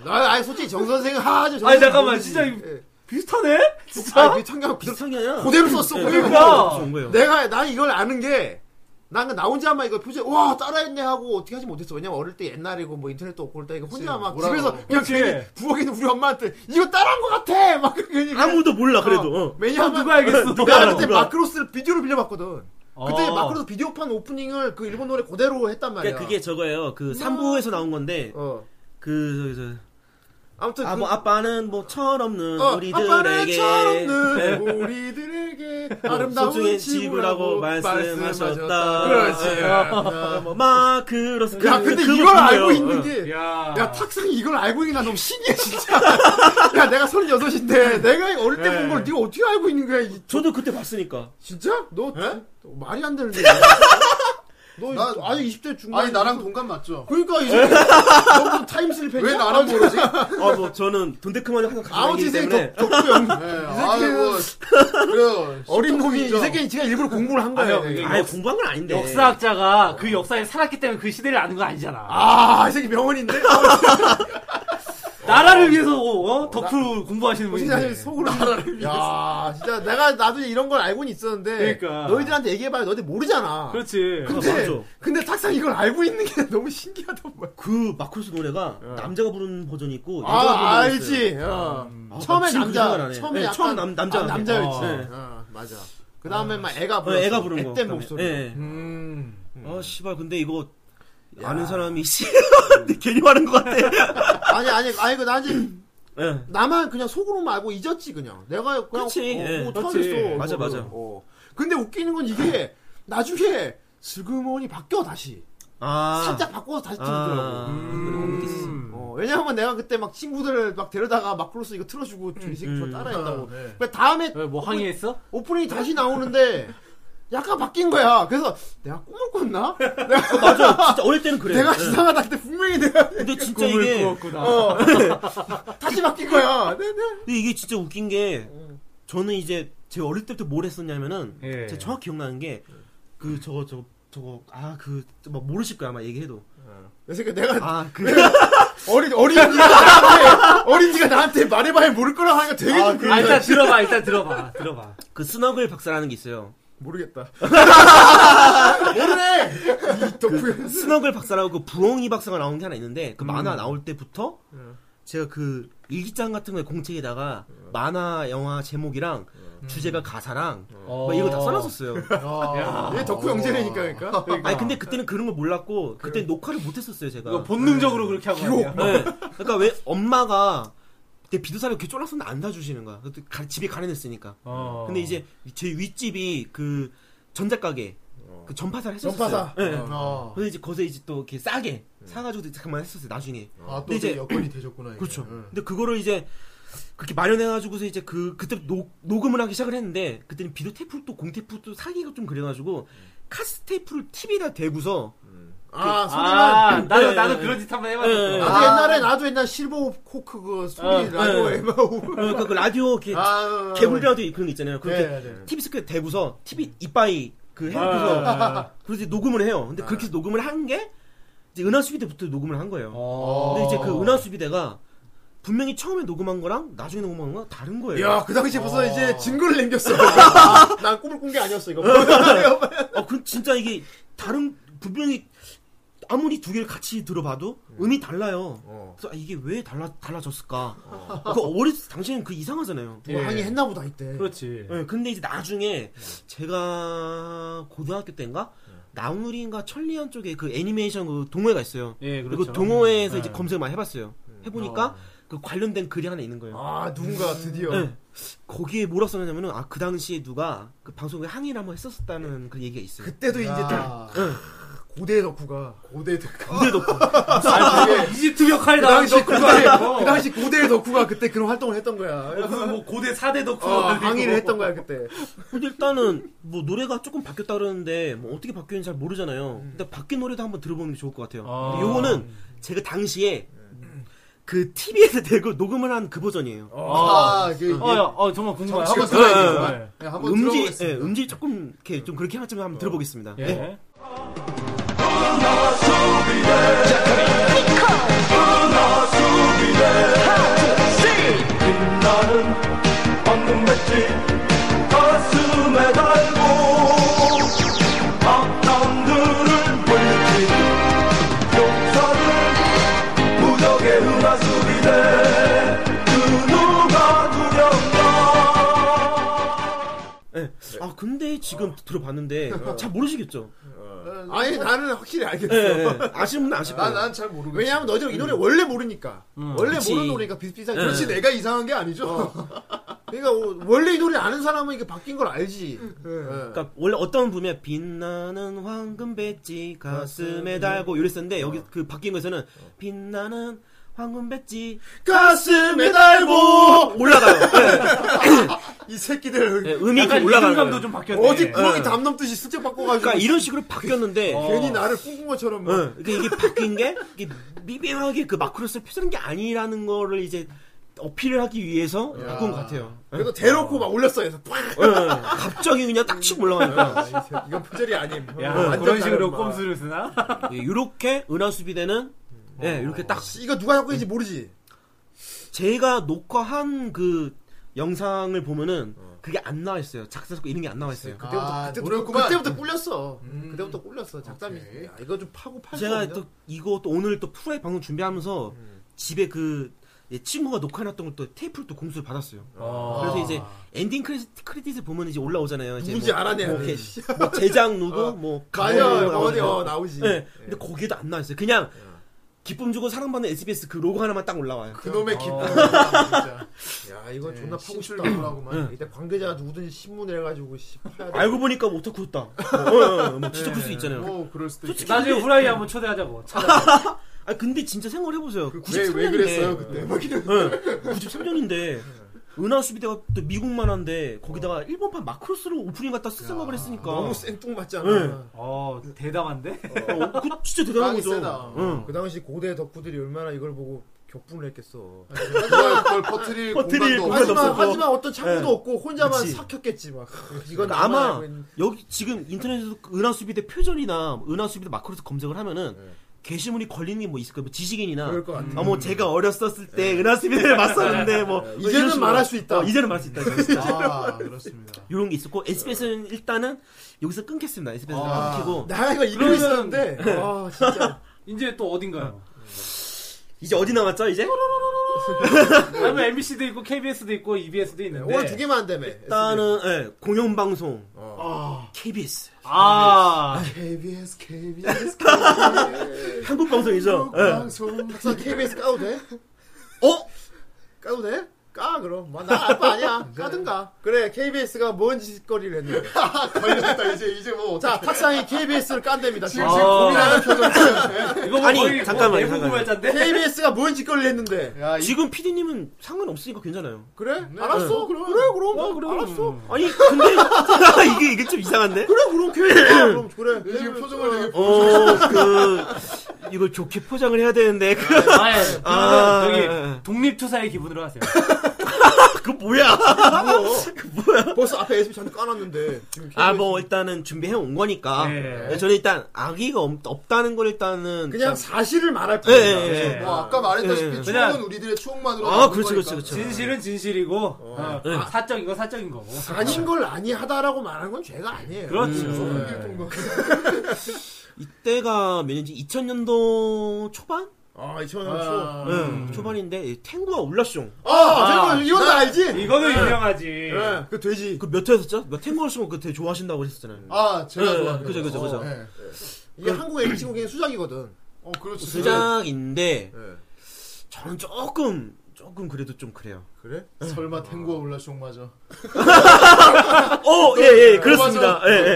나, 아니, 솔직히 정선생은 하죠. 아니, 잠깐만, 진짜 이- 비슷하네? 진짜? 아, 그 청량 비슷. 비슷한 게 아니라, 그대로 아! 네. 썼어. 그대로. 그러니까. 좋은 거예요. 내가 난 이걸 아는 게. 난 나 혼자만 이거 표제 와 따라했네 하고 어떻게 하지 못했어 왜냐면 어릴 때 옛날이고 뭐 인터넷도 없고 그러다 이거 혼자 막 뭐라고. 집에서 그냥 그렇지. 괜히 부엌에 있는 우리 엄마한테 이거 따라한 것 같아 막 그러니까. 괜히 아무도 몰라, 그래도. 어. 왜냐면 누가 알겠어, 내가 누가 어릴 때 알아. 마크로스를 비디오로 빌려봤거든 그때 어. 마크로스 비디오판 오프닝을 그 일본 노래 그대로 했단 말이야 그러니까 그게 저거예요. 그 3부에서 나온 건데 어 그 저기 아무튼 저 아, 그- 뭐 아빠는 뭐 철없는 어, 우리들에게 아빠는 우리들에게 어, 아름다운 소중히 지구라고 지구라고 말씀하셨다. 그렇지. 예. 야, 뭐 마크로스 그, 야, 근데 그 이걸 알고 부분이에요. 있는 게. 야. 야, 탁상 이걸 알고 있는 게 나 너무 신기해, 진짜. 야, 내가 36인데, 내가 어릴 때 본 걸 네가 어떻게 알고 있는 거야, 이- 저도 그때 봤으니까 진짜? 너, 네? 너 말이 안 되는데. 너, 나- 아직 20대 중반. 아니 나랑 동갑 맞죠? 그러니까, 이제. 너무 타임슬립 했냐? 왜 나랑 모르지? 아 뭐 저는 돈데크만을 항상 가지고 아무튼 이 있기 새끼 때문에 덕, 덕후 형. 뭐, 네, 새끼는- 그래요. 어린 놈이, 이 신통이죠. 새끼는 지가 일부러 공부를 한 거야. 아니요, 내가. 아예 공부한 건 아닌데 역사학자가 그 역사에 살았기 때문에 그 시대를 아는 거 아니잖아. 아, 이 새끼 명언인데? 나라를 위해서 어? 덕후 공부하시는 혹시 분인데. 사실 속으로 야 진짜 내가 나도 이런 걸 알고는 있었는데 그러니까. 너희들한테 얘기해봐야 너희들 모르잖아 그렇지. 근데 그렇죠. 맞아. 근데 탁상 이걸 알고 있는 게 너무 신기하단 말이야 그 마크로스 노래가 남자가 부르는 버전이 있고 여자가 부르는 어. 아 버전이 있어요. 알지 어. 아, 나 처음에 지금 그 생각 남자 안 하네. 처음에 네, 약간 처음 남, 남자 아, 남자였지 어, 어. 맞아 그 다음에 막 애가 어, 불렀어 애가 부른 거 앳된 그다음에. 목소리 예, 예. 음. 아 씨발 근데 이거 아는 사람이 씨 괜히 말한 것 같아 아니 아니 아니 그나 이제 예. 나만 그냥 속으로만 알고 잊었지 그냥 내가 그냥 그치. 어, 예. 뭐 그렇지. 처음했어 맞아, 이거를. 맞아. 어. 근데 웃기는 건 이게 나중에 슬그머니 바뀌어 다시 아 살짝 바꿔서 다시 아. 들더라고. 음. 어, 왜냐하면 내가 그때 막 친구들을 막 데려다가 마크로스 이거 틀어주고 저 이새끼 저 음. 따라했다고. 근데 다음에 왜, 뭐 항의했어? 오프닝이 다시 나오는데 약간 바뀐 거야. 그래서 내가 꿈을 꿨나? 맞아 진짜 어릴 때는 그래 예. 내가 이상하다. 근데 분명히 내가 근데 진짜 꿈을 이게 꾸었구나. 어, 어. 다시 바뀐 거야. 네, 네. 근데 이게 진짜 웃긴 게 저는 이제 제 어릴 때부터 뭘 했었냐면은 예. 제가 정확히 기억나는 게 그 저거 저거 저거 아 그 막 모르실 거야 아마 얘기해도 예. 이 새끼 내가 아그 어린 어린이가 나한테 어린이가 나한테 말해봐야 모를 거라 하니까 되게 좀 아, 그래. 그러니까. 일단 들어봐, 일단 들어봐, 들어봐. 그 스너글 박사라는 게 있어요 모르겠다. 모르네. 이 덕후. 스너글 박사라고 그 부엉이 박사가 나온 게 하나 있는데 그 음. 만화 나올 때부터 예. 제가 그 일기장 같은 거에 공책에다가 예. 만화 영화 제목이랑 음. 주제가 가사랑 예. 어. 막뭐 이걸 다 써놨었어요 얘 덕후 어. 형제라니까 그러니까. 아니 근데 그때는 그런 걸 몰랐고 그때 녹화를 못 했었어요 제가 이거 본능적으로 그렇게 하고. 기록. 네. 그러니까 왜 엄마가 내 비도사를 이렇게 쫄랐었는데 안 사주시는 거야. 그때 가- 집이 가난했으니까. 어. 근데 이제 제 윗집이 그 전자가게 그 전파사를 했었어요. 전파사. 네. 아, 근데 이제 거기서 이제 또 이렇게 싸게 사가지고 잠깐만 했었어요. 나중에. 네. 아, 네. 또 근데 이제 이제- 여건이 되셨구나. 이게. 그렇죠. 응. 근데 그거를 이제 그렇게 마련해가지고서 이제 그 그때 녹, 녹음을 하기 시작을 했는데 그때는 비료 테이프를 또 공테이프 또 사기가 좀 그래가지고 음. 카스 테이프를 TV에다 대고서 아, 소리만. 아, 나도 예, 나도 예, 그런 짓 한번 예, 예. 해봤어. 나도 옛날에, 나도 옛날 실버 코크 그 소리 라디오에 막 어, 그러니까 그 라디오 이렇게 아, 개불 라디오 그런 거 있잖아요. 그렇게 네, 아. 네. TV 스크린 대고서 TV 이빠이 그 해놓고서 그래서 녹음을 해요. 아. 근데 그렇게 해서 녹음을 한 게 이제 은하 수비대부터 녹음을 한 거예요. 어. 아. 근데 이제 그 은하 수비대가 분명히 처음에 녹음한 거랑 나중에 녹음한 거랑 다른 거예요. 야, 그 당시에 벌써 이제 증거를 남겼어. 난 꿈을 꾼 게 아니었어 이거. 뭐. 아, 그 진짜 이게 다른 분명히 아무리 두 개를 같이 들어봐도 음이 달라요. 그래서 아, 이게 왜 달라 달라졌을까? 그 어렸을 당시에는 그 이상하잖아요. 뭐 항의했나 보다 이때. 그렇죠. 그렇지. 예, 근데 이제 나중에 제가 고등학교 때인가 나우누리인가 천리안 쪽에 그 애니메이션 그 동호회가 있어요. 예, 그리고 그렇죠. 동호회에서 네. 이제 검색을 많이 해봤어요. 해보니까 그 관련된 글이 하나 있는 거예요. 아, 누군가 드디어. 예. 거기에 뭐라 썼냐면은 아 그 당시에 누가 그 방송에 항의를 한번 했었다는 그 얘기가 있어요. 그때도 이제 딱 아, 고대 덕후가. 고대 덕후. 근데 너 이집트 벽화에 그 나온 당시 덕후가 고대, 있고. 그 당시 고대 덕후가 그때 그런 활동을 했던 거야. 무슨 뭐 고대 4대 덕후 어, 항의를 했던 거야, 그때. 근데 일단은 뭐 노래가 조금 바뀌었다 그러는데 뭐 어떻게 바뀌었는지 잘 모르잖아요. 근데 바뀐 노래도 한번 들어보는 게 좋을 것 같아요. 아. 근데 요거는 제가 당시에 그 TV에서 대고 녹음을 한 그 버전이에요. 어, 아, 예. 그, 어, 야, 어, 정말 궁금해. 한번 지금 네, 들어야지, 들어봐요. 정말. 예, 한번 음질, 예, 들어보겠습니다. 음질 조금 이렇게 좀 그렇게 하자면 한번 들어보겠습니다. 예. 예. 예. 빛나는 황금 배지 가슴에 달고 악남들을 외친 용사들 무적의 은하수비대 그 누가 두렵나 예. 아 근데 지금 들어봤는데 잘 모르시겠죠? 아니, 나는 확실히 알겠어. 예, 예. 아시는 분은 아실 거예요. 난잘 모르고. 왜냐하면 너희들 이 노래 원래 모르니까. 원래 그치. 모르는 노래니까 비슷비슷한. 응. 그렇지, 내가 이상한 게 아니죠. 그러니까 어, 원래 이 노래 아는 사람은 이게 바뀐 걸 알지. 예. 그러니까 원래 어떤 분야 빛나는 황금 배지 가슴에 달고 어. 이랬었는데 여기 그 바뀐 거에서는 빛나는 황금 배지 가슴에 달고 네. 올라가요. 이 새끼들 예, 음이 이렇게 약간 올라가는 이등감도 거예요. 좀 바뀌었네. 어디 구렁이 담 넘듯이 쓱쩍 바꿔가지고 그러니까 이런 식으로 바뀌었는데 괜히 나를 꿈꾼 것처럼 막. 예, 이게, 이게 바뀐 게 이게 미묘하게 그 마크로스를 표현한 게 아니라는 거를 이제 어필을 하기 위해서 바꾼 것 같아요. 그래서 대놓고 막 올렸어 어. 해서 팍 예, 예. 갑자기 그냥 딱 치고 올라가니까 이 새끼, 아, 이건 표절이 아님. 야, 어, 완전 그런 식으로 다른 말. 꼼수를 쓰나? 예, 이렇게 은하수비대는 음. 예, 이렇게 딱 씨, 이거 누가 갖고 있는지 모르지. 제가 녹화한 그 영상을 보면은 그게 안 나와 있어요. 작사석 이런 게 안 나와 있어요. 어. 그때부터 아, 그때, 노렸구만. 그때부터 꿀렸어. 그때부터 꿀렸어. 작담이 오케이. 야, 이거 좀 파고 팔고. 음. 제가 또 이거 또 오늘 또 프라이 방송 준비하면서 음. 집에 그 예, 친구가 녹화해놨던 걸 또 테이프를 또 공수를 받았어요. 아. 그래서 이제 엔딩 크레딧, 크레딧을 보면 이제 올라오잖아요. 이제 누군지 뭐, 알아내야 뭐 돼. 어. 이렇게 뭐 제작 누구 뭐 가요 가요 어, 어디 나오잖아요. 어 나오지. 예, 근데 거기에도 안 나와 있어요. 그냥 기쁨 주고 사랑받는 SBS 그 로고 하나만 딱 올라와요. 그놈의 기쁨. 진짜. 야 이건 존나 파고 싶다. 신출기구라고만. 이때 관계자가 누구든지 신문을 해가지고 씨, 파야 돼. 알고 보니까 뭐 오타쿠였다. 뭐, 어, 어, 어, 뭐 네. 진짜 그럴 수 있잖아요. 뭐 그럴 수도 있. 솔직히 나중에 근데- 후라이 한번 초대하자고. 찾아. 아 근데 진짜 생각을 해보세요. 그 왜, 93년인데, 네. 왜 그랬어요 그때? 막 이런. 93년인데 은하 수비대가 또 미국만 한데 거기다가 일본판 마크로스로 오프닝 갖다 쓸 생각을 했으니까 너무 생뚱맞잖아. 어, 대담한데? 어, 그 진짜 대단한 땅이 거죠. 세다. 응. 그 당시 고대 덕후들이 얼마나 이걸 보고 격분을 했겠어. 그걸, 그걸 퍼트릴 퍼뜨릴 공간도 없어. 공간도 하지만 없었고. 아, 하지만 어떤 창구도 네. 없고 혼자만 그치. 삭혔겠지 막. 이건 그러니까 나만 아마 알고 있는- 여기 지금 인터넷에서 그 은하 수비대 표절이나 은하 수비대 마크로스 검색을 하면은 게시물이 걸리는 게 뭐 있을 거예요. 뭐 지식인이나 네. 그럴 것 같아. 음. 네. 아 뭐 제가 어렸었을 때 은하 수비대를 맞섰는데 뭐 이제는 이런 식으로. 말할 수 있다. 어, 이제는 말할 수 있다. 진짜. 아 그렇습니다. 이런 게 있었고 SBS는 일단은 여기서 끊겠습니다. SBS는 아. 끊기고 나 이거 이러고 있었는데. 아 진짜. 이제 또 어딘가요? 이제 어디 남았죠? 이제 뭐 아니면 MBC도 있고, KBS도 있고, 네, EBS도 있는데. 네. 오늘 두 개만 한다며. 일단은 예, 공영방송 어. KBS 아, 네. KBS KBS 한국 방송이죠. 예. 방송. 그렇죠. 박사 KBS 까도 돼? 어? 까도 돼? 까 그럼 뭐, 나 아빠 아니야 까든가 그래 KBS가 뭔 짓거리를 했는데 걸렸다 이제 이제 뭐 자 탁상이 KBS를 깐답니다 지금 아. 지금 고민하는 표정 이거 뭐 예. 아니, 거의 잠깐만요, 네, 뭐 내부 잠깐만요. 고발자인데? KBS가 뭔 짓거리를 했는데 야, 이 지금 PD님은 상관없으니까 괜찮아요. 그래 알았어 그럼 그래 그럼 알았어 아니 근데 이게 이게 좀 이상한데? 그래 그럼 KBS가 그럼 그래 지금 표정을 어. 되게 어그 이걸 좋게 포장을 해야 되는데 그, 아예 아. 그러면 여기 독립투사의 기분으로 하세요. 그 뭐야? 벌써 앞에 SB 잔뜩 까놨는데 지금 아 뭐 일단은 준비해 온 거니까 네. 저는 일단 악의가 없, 없다는 걸 일단은 그냥 사실을 네. 말할 예, 뿐이야 예, 예. 뭐 아까 말했다시피 예. 추억은 그냥- 우리들의 추억만으로 아 남은 그렇죠 그렇죠 거니까. 그렇죠. 진실은 진실이고 어, 네. 사적인 건 사적인 거고. 아닌 걸 아니하다라고 말하는 건 죄가 아니에요 음. 그렇죠. 이때가 몇 년지 2000년도 초반? 아 이천원 예, 초반인데 이 탱구와 울라숑 아 이건 나 알지 이거는 네. 유명하지. 예, 그 돼지 그몇 회였었죠? 몇 탱구 울라숑 그 되게 좋아하신다고 하셨잖아요. 아 제가 예, 좋아하는 그죠, 그죠, 그죠. 어, 예. 이게 한국 애기 친구 중에 수작이거든 어 그렇지 주장인데 예. 저는 조금 조금 그래도 좀 그래요. 그래 네. 설마 탱고와 울라숑 맞아 어, 예, 예, 그렇습니다. 예, 예,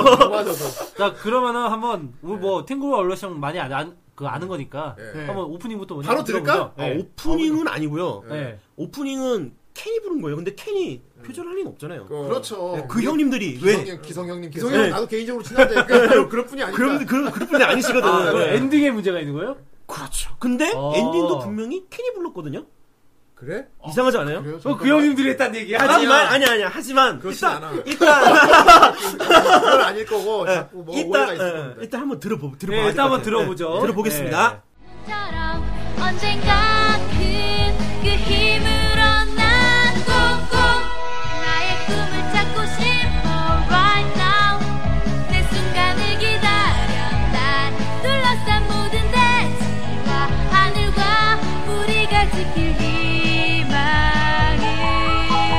넘어져 자 그러면은 한번 우리 뭐 탱고와 얼러시랑 많이 안, 안- 그 아는 거니까 네. 예. 한번 오프닝부터 먼저 바로 들어보죠. 들을까? 아, 예. 오프닝은 아니고요. 예. 오프닝은 캔이 부른 거예요. 근데 캔이 표절할 리는 없잖아요. 어. 그, 그렇죠 형님들이 왜? 기성형 기성형님께서 기성이 형 나도 개인적으로 친한데 그냥 그럴 뿐이 아니까 그럼 그 그분이 아니시거든. 아, 그럼 예. 엔딩에 문제가 있는 거예요? 그렇죠. 근데 어. 엔딩도 분명히 캔이 불렀거든요. 그래? 이상하지 않아요? 그래요? 어, 그 형님들이 했단 얘기야. 하지만 아니 아니 하지만 그렇진 일단 않아. 일단 어, 그건 아닐 거고 예, 자꾸 뭐 오해가 일단 있을 예, 겁니다. 일단 한번 들어보 들어봐. 네, 일단 한번 들어보죠. 예, 들어보겠습니다. 처럼 언젠가 그 그 힘으로 난 꼭꼭 나의 꿈을 찾고 싶어 right now 내 순간을 기다려 날 둘러싼 모든 대지와 하늘과 우리가 지킬 희망을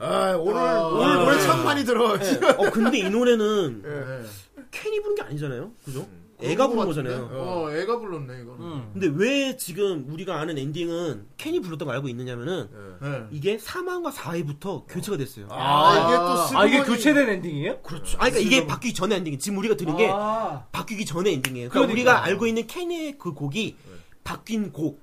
아, 오늘 어, 오늘 노래 참 많이 들어. 어 근데 이 노래는 캔이 부른 게 아니잖아요. 그죠? 애가 부른 거잖아요. 어 애가 불렀네 이거는 근데 왜 지금 우리가 아는 엔딩은 캔이 불렀던 거 알고 있느냐면은 예. 이게 3화과 4회부터 교체가 됐어요. 아, 이게 또 아 슬그머니 이게 교체된 엔딩이에요? 그렇죠. 아, 그러니까 이게 바뀌기 전에 엔딩이 지금 우리가 들은 게 아, 바뀌기 전에 엔딩이에요. 그러니까, 그러니까. 우리가 알고 있는 캔의 그 곡이 바뀐 곡.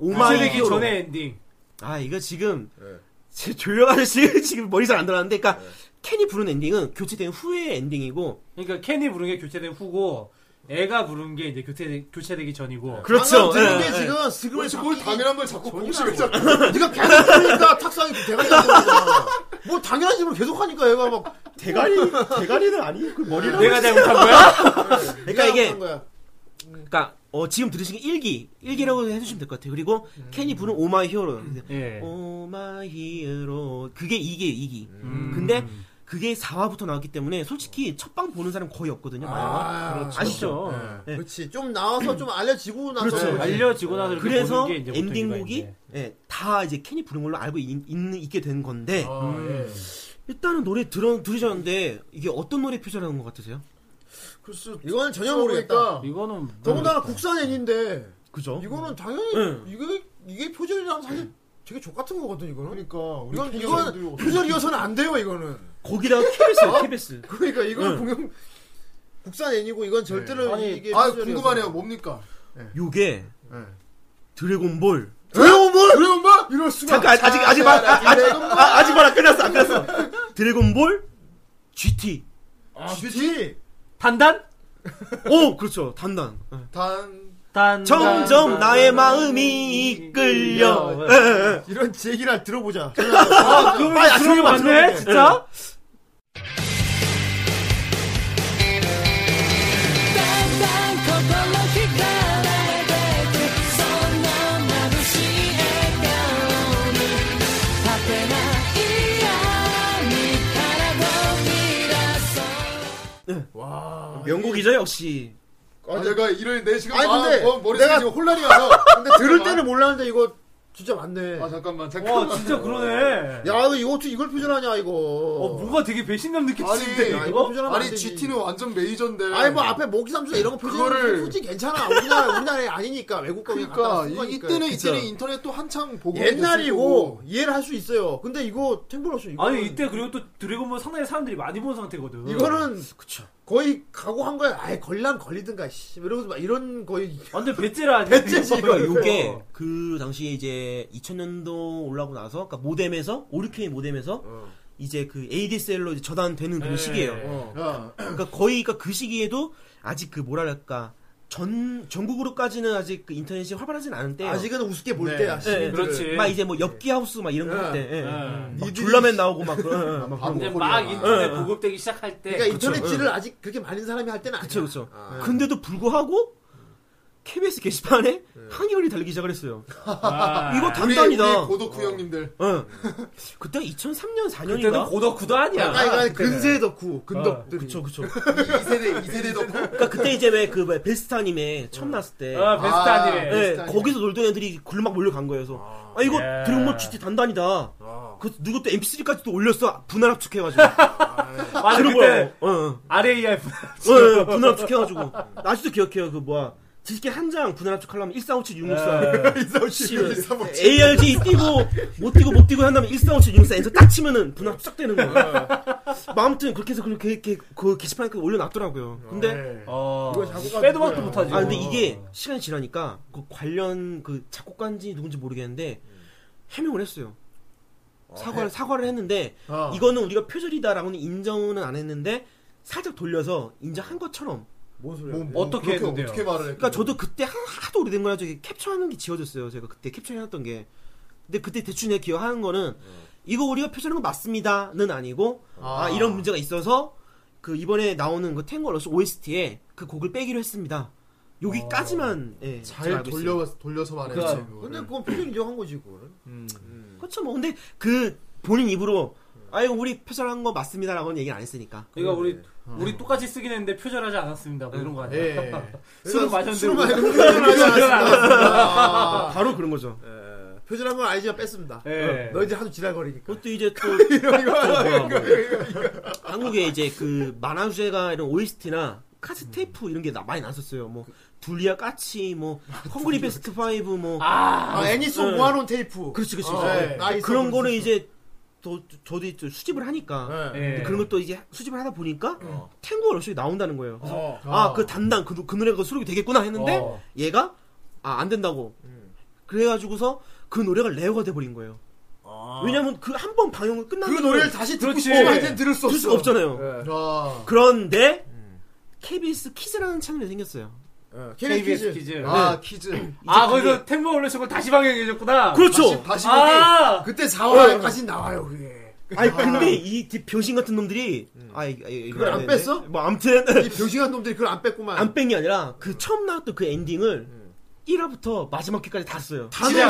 교체되기 히어로. 전에 엔딩. 아, 이거 지금 네. 제 조용 아저씨 지금 머리 잘 안 들어가는데 그러니까 캔이 부른 엔딩은 교체된 후의 엔딩이고 그러니까 캔이 부른 게 교체된 후고 애가 부른 게 이제 교체 교체되기 전이고. 방금 들은 예, 게 예. 지금 슬그머니 그렇지 뭘 당연한 걸 자꾸 공식을 잡고 네가 계속 그러니까 탁상이 대가리 잡는 거야. 뭐 당연한 집을 계속 하니까 얘가 막 대가리 대가리는 아니고 머리를 내가 잘못한 거야? 그러니까 이게 한 거야. 그러니까 어, 지금 들으신 게 1기 1기라고 해주시면 될 것 같아요. 그리고 캔이 부른 Oh 오마이 히어로 음. 예. 오마이 히어로 Oh 그게 2기 2기 음. 근데 그게 4화부터 나왔기 때문에 솔직히 첫방 보는 사람 거의 없거든요. 아, 아시죠 아시죠? 예. 그렇지. 좀 나와서 좀 알려지고 나서 그렇죠. 어. 아, 뭐 알려지고 나서 이렇게 그래서 보는 게 이제 보통 이유가 엔딩곡이 있네. 예, 다 이제 캔이 부른 걸로 알고 있, 있는 있게 된 건데 아, 예. 일단은 노래 들어 들으셨는데 이게 어떤 노래 표절하는 것 같으세요? 글쎄 이건 전혀 모르겠다. 모르니까 이거는 더군다나 국산 애인데 그죠? 이거는 당연히 이게 이게 표절이랑 사실 되게 족 같은 거거든 이거는. 그러니까 우리 이건 팬이 이건 어디로- 표절이어서는 안 돼요 이거는. 거기다가 KBS요, KBS. 그러니까 이건 공연 국산 애니고 이건 절대로 아니 이게 아 표절이어서. 궁금하네요 뭡니까 어? 요게 예. 드래곤볼. 드래곤볼? 드래곤볼? 이럴 수가. 잠깐 아, 아직 아직 말 아, 아, 아직 드래곤볼? 아, 아직 말안 끝났어 안 끝났어. 드래곤볼 GT. 아, GT? 단단? 오 그렇죠 단단. 예. 단 단. 점점 나의 마음이 이끌려. 예, 예, 예. 이런 제 얘기를 들어보자. 아, 그거 왜 그런 게 맞네, 진짜? 아, 명곡이죠 역시. 아, 내가 이런 내 지금 아니, 아, 근데 어, 머릿속에 내가- 지금 혼란이 와서 근데 들을 때는 몰랐는데 이거 진짜 많네. 아 잠깐만 잠깐만. 와 진짜 그러네. 야, 이거 어떻게 이걸 표절하냐 이거. 어 뭔가 되게 배신감 느껴지는데 야, 이거? 표절하면 안 아니 되지. GT는 완전 메이저인데. 아니 뭐 앞에 모기 삼수나 이런 거 표절하는 그거를- 솔직히 괜찮아. 우리나라 우리나라에 아니니까 외국 거기 그러니까 이, 때는 진짜. 이때는 인터넷 또 한창 보고 옛날이고 이해를 할 수 있어요. 근데 이거 탱블러스 이거 아니 이때 그리고 또 드래곤볼 상당히 사람들이 많이 본 상태거든. 이거는 그쵸. 거의 각오한 거야. 아예 걸란 걸리든가 씨뭐 이러면서 막 이런 거의 완전 배째라 아니야? 배째지 어, 이거. 그러니까 요게 그 당시에 이제 2000년도 올라오고 나서 그러니까 모뎀에서 5K 모뎀에서 이제 그 ADSL로 이제 저단되는 그런 네. 시기예요. 어. 그러니까 거의 그러니까 그 시기에도 아직 그 뭐랄까 전 전국으로까지는 아직 그 인터넷이 활발하진 않을 때 아직은 우습게 볼 네. 때야. 네, 네. 시민들을. 그렇지. 막 이제 뭐 엽기 하우스 막 이런 거 할 때 예. 예. 예. 막 니들이- 졸라맨 나오고 막 그런 예, 막 그런 바보 거. 이제 뭐 막 소리야. 인터넷 보급되기 시작할 때 그러니까 인터넷질을 아직 그렇게 많은 사람이 할 때는 그쵸 아니야. 그쵸. 예. 아. 근데도 불구하고 KBS 게시판에 항의글이 달리기 시작을 했어요. 아. 이거 우리 단단이다. 우리 고독구 어. 형님들. 응. 어. 그때 2003년 4년인가? 그때는 고덕구도 아니야. 약간 그러니까 이거 근세 덕후 근덕들. 그쵸 그쵸. 이 세대 이 세대 덕후. 그러니까 그때 이제 왜 그 베스타님의 처음 나왔을 때 아 베스트 아. 아니래. 예, 베스트 아니에요? 거기서 놀던 애들이 글로 막 몰려간 거예요. 그래서 아, 이거 예. 드래곤볼 GT 단단이다. 아. 그 누구 또 MP3까지 또 올렸어. 분할 합축해가지고. 맞아 들어봐요. 그때 어, 어. RAF. 어, 어, 분할 합축해가지고. 나 아직도 기억해요. 그 뭐야. 지식계 한 장 분할 합축하려면 예. 1457, 664. 1457, ARG 띄고, 못 띄고, 못 띄고 한 다음에 1457, 664 엔터 딱 치면은 분할 합축 되는 거야. 뭐 아무튼 그렇게 해서 그렇게, 이렇게 그 게시판에 올려놨더라고요. 근데 예. 네. 어. 이거 작곡가 빼도 박도 누구야? 못하지. 아 근데 이게 시간이 지나니까 그 관련 그 작곡가인지 누군지 모르겠는데 해명을 했어요. 사과를 사과를 했는데 어. 이거는 우리가 표절이다라고는 인정은 안 했는데 살짝 돌려서 인정한 것처럼. 뭔 소리야? 뭐, 뭐, 어떻게 그렇게 했는데요? 어떻게 말을 했길래. 그러니까 저도 그때 하- 하도 오래된 거라 저기 캡처하는 게 지워졌어요. 제가 그때 캡처해놨던 게. 근데 그때 대충 내가 기억하는 거는 네. 이거 우리가 표절한 거 맞습니다는 아니고 아, 이런 문제가 있어서 그 이번에 나오는 그 탱걸러스 OST에 그 곡을 빼기로 했습니다. 여기까지만 예, 제가 아. 잘 알고 있어요. 돌려 돌려서 말해. 그러니까, 뭐. 근데 그건 표절 인정한 거지 그거는. 음. 그렇죠 뭐 근데 그 본인 입으로 아 이거 우리 표절한 거 맞습니다라고는 얘기를 안 했으니까 그러니까 네. 우리 우리 똑같이 쓰긴 했는데 표절하지 않았습니다. 뭐 이런 거 아니야? 예. 술을 네. 술을 마셨는데 마셨는데 표절하지 않았습니다. 아. 바로 그런 거죠 네. 예. 표절한 건 알지만 뺐습니다. 예. 너 이제 하도 지랄거리니까. 그것도 이제 또 뭐야, 그러니까, 뭐야. 어. 한국에 이제 그 만화주제가 이런 OST나 음. 카스 테이프 이런 게 나- 많이 났었어요 뭐 둘리아 까치 뭐 헝그리 베스트 5뭐 아, 애니송 네. 모아놓은 테이프. 그렇지 그렇지 어, 그렇지. 네. 나 있어, 그런 그런 거는 이제 또 저도 이제 수집을 하니까 예. 예. 네. 그런 것도 이제 수집을 하다 보니까 탱고 러쉬 나온다는 거예요 그래서 어. 아 그 담당 그, 그 노래가 수록이 되겠구나 했는데 어. 얘가 아 안 된다고 음. 그래가지고서 그 노래가 레어가 돼버린 거예요 왜냐면 그 한 번 방영을 아. 그 끝나면 노래를 다시 듣고 그렇지. 싶으면 이제 들을 수 없어. 들을 수가 없잖아요 예. 아. 그런데 KBS 키즈라는 채널이 생겼어요 예. KBS KBS 퀴즈. 퀴즈. 아, 네. 아 키즈. 이제 거기서 템버 올려서 다시 방영해줬구나. 그렇죠 다시 아, 그때 어. 4월까지 나와요 그게. 아니 근데 이 뒤- 병신 같은 놈들이 아 이거 이거 그걸 안 되는데. 뺐어? 뭐 아무튼 이 병신한 놈들이 그걸 안 뺐구만. 안 뺀 게 아니라 그 처음 나왔던 그 엔딩을 1화부터 마지막 회까지 다 써요 그냥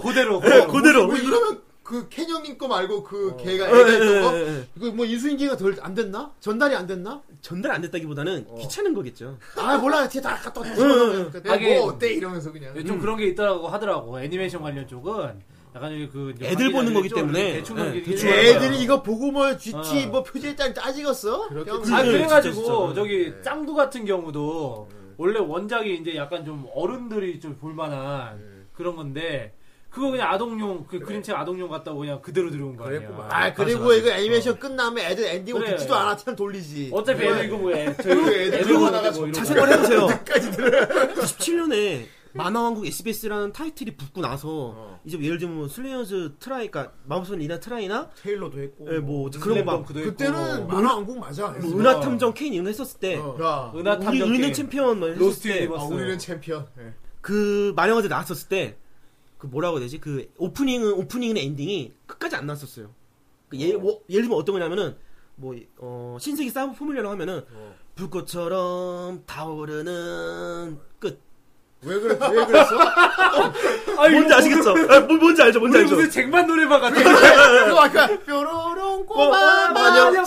그대로 그대로 그대로. 네, 그대로 뭐 이러면 그 캐녀님 거 말고 그 걔가 예, 애가 예, 있던 거. 예, 예. 이거 뭐 인수인계가 덜 안 됐나? 전달이 안 됐나? 전달 안 됐다기보다는 귀찮은 거겠죠 아 몰라 뒤에 다 갖다 놓고 응, 그러니까 내가 하긴. 뭐 어때 이러면서 그냥. 음. 요즘 네, 그런 게 있더라고 하더라고 애니메이션 관련 쪽은 약간 여기 그 이제 애들 관계자들이 보는 거기 좀 때문에. 대충 네, 넘기기 대충 때문에. 애들이 이거 보고 뭐 GT 어. 뭐 표절했다니 따지겠어? 아 그래, 그래가지고 진짜, 진짜. 저기 짱두 같은 경우도 원래 원작이 이제 약간 좀 어른들이 좀 볼만한 그런 건데 그거 그냥 아동용 그 그림책 아동용 같다고 그냥 그대로 들어온 거 그랬구만. 아니야. 아 그리고 이거 애니메이션 끝나면 애들 엔딩을 그래. 듣지도 않아 그냥 돌리지. 네. 어차피 애들 이거 뭐해. 그리고 뭐 이런 거. 자생을 해보세요. 97년에 만화왕국 SBS라는 타이틀이 붙고 나서 이제 예를 들면 뭐 슬레이어즈 트라이, 그러니까 마법소년 이나 트라이나 테일러도 했고. 예, 뭐 그런 거 막, 슬램덩크도 있고. 네. 그때는 만화 왕국 맞아. 어. 뭐 은하탐정 케인 이런 거 했었을 때 야. 그 은하 우리 탐정 우리는 게임. 음, 챔피언 막 했었을 로스트 때 유니버스. 아, 우리는 챔피언. 네. 예. 그 만화가들 나왔었을 때 그 뭐라고 해야 되지? 그 오프닝은 오프닝이나 엔딩이 끝까지 안 나왔었어요. 그 예, 뭐, 예를 들면 어떤 거냐면은 뭐 어, 신세계 사이버 포뮬러라고 하면은 불꽃처럼 타오르는 끝. 왜 그래? 왜 그랬어? 아, 이거 뭔지 아시겠죠? 아, 뭐- 뭔지 알죠? 뭔지 우리 알죠? 무슨 쟁반 노래방 같아. 그거 아까 뾰로롱 꼬마 아, 마녀. 마녀.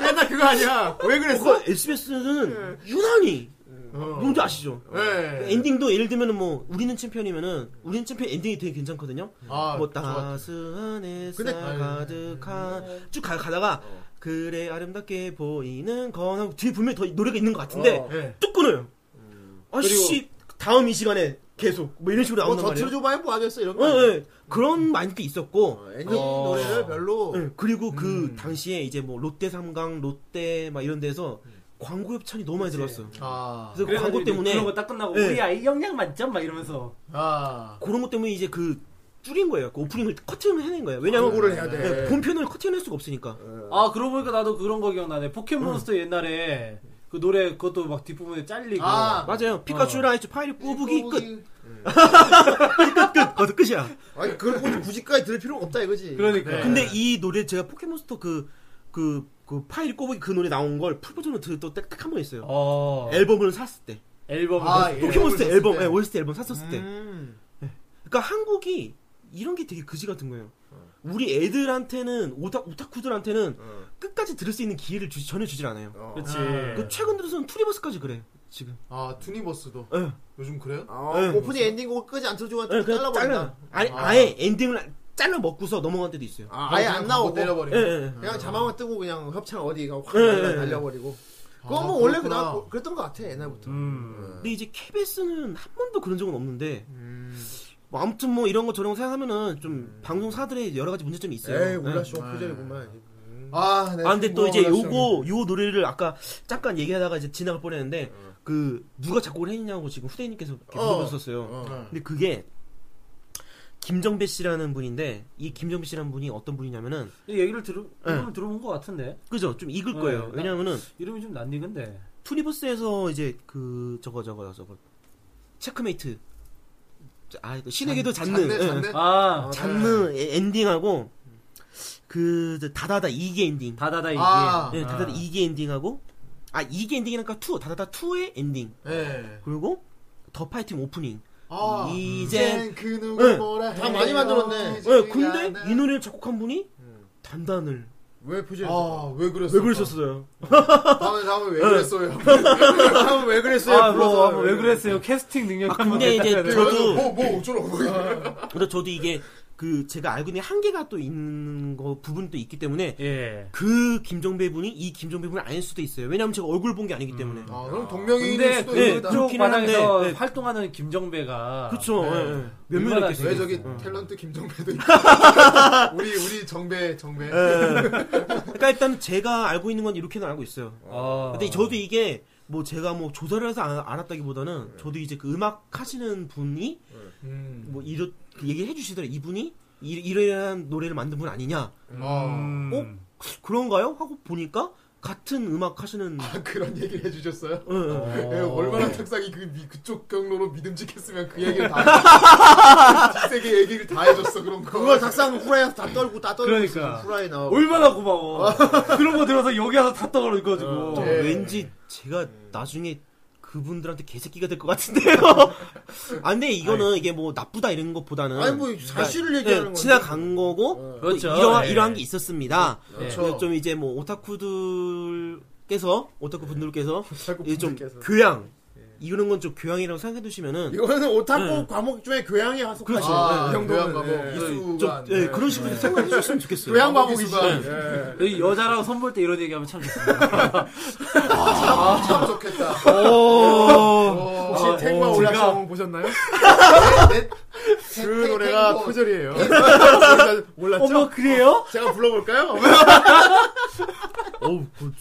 맨날 그거 아, 아니야. 왜 그랬어? 어. 그거 SBS는 유난히 뭔지 아시죠? 네. 예. 엔딩도 예를 들면은 뭐 우리는 챔피언이면은 우리는 챔피언 엔딩이 되게 괜찮거든요. 아, 뭐 좋았다. 따스한 햇살 근데- 가득한 쭉 가, 가다가 그래 아름답게 보이는 건 하고 뒤에 분명히 더 노래가 있는 것 같은데 네. 예. 뚝 끊어요. 아씨 다음 이 시간에 계속 뭐 이런 식으로 뭐 나오는 덫으로 말이에요. 줘봐야 뭐 하겠어 이런 어, 거. 아니야? 예. 그런 마인드 있었고 어, 엔딩 노래를 별로. 예, 그리고 그 당시에 이제 뭐 롯데 삼강, 롯데 막 이런 데서 광고 협찬이 너무 많이 들어왔어요. 아. 그래서 그래서 광고 이제 때문에 그런 거 딱 끝나고 네. 우리 아이 영양 만점 막 이러면서 아. 그런 것 때문에 이제 그 줄인 거예요. 그 오프닝을 커팅을 해낸 거예요. 왜냐면 광고를 해야 돼. 예, 본편을 커팅할 수가 없으니까. 아 그러고 보니까 나도 그런 거 기억나네 포켓몬스터 옛날에 그 노래 그것도 막 뒷부분에 잘리고 아. 맞아요. 피카츄 라이츠 파이리 뿌부기 끝. 뽀부기. 끝. 거기서 끝이야. 아니 그걸 굳이 굳이까지 들을 필요가 없다 이거지. 네. 그러니까 근데 이 노래 제가 포켓몬스터 그, 그, 그 파이리 꼬부기 그 노래 나온 걸 풀버전으로 들었던 딱 한 번 있어요. 어 앨범을 샀을 때. 앨범 아, 예. 포켓몬스터 앨범을 샀을 앨범, 때. 예, OST 앨범 샀었을 때. 음. 그러니까 한국이 이런 게 되게 그지 같은 거예요. 우리 애들한테는 오타, 오타쿠들한테는 어. 끝까지 들을 수 있는 기회를 주지, 전혀 주질 않아요. 어. 그렇지 그 최근 들어서는 투리버스까지 그래. 지금. 아, 투니버스도 예. 요즘 그래요? 아, 예. 오프닝 엔딩 곡을 끄지 안 틀어주고 예, 그냥 잘라버린다. 아니, 아. 아예 엔딩을 잘라 먹고서 넘어간 때도 있어요. 아, 아예 안 나오고 예, 때려버리고. 예, 그냥 자막만 뜨고 그냥 협찬 어디가 확 예, 예, 예. 날려버리고. 그거 아, 뭐 원래 그렇구나. 그나 그랬던 것 같아 옛날부터. 음. 근데 이제 KBS는 한 번도 그런 적은 없는데 음. 뭐 아무튼 뭐 이런 거 저런 거 생각하면은 좀 방송사들의 여러 가지 문제점이 있어요. 에이 네. 몰라 쇼 표절이구만. 아, 네. 아 근데 충분하다, 또 이제 시험이. 요거 요 노래를 아까 잠깐 얘기하다가 이제 지나갈 뻔했는데 그 누가 작곡을 했냐고 지금 후대인님께서 이렇게 어. 물어보셨어요. 어. 근데 그게 김정배 씨라는 분인데 이 김정배 씨라는 분이 어떤 분이냐면은 이 얘기를 들어 이름 들어본 것 같은데 그죠 좀 익을 어. 네, 거예요. 나- 왜냐면은 이름이 좀 낯익은데 투니버스에서 이제 그 저거 저거 저거 체크메이트 아그 신에게도 잔네, 잡는 예, 잔네. 아 잡는 에- 엔딩하고 그 다다다 이기 엔딩 다다다 이게 아. 예, 다다다 이기 엔딩하고 아이기 엔딩이니까 투 다다다 투의 엔딩 아, 예. 그리고 더 파이팅 오프닝 아. 이젠 그 예. 누구 뭐라 다 많이 만들었네. 예, 근데 이 노래를 작곡한 분이 단단을 왜 표절? 아, 왜 그랬어? 왜 그러셨어요? 다음에 다음에 왜 그랬어요? 다음 왜 그랬어요? 아, 뭐, 불러서. 아, 뭐왜 그랬어요? 캐스팅 능력. 아, 근데 이제 그, 저도 뭐, 뭐 어쩌라고. 근데 저도 이게 그 제가 알고 있는 한계가 또 있는 거 부분도 있기 때문에 예. 그 김종배 분이 이 김종배 분이 아닐 수도 있어요. 왜냐면 제가 얼굴 본 게 아니기 때문에. 음. 아, 그럼 동명이인일 근데 수도 예, 있다. 그쪽 그렇긴 바닥에서 한데, 예. 활동하는 김정배가 그렇죠. 예, 예. 몇 얼마나 명이 있겠어요. 왜 저기 탤런트 김정배도 있고 우리 우리 정배 정배 예. 그러니까 일단 제가 알고 있는 건 이렇게는 알고 있어요. 아. 근데 저도 이게 뭐 제가 뭐 조사를 해서 아- 알았다기보다는 저도 이제 그 음악 하시는 분이 음. 뭐 이렇게 얘기해 주시더라. 이분이 이- 이러한 노래를 만든 분 아니냐? 아, 음. 그런가요? 하고 보니까 같은 음악 하시는 아, 그런 얘기를 해주셨어요? 예, 예. 예, 얼마나 탁상이 그 미- 그쪽 경로로 믿음직했으면 그 얘기를 다 해줬어. 뒷세계 얘기를 다 해줬어 그런 거 그걸 닭상 후라이에서 다 떨고 다 떨고 그러니까. 있으면 후라이 나와. 얼마나 고마워. 그런 거 들어서 여기 와서 다 떠오르 어, 가지고. 예. 왠지 제가 나중에 그분들한테 개새끼가 될 것 같은데요. 아, 근데 이거는 이게 뭐 나쁘다 이런 것보다는 아니 뭐 사실을 얘기하는 예, 건데. 지나간 거고 또 그렇죠. 이러한 예. 이러한 게 있었습니다. 그렇죠. 그래서 좀 이제 뭐 오타쿠들께서 오타쿠 분들께서 자꾸 이제 좀 분들께서. 교양 이거는 건 좀 교양이라고 생각해 두시면은 이거는 오타쿠 과목 중에 교양에 하속. 그렇죠. 아, 이 네, 교양 정도는 과목 그 예. 이수가 좀 안 예, 돼. 그런 식으로 생각해 주셨으면 좋겠어요. 교양 과목이지. 이수가 안 돼. 네. 이 여자랑 선볼 때 이런 얘기하면 참 좋습니다. 참 좋겠다 어, 혹시 아, 탱과 어, 올라성 보셨나요? 넷, 그 탱, 탱, 노래가 탱고. 표절이에요. 몰랐죠? 어머 그래요? 제가 불러볼까요? 어우, 그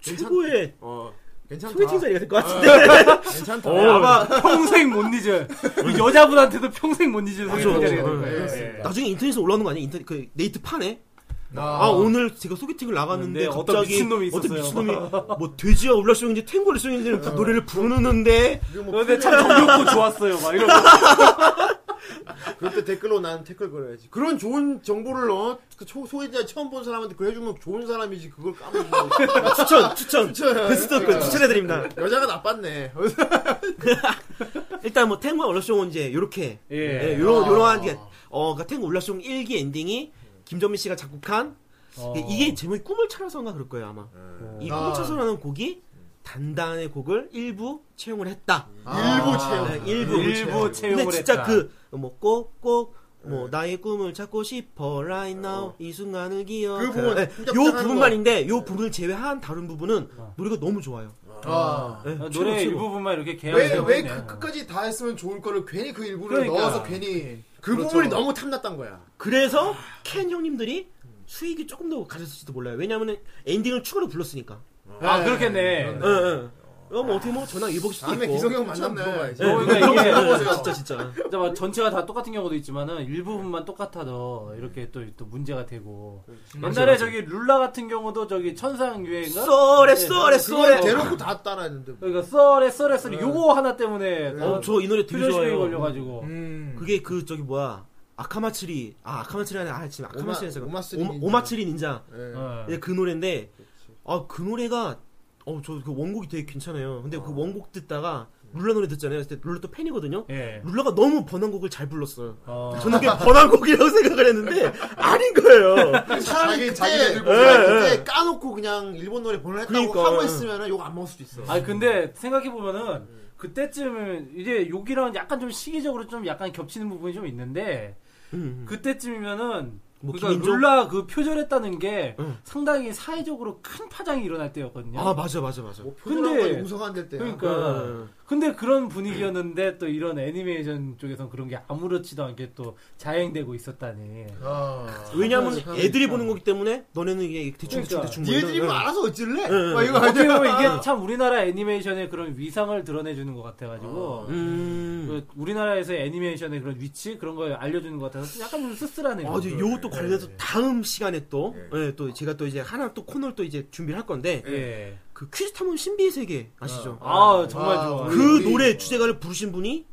최고의 어, 괜찮다. 소개팅 자리가 될 것 같은데. 괜찮다. 어, 네, 아마 네. 평생 못 잊을 이 여자분한테도 평생 못 잊을 소리 맞아. 자리가 될 어, 거예요. 예. 나중에 인터넷에 올라오는 거 아니야? 인터넷 그 네이트 판에 아, 아, 오늘 제가 소개팅을 나갔는데 네, 어떤 갑자기 미친놈이 있었어요. 어떤 미친놈이 뭐 돼지야 올라쇼인지 탱고를 쇼인지 그 노래를 부르는데 근데 참 정겹고 좋았어요. 막 이러고. 네. 그럴 때 댓글로 난 댓글 걸어야지. 그런 좋은 정보를 어, 그 초, 소개자 처음 본 사람한테 그래주면 좋은 사람이지. 그걸 까먹고. 추천 추천 베스트 네. 그 추천해드립니다. 여자가 나빴네. 일단 뭐 탱고 올라쇼는 이제 요렇게 예. 예, 요런 요런 게어 그러니까 탱고 올라쇼 1기 엔딩이 김정민 씨가 작곡한 어. 음. 이게 제목이 꿈을 찾아서인가 그럴 거예요 아마 이 아. 꿈을 찾아서라는 곡이 단단의 곡을 일부 채용을 했다. 일부 채용. 네, 일부. 음. 아. 일부 채용을 근데 진짜 그 했다. 네. 그뭐꼭꼭 뭐 나의 꿈을 찾고 싶어 right now 이 순간을 기억. 그 부분, 네, 혼자 요 짱하는 부분만인데 네. 요 부분을 제외한 다른 부분은 노래가 너무 좋아요. 아. 네, 어. 아, 최고, 노래 최고. 일부분만 이렇게 네. 개혁을 왜왜 그 끝까지 다 했으면 좋을 거를 괜히 그 일부를 그러니까. 넣어서 괜히 그 그렇죠. 부분이 너무 탐났단 거야. 그래서 켄 형님들이 수익이 조금 더 가졌을지도 몰라요. 왜냐면은 엔딩을 추가로 불렀으니까. 아 그렇겠네 예, 예. 그럼 뭐 어떻게 보면 전화 일복일 수도 다음에 있고. 기성형 만나면 물어봐야지. 어, 그러니까 이게 예, 진짜 진짜. 진짜 막 전체가 다 똑같은 경우도 있지만은 일부분만 똑같아도 이렇게 또, 또 문제가 되고 옛날에 저기 룰라 같은 경우도 저기 천상 유행가 쏘레 네, 쏘레 그걸 쏘레. 대놓고 다 따라했는데. 뭐. 그러니까 썰에 썰에 썰에 요거 하나 때문에 어, 저 이 노래 네. 되게 표절시에 좋아요. 걸려가지고 그게 그 저기 뭐야 아카마츠리 아 아카마츠리 아니 아 지금 아카마츠리 오마- 잠깐 오마쓰리 닌자. 네. 오마츠리 닌자 어. 예, 그 노래인데 아 그 노래가 어 저 그 원곡이 되게 괜찮아요 근데 그 원곡 듣다가 룰라 노래 듣잖아요 그때 룰라 또 팬이거든요 예. 룰라가 너무 번안곡을 잘 불렀어요 어. 저는 그게 번안곡이라고 생각을 했는데 아닌 거예요 차라리 자기- 그때, 그때 자기네들 보면. 예, 예. 까놓고 그냥 일본 노래 보내려고 그러니까, 하고 예. 있으면 욕 안 먹을 수도 있어. 아 근데 생각해 보면은 그때쯤 이제 욕이랑 약간 좀 시기적으로 좀 약간 겹치는 부분이 좀 있는데 음. 그때쯤이면은 뭐 그러니까 김인종? 룰라 그 표절했다는 게 응. 상당히 사회적으로 큰 파장이 일어날 때였거든요. 아 맞아 맞아 맞아 뭐 근데- 근데 용서가 될 때. 그러니까 응. 근데 그런 분위기였는데 또 이런 애니메이션 쪽에선 그런 게 아무렇지도 않게 또 자행되고 있었다니. 아. 왜냐면 애들이 보는 거기 때문에 너네는 이게 대충 그러니까. 대충 대충 뭐 이런- 니네들이 뭐 알아서 어찌를래? 예, 막 예. 이거 어떻게 아니야. 보면 이게 참 우리나라 애니메이션의 그런 위상을 드러내주는 것 같아가지고 음. 그 우리나라에서 애니메이션의 그런 위치 그런 걸 알려주는 것 같아서 약간 좀 씁쓸하네요. 아, 이제 요것도 관련해서 다음 시간에 또, 예, 또 제가 또 이제 하나 또 코너를 또 이제 준비를 할 건데, 예. 그 퀴즈 탐험 신비의 세계 아시죠? 아 정말 아, 좋아. 그 우리- 노래 주제가를 부르신 분이,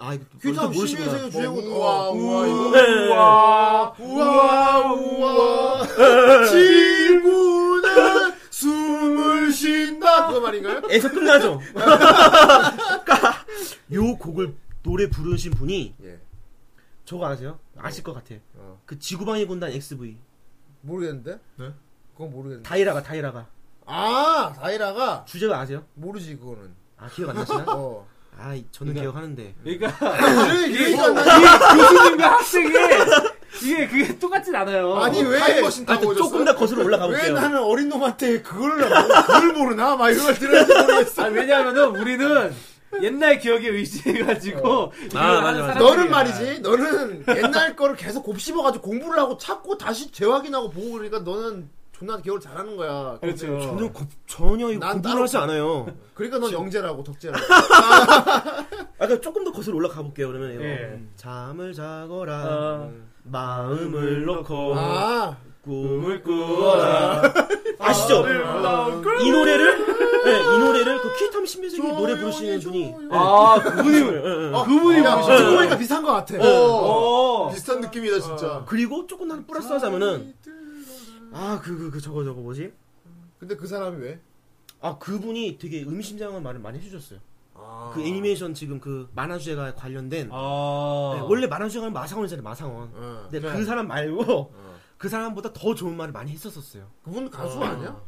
아, 이거 또 귀탐 모르시구나. 네, 신비의 세계 주제곡. 우와, 우와, 이거. 예. 우와 우와 우와 질문은 숨을 쉰다 그거 말인가요? 에서 끝나죠? 그러니까 요 곡을 노래 부르신 분이, 예. 저거 아세요? 아실 것 같아. 어. 그 지구방위 군단 XV. 모르겠는데? 네? 그건 모르겠는데 다이라가, 다이라가. 아 다이라가 주제가 아세요? 모르지 그거는 아, 기억 안 나시나? 어 아, 저는 기억하는데. 그러니까 아, 이런 얘기가 안 나지 교수님과 학생이 이게 그게 똑같진 않아요. 아니 왜 타임머신 아, 타고 오셨어? 조금 더 거슬러 올라가 왜 볼게요. 나는 어린 놈한테 그걸 그걸 모르나 막 이런 걸 들었는지 모르겠어 아, 왜냐하면은 우리는 옛날 기억에 의지해가지고 이걸 아, 하는 맞아, 맞아. 사람들이야. 너는 말이지 너는 옛날 거를 계속 곱씹어가지고 공부를 하고 찾고 다시 재확인하고 보고 그러니까 너는 존나 기억을 잘하는 거야 그렇죠. 저는 고- 전혀 어. 이거 난 구분을 따로- 하지 않아요. 그러니까 넌 영재라고 덕재라고 아까 그러니까 조금 더 거슬러 올라가 볼게요. 그러면 이거 예. 잠을 자거라 어, 마음을 놓고 아 꿈을 꾸어라. 아시죠? 이 노래를 네, 이 노래를 그 키탐 신비세계 노래 부르시는 분이 네. 아 그분이 그분이 야, 부르시는 듣고 거예요? 보니까 어. 비슷한 거 같아 어. 비슷한 느낌이다 진짜. 아, 그리고 조금 더 플러스 하자면은 아 그 그 그 저거 저거 뭐지? 근데 그 사람이 왜? 아 그분이 되게 의미심장한 말을 많이 해주셨어요. 그 애니메이션 지금 그 만화 주제가 관련된 아 네, 원래 만화 주제가 마상원이잖아요. 마상원. 어. 네. 근데 그 사람 말고 그 사람보다 더 좋은 말을 많이 했었었어요. 그분 가수 아니야?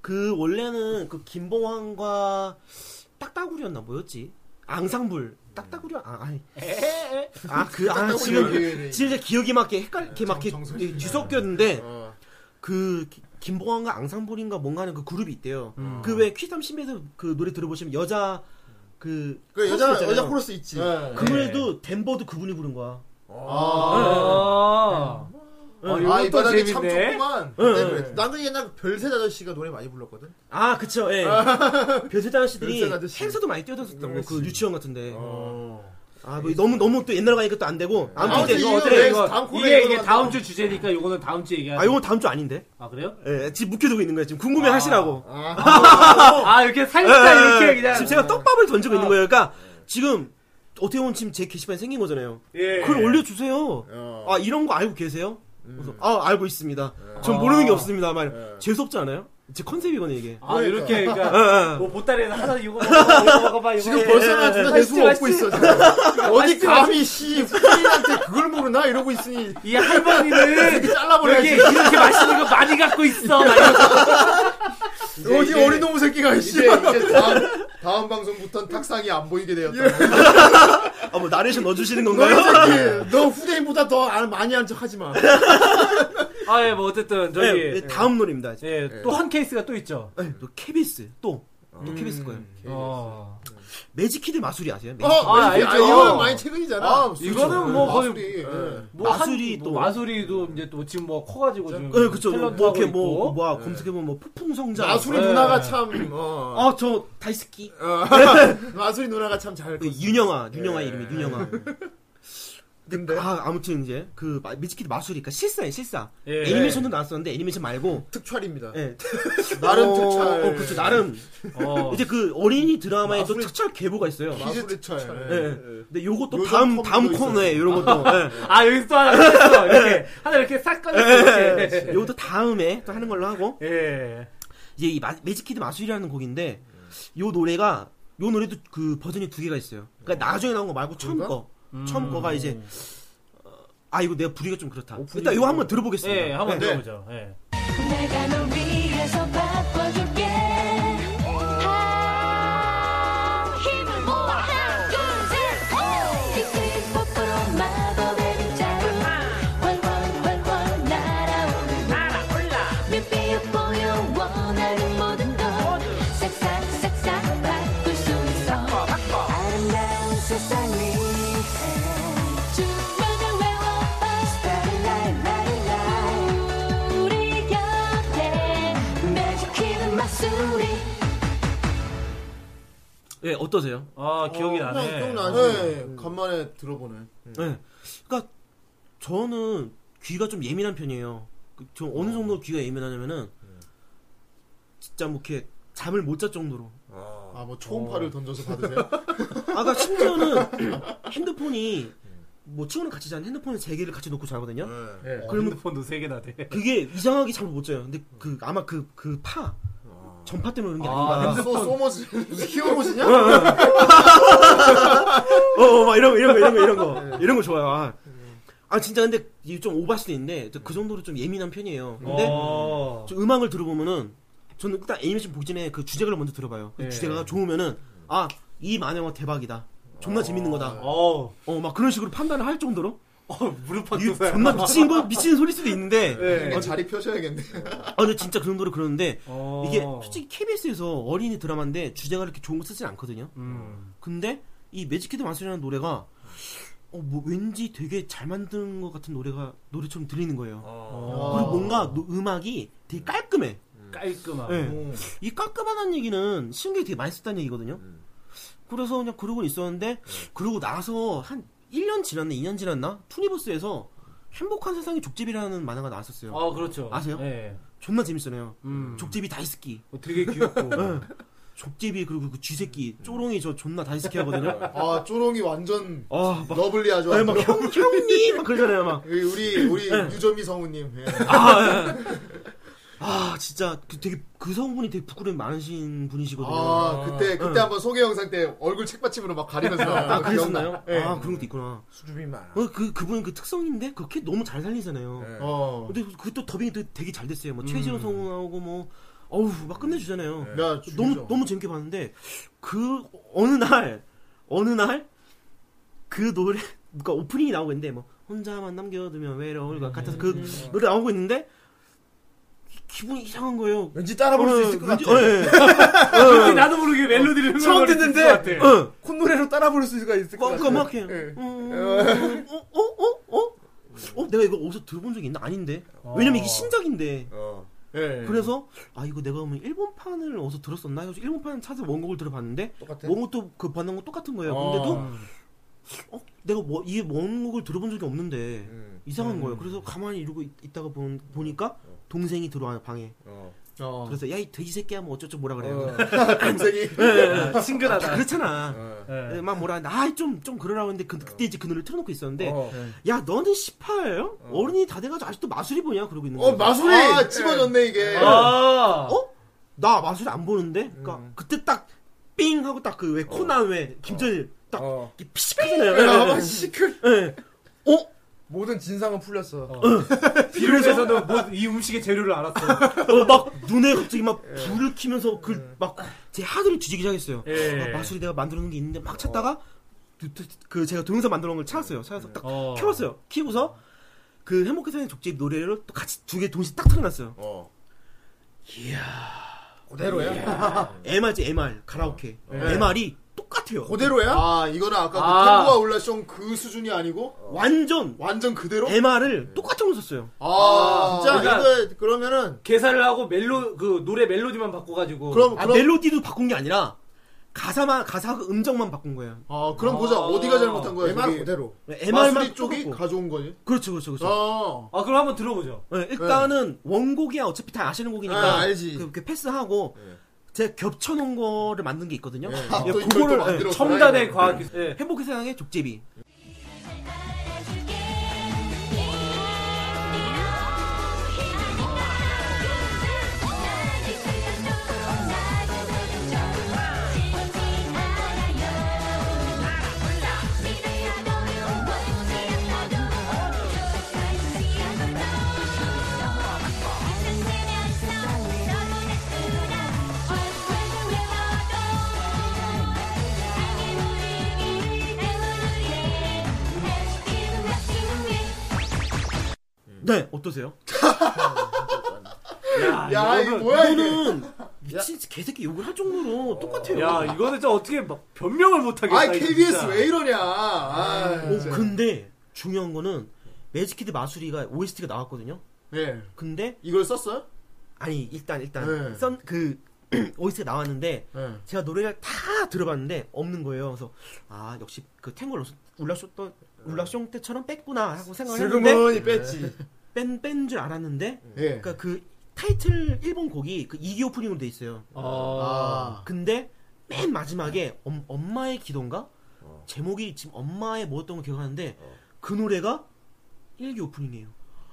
그 원래는 그 김봉환과 딱따구리였나 뭐였지? 앙상블 딱따구리 아 아니 아그 아, 예, 지금 진짜 기억이 막게 헷갈리게 막게 뒤섞였는데 어. 그 기- 김봉환과 앙상블인가 뭔가 하는 그 그룹이 있대요. 음. 그 왜 퀴탐 심에서 그 노래 들어보시면 여자 그 그 여자 코러스 여자 있잖아요. 코러스 있지. 네. 그 노래도 덴버도 그분이 부른 거야. 아. 어, 이것도 아, 이 바닥에 참 재밌네. 좋구만. 응, 네, 응, 그래. 난 그 옛날 별세 아저씨가 노래 많이 불렀거든. 아 그쵸 예. 별세자 아저씨들이 별세자 아저씨. 행사도 많이 뛰어다녔었던 거그 유치원 같은데. 아, 뭐 너무 너무 또 옛날 가니까 또 안 되고 아무튼 아무튼 이제 이거 이거 네, 어떻게 이거 이거 다음 코너에 이게 이거는 이게 다음 주 주제니까 요거는 다음 주에 얘기하자. 아 이건 다음 주 아닌데 아 그래요? 예 지금 묵혀두고 있는 거야 지금 궁금해 하시라고 아 이렇게 살짝 어. 예, 이렇게 예. 그냥 지금 제가 떡밥을 던지고 있는 거예요 그러니까 지금 어떻게 보면 지금 제 게시판이 생긴 거잖아요 예. 그걸 올려주세요 아 이런 거 알고 계세요? 그래서 아 알고 있습니다 전 모르는 게 없습니다 말 재수없지 않아요? 제 컨셉이거든요 이게 아 이렇게 예, 그러니까 예. 뭐 보따리에서 하나 이거 먹어봐 이거 먹어봐 이거 지금 예. 먹어봐. 벌써 나 네. 진짜 맛있지, 내수 먹고 맛있지. 있어. 지금. 어디 감히 씨 후배한테 그걸 모르나 이러고 있으니 이 할머니는 잘라버려야지. 여기 이렇게 맛있는 거 많이 갖고 있어. 막 이러고. 이제- 어디 이제- 어린 놈의 새끼가 이제 씨. 이제 다음 다음 방송부터는 탁상이 안 보이게 되었다. 아, 뭐 나레이션 넣어주시는 너의 건가요? 새끼. 너 후대인보다 더 알- 많이 한 척 하지 마. 아, 예, 뭐, 어쨌든, 네, 저기. 네, 다음 노래입니다. 이제. 예, 또 한 케이스가 또 있죠. 네, 또 케비스 또. 또 케비스 거예요. 어. 매직키드 마술이 아세요? 어, 매직키드. 아, 알죠. 이거는 많이 최근이잖아. 아, 이거는 뭐 거의 마술이. 예. 뭐 마술이 한, 또- 뭐 마술이도 이제 또 지금 뭐 커가지고 지금 네, 그쵸. 탤런트 뭐 하고 이렇게 있고. 뭐, 뭐, 검색해 보면 뭐 폭풍성장. 마술이 네. 누나가 참, 어, 아, 저 다이스키. 마술이 누나가 참 잘. 그 윤영아, 윤영아 이름이 윤영아. 근데 아, 아무튼 이제 그 마- 매직키드 마술이니까 실사예요, 실사. 예. 애니메이션도 나왔었는데 애니메이션 말고 특촬입니다. 예. 나름 어, 특촬. 어, 그렇죠. 나름 어. 이제 그 어린이 드라마에 또 마술이- 특촬 계보가 있어요. 기즈 예. 특촬. 근데 네. 요것도 요즘 다음 컴퓨터 다음 있어요. 어, 코너에 이런 것도 예. 아, 여기 또 하나 꺼냈어. 이렇게. 하나 이렇게 싹 예, 꺼냈어. 예. 이렇게. 요것도 다음에 또 하는 걸로 하고 예. 이제 이 마, 매직키드 마술이라는 곡인데 요 노래가 요 노래도 그 버전이 두 개가 있어요. 그러니까 나중에 나온 거 말고 처음 거 처음 거가 이제 어, 아 이거 내가 부르기가 좀 그렇다. 일단 요거 한번 들어보겠습니다. 예, 한번 네. 들어보죠. 예. 내가 널 위해서 바꿔줄게 아, 힘을 모아 하나 둘셋 빛을 뽀뽀로 마법의 빗자루 활활 활활 날아오는 뮤비에 보여 원하는 모든 것 싹싹싹싹 바꿀 수 있어 아름다운 세상이 주변을 외워봐 스타일라이 라이라이 우리 곁에 매직히는 마술이 예, 어떠세요? 아, 기억이 나네. 기억나지? 간만에 들어보네. 예. 그러니까 저는 귀가 좀 예민한 편이에요. 그, 저 어느 정도 귀가 예민하냐면은 진짜 뭐 이렇게 잠을 못 잘 정도로. 아, 뭐 초음파를 던져서 받으세요? 아까 그러니까 심지어는 핸드폰이 뭐 친구랑 같이 자는 핸드폰을 세 개를 같이 놓고 자거든요. 예. 그러면- 핸드폰도 세 개나 돼. 그게 이상하게 잠을 못 자요. 근데 그 아마 그 그 파 전파 때문에 그런 게 아, 아, 닌가 소 소머즈 키워보시냐? 어, 막 이런 거 이런 거 이런 거 이런 거 이런 거 좋아요. 아, 아, 진짜 근데 이게 좀 오바 수도 있는데 저그 정도로 좀 예민한 편이에요. 근데 어. 저 음악을 들어보면은 저는 일단 애니메이션 복진의 그 주제가를 먼저 들어봐요. 그 예. 주제가가 좋으면은 아 이 만화가 대박이다. 존나 재밌는 거다. 어우. 어 막 그런 식으로 판단을 할 정도로 어, 무릎 이거 파트사. 존나 미친 거 미친 소리 수도 있는데 예. 어, 자리 펴셔야겠네. 아 근데 진짜 그 정도로 그러는데 어. 이게 솔직히 KBS에서 어린이 드라마인데 주제가 이렇게 좋은 거 쓰진 않거든요. 음. 근데 이 매직키드 마술이라는 노래가 어 뭐 왠지 되게 잘 만든 것 같은 노래가 노래처럼 들리는 거예요. 어. 그리고 뭔가 노- 음악이 되게 깔끔해. 깔끔하고. 예. 이 깔끔하다는 얘기는 신경이 되게 많이 썼다는 얘기거든요. 음. 그래서 그냥 그러고 있었는데 네. 그러고 나서 한 1년 지났나 2년 지났나 투니버스에서 행복한 세상의 족집이라는 만화가 나왔었어요. 아, 그렇죠. 아세요? 예. 존나 재밌잖아요. 음. 족집이 다이스키. 어, 되게 귀엽고. 족집이 그리고 그 쥐새끼 쪼롱이 저 존나 다이스키 하거든요. 아, 쪼롱이 완전 아, 막, 러블리 아주 네, 완전. 막 형, 형님! 막 그러잖아요, 막. 우리 우리, 우리 유저미 성우님. 예. 아, 진짜 그 되게 그 성분이 되게 부끄러움이 많으신 분이시거든요. 아, 그때 그때 한번 소개 영상 때 얼굴 책받침으로 막 가리면서 아, 기억나. 그랬었나요? 예. 아, 그런 것도 있구나. 수줍이만. 어, 그, 그분은 그 특성인데, 그렇게 너무 잘 살리잖아요. 예. 어. 근데 그것도 더빙이 되- 되게 잘 됐어요. 뭐, 최지원 성우하고 뭐, 어우, 막 예. 끝내주잖아요. 야, 죽이죠. 너무, 너무 재밌게 봤는데, 그, 어느 날, 어느 날, 그 노래, 그니까 오프닝이 나오고 있는데, 뭐, 혼자만 남겨두면 외로울 것 같아서 그 음, 노래 나오고 있는데, 기분이 이상한 거예요. 왠지 따라 부를 수 있을 것 왠지- 같아. 예, 예. 솔직히 나도 모르게 멜로디를 처음 흥얼거릴 수 있을 것 듣는데, 같아. 어. 콧노래로 따라 부를 수 있을 것 같아. 뭔가 막 해요. 예. 음, 어, 어, 어, 어? 어, 내가 이거 어디서 들어본 적이 있나? 아닌데. 왜냐면 이게 신작인데. 어. 예. 그래서, 아, 이거 내가 보면 일본판을 어디서 들었었나? 그래서 일본판 찾아서 원곡을 들어봤는데, 똑같아. 원곡도 그 받는 건 똑같은 거예요. 어. 아. 근데도, 어, 내가 뭐, 이 원곡을 들어본 적이 없는데, 음. 이상한 거예요. 그래서 가만히 이러고 있- 있다가 본- 보니까, 동생이 들어와요, 방에. 어. 어. 그래서, 야, 이 돼지 새끼야, 뭐 어쩌죠 뭐라 그래요. 동생이 예. 친근하다. 그렇잖아. 어. 네, 예. 막 뭐라 아좀좀 그러라고 했는데 그, 그때 이제 그 노래를 틀어놓고 있었는데 어. 야 너는 18 어. 른이다 돼가지고 아직도 마술이 보냐 그러고 있는 거야 어, 마술이! 아, 찝어졌네 이게. 아. 나 마술 안 보는데 그러니까 그때 딱 삥 하고 딱 그 왜 코난 왜 김전일 딱 어. 이렇게 피식하잖아요 시크. 예. 어? 모든 진상은 풀렸어. 비룡에서도 뭐 이 음식의 재료를 알았어. 막 눈에 갑자기 막 불을 켜면서 그 막 제 하늘을 뒤지기 시작했어요. 예. 아, 마술이 내가 만들어 놓은 게 있는데 막 찾다가 두- 두- 그 제가 동영상 만들어 놓은 걸 찾았어요. 찾아서 딱 어. 켜봤어요. 켜고서 그 행복해 사는 족제 노래를 또 같이 두 개 동시에 딱 틀어놨어요. 어. 그대로야? 예. MR지 MR 가라오케 예. MR이 똑같아요. 그대로야? 아, 이거는 아까 아. 그 탱고가 올라쇼 그 수준이 아니고 완전 완전 그대로? 예. MR을 똑같은 걸 썼어요. 아, 진짜 그러니까- 이거 그러면은 계산을 하고 멜로 그 노래 멜로디만 바꿔가지고. 그럼 아, 어, 그럼 멜로디도 바꾼 게 아니라 가사만 가사 그 음정만 바꾼 거예요. 아, 그럼 보자. 아. 어디가 잘못한 거야? MR 저기. 그대로. MR만 네, 마술이 쪽이 가져온 거지. 그렇죠 그렇죠 그렇죠. 아. 아 그럼 한번 들어보죠. 네, 일단은 원곡이야 어차피 다 아시는 곡이니까 아, 알지. 그, 그 패스하고 제가 겹쳐놓은 거를 만든 게 있거든요. 네. 아, 예, 또 이걸 그거를 또 만들었구나, 첨단의 이거는. 과학 기술. 예. 행복의 세상의 족제비. 음. 네 어떠세요? 네. 야, 야, 이거 이거는- 뭐야 이게? 저는 미친 개새끼 욕을 할 정도로 똑같아요. 야 이거는 진짜 어떻게 막 변명을 못하겠다. 아, 이거 KBS 진짜. 왜 이러냐? 아, 어, 근데 중요한 거는 매직키드 마수리가 OST가 나왔거든요. 네. 근데 이걸 썼어요? 아니 일단 일단 네. 썬그 OST가 나왔는데 네. 제가 노래를 다 들어봤는데 없는 거예요. 그래서 아 역시 그 탱골 울라쇼던 울라쇼 때처럼 뺐구나 하고 생각을 했는데 슬그머니 뺐지. 뺀뺀 줄 알았는데 예. 그러니까 그 타이틀 일본 곡이 그 이기 오프닝으로 돼 있어요. 아. 근데 맨 마지막에 엄, 엄마의 기도인가 제목이 지금 엄마의 뭐였던 걸 기억하는데 어. 그 노래가 일기 오프닝이에요.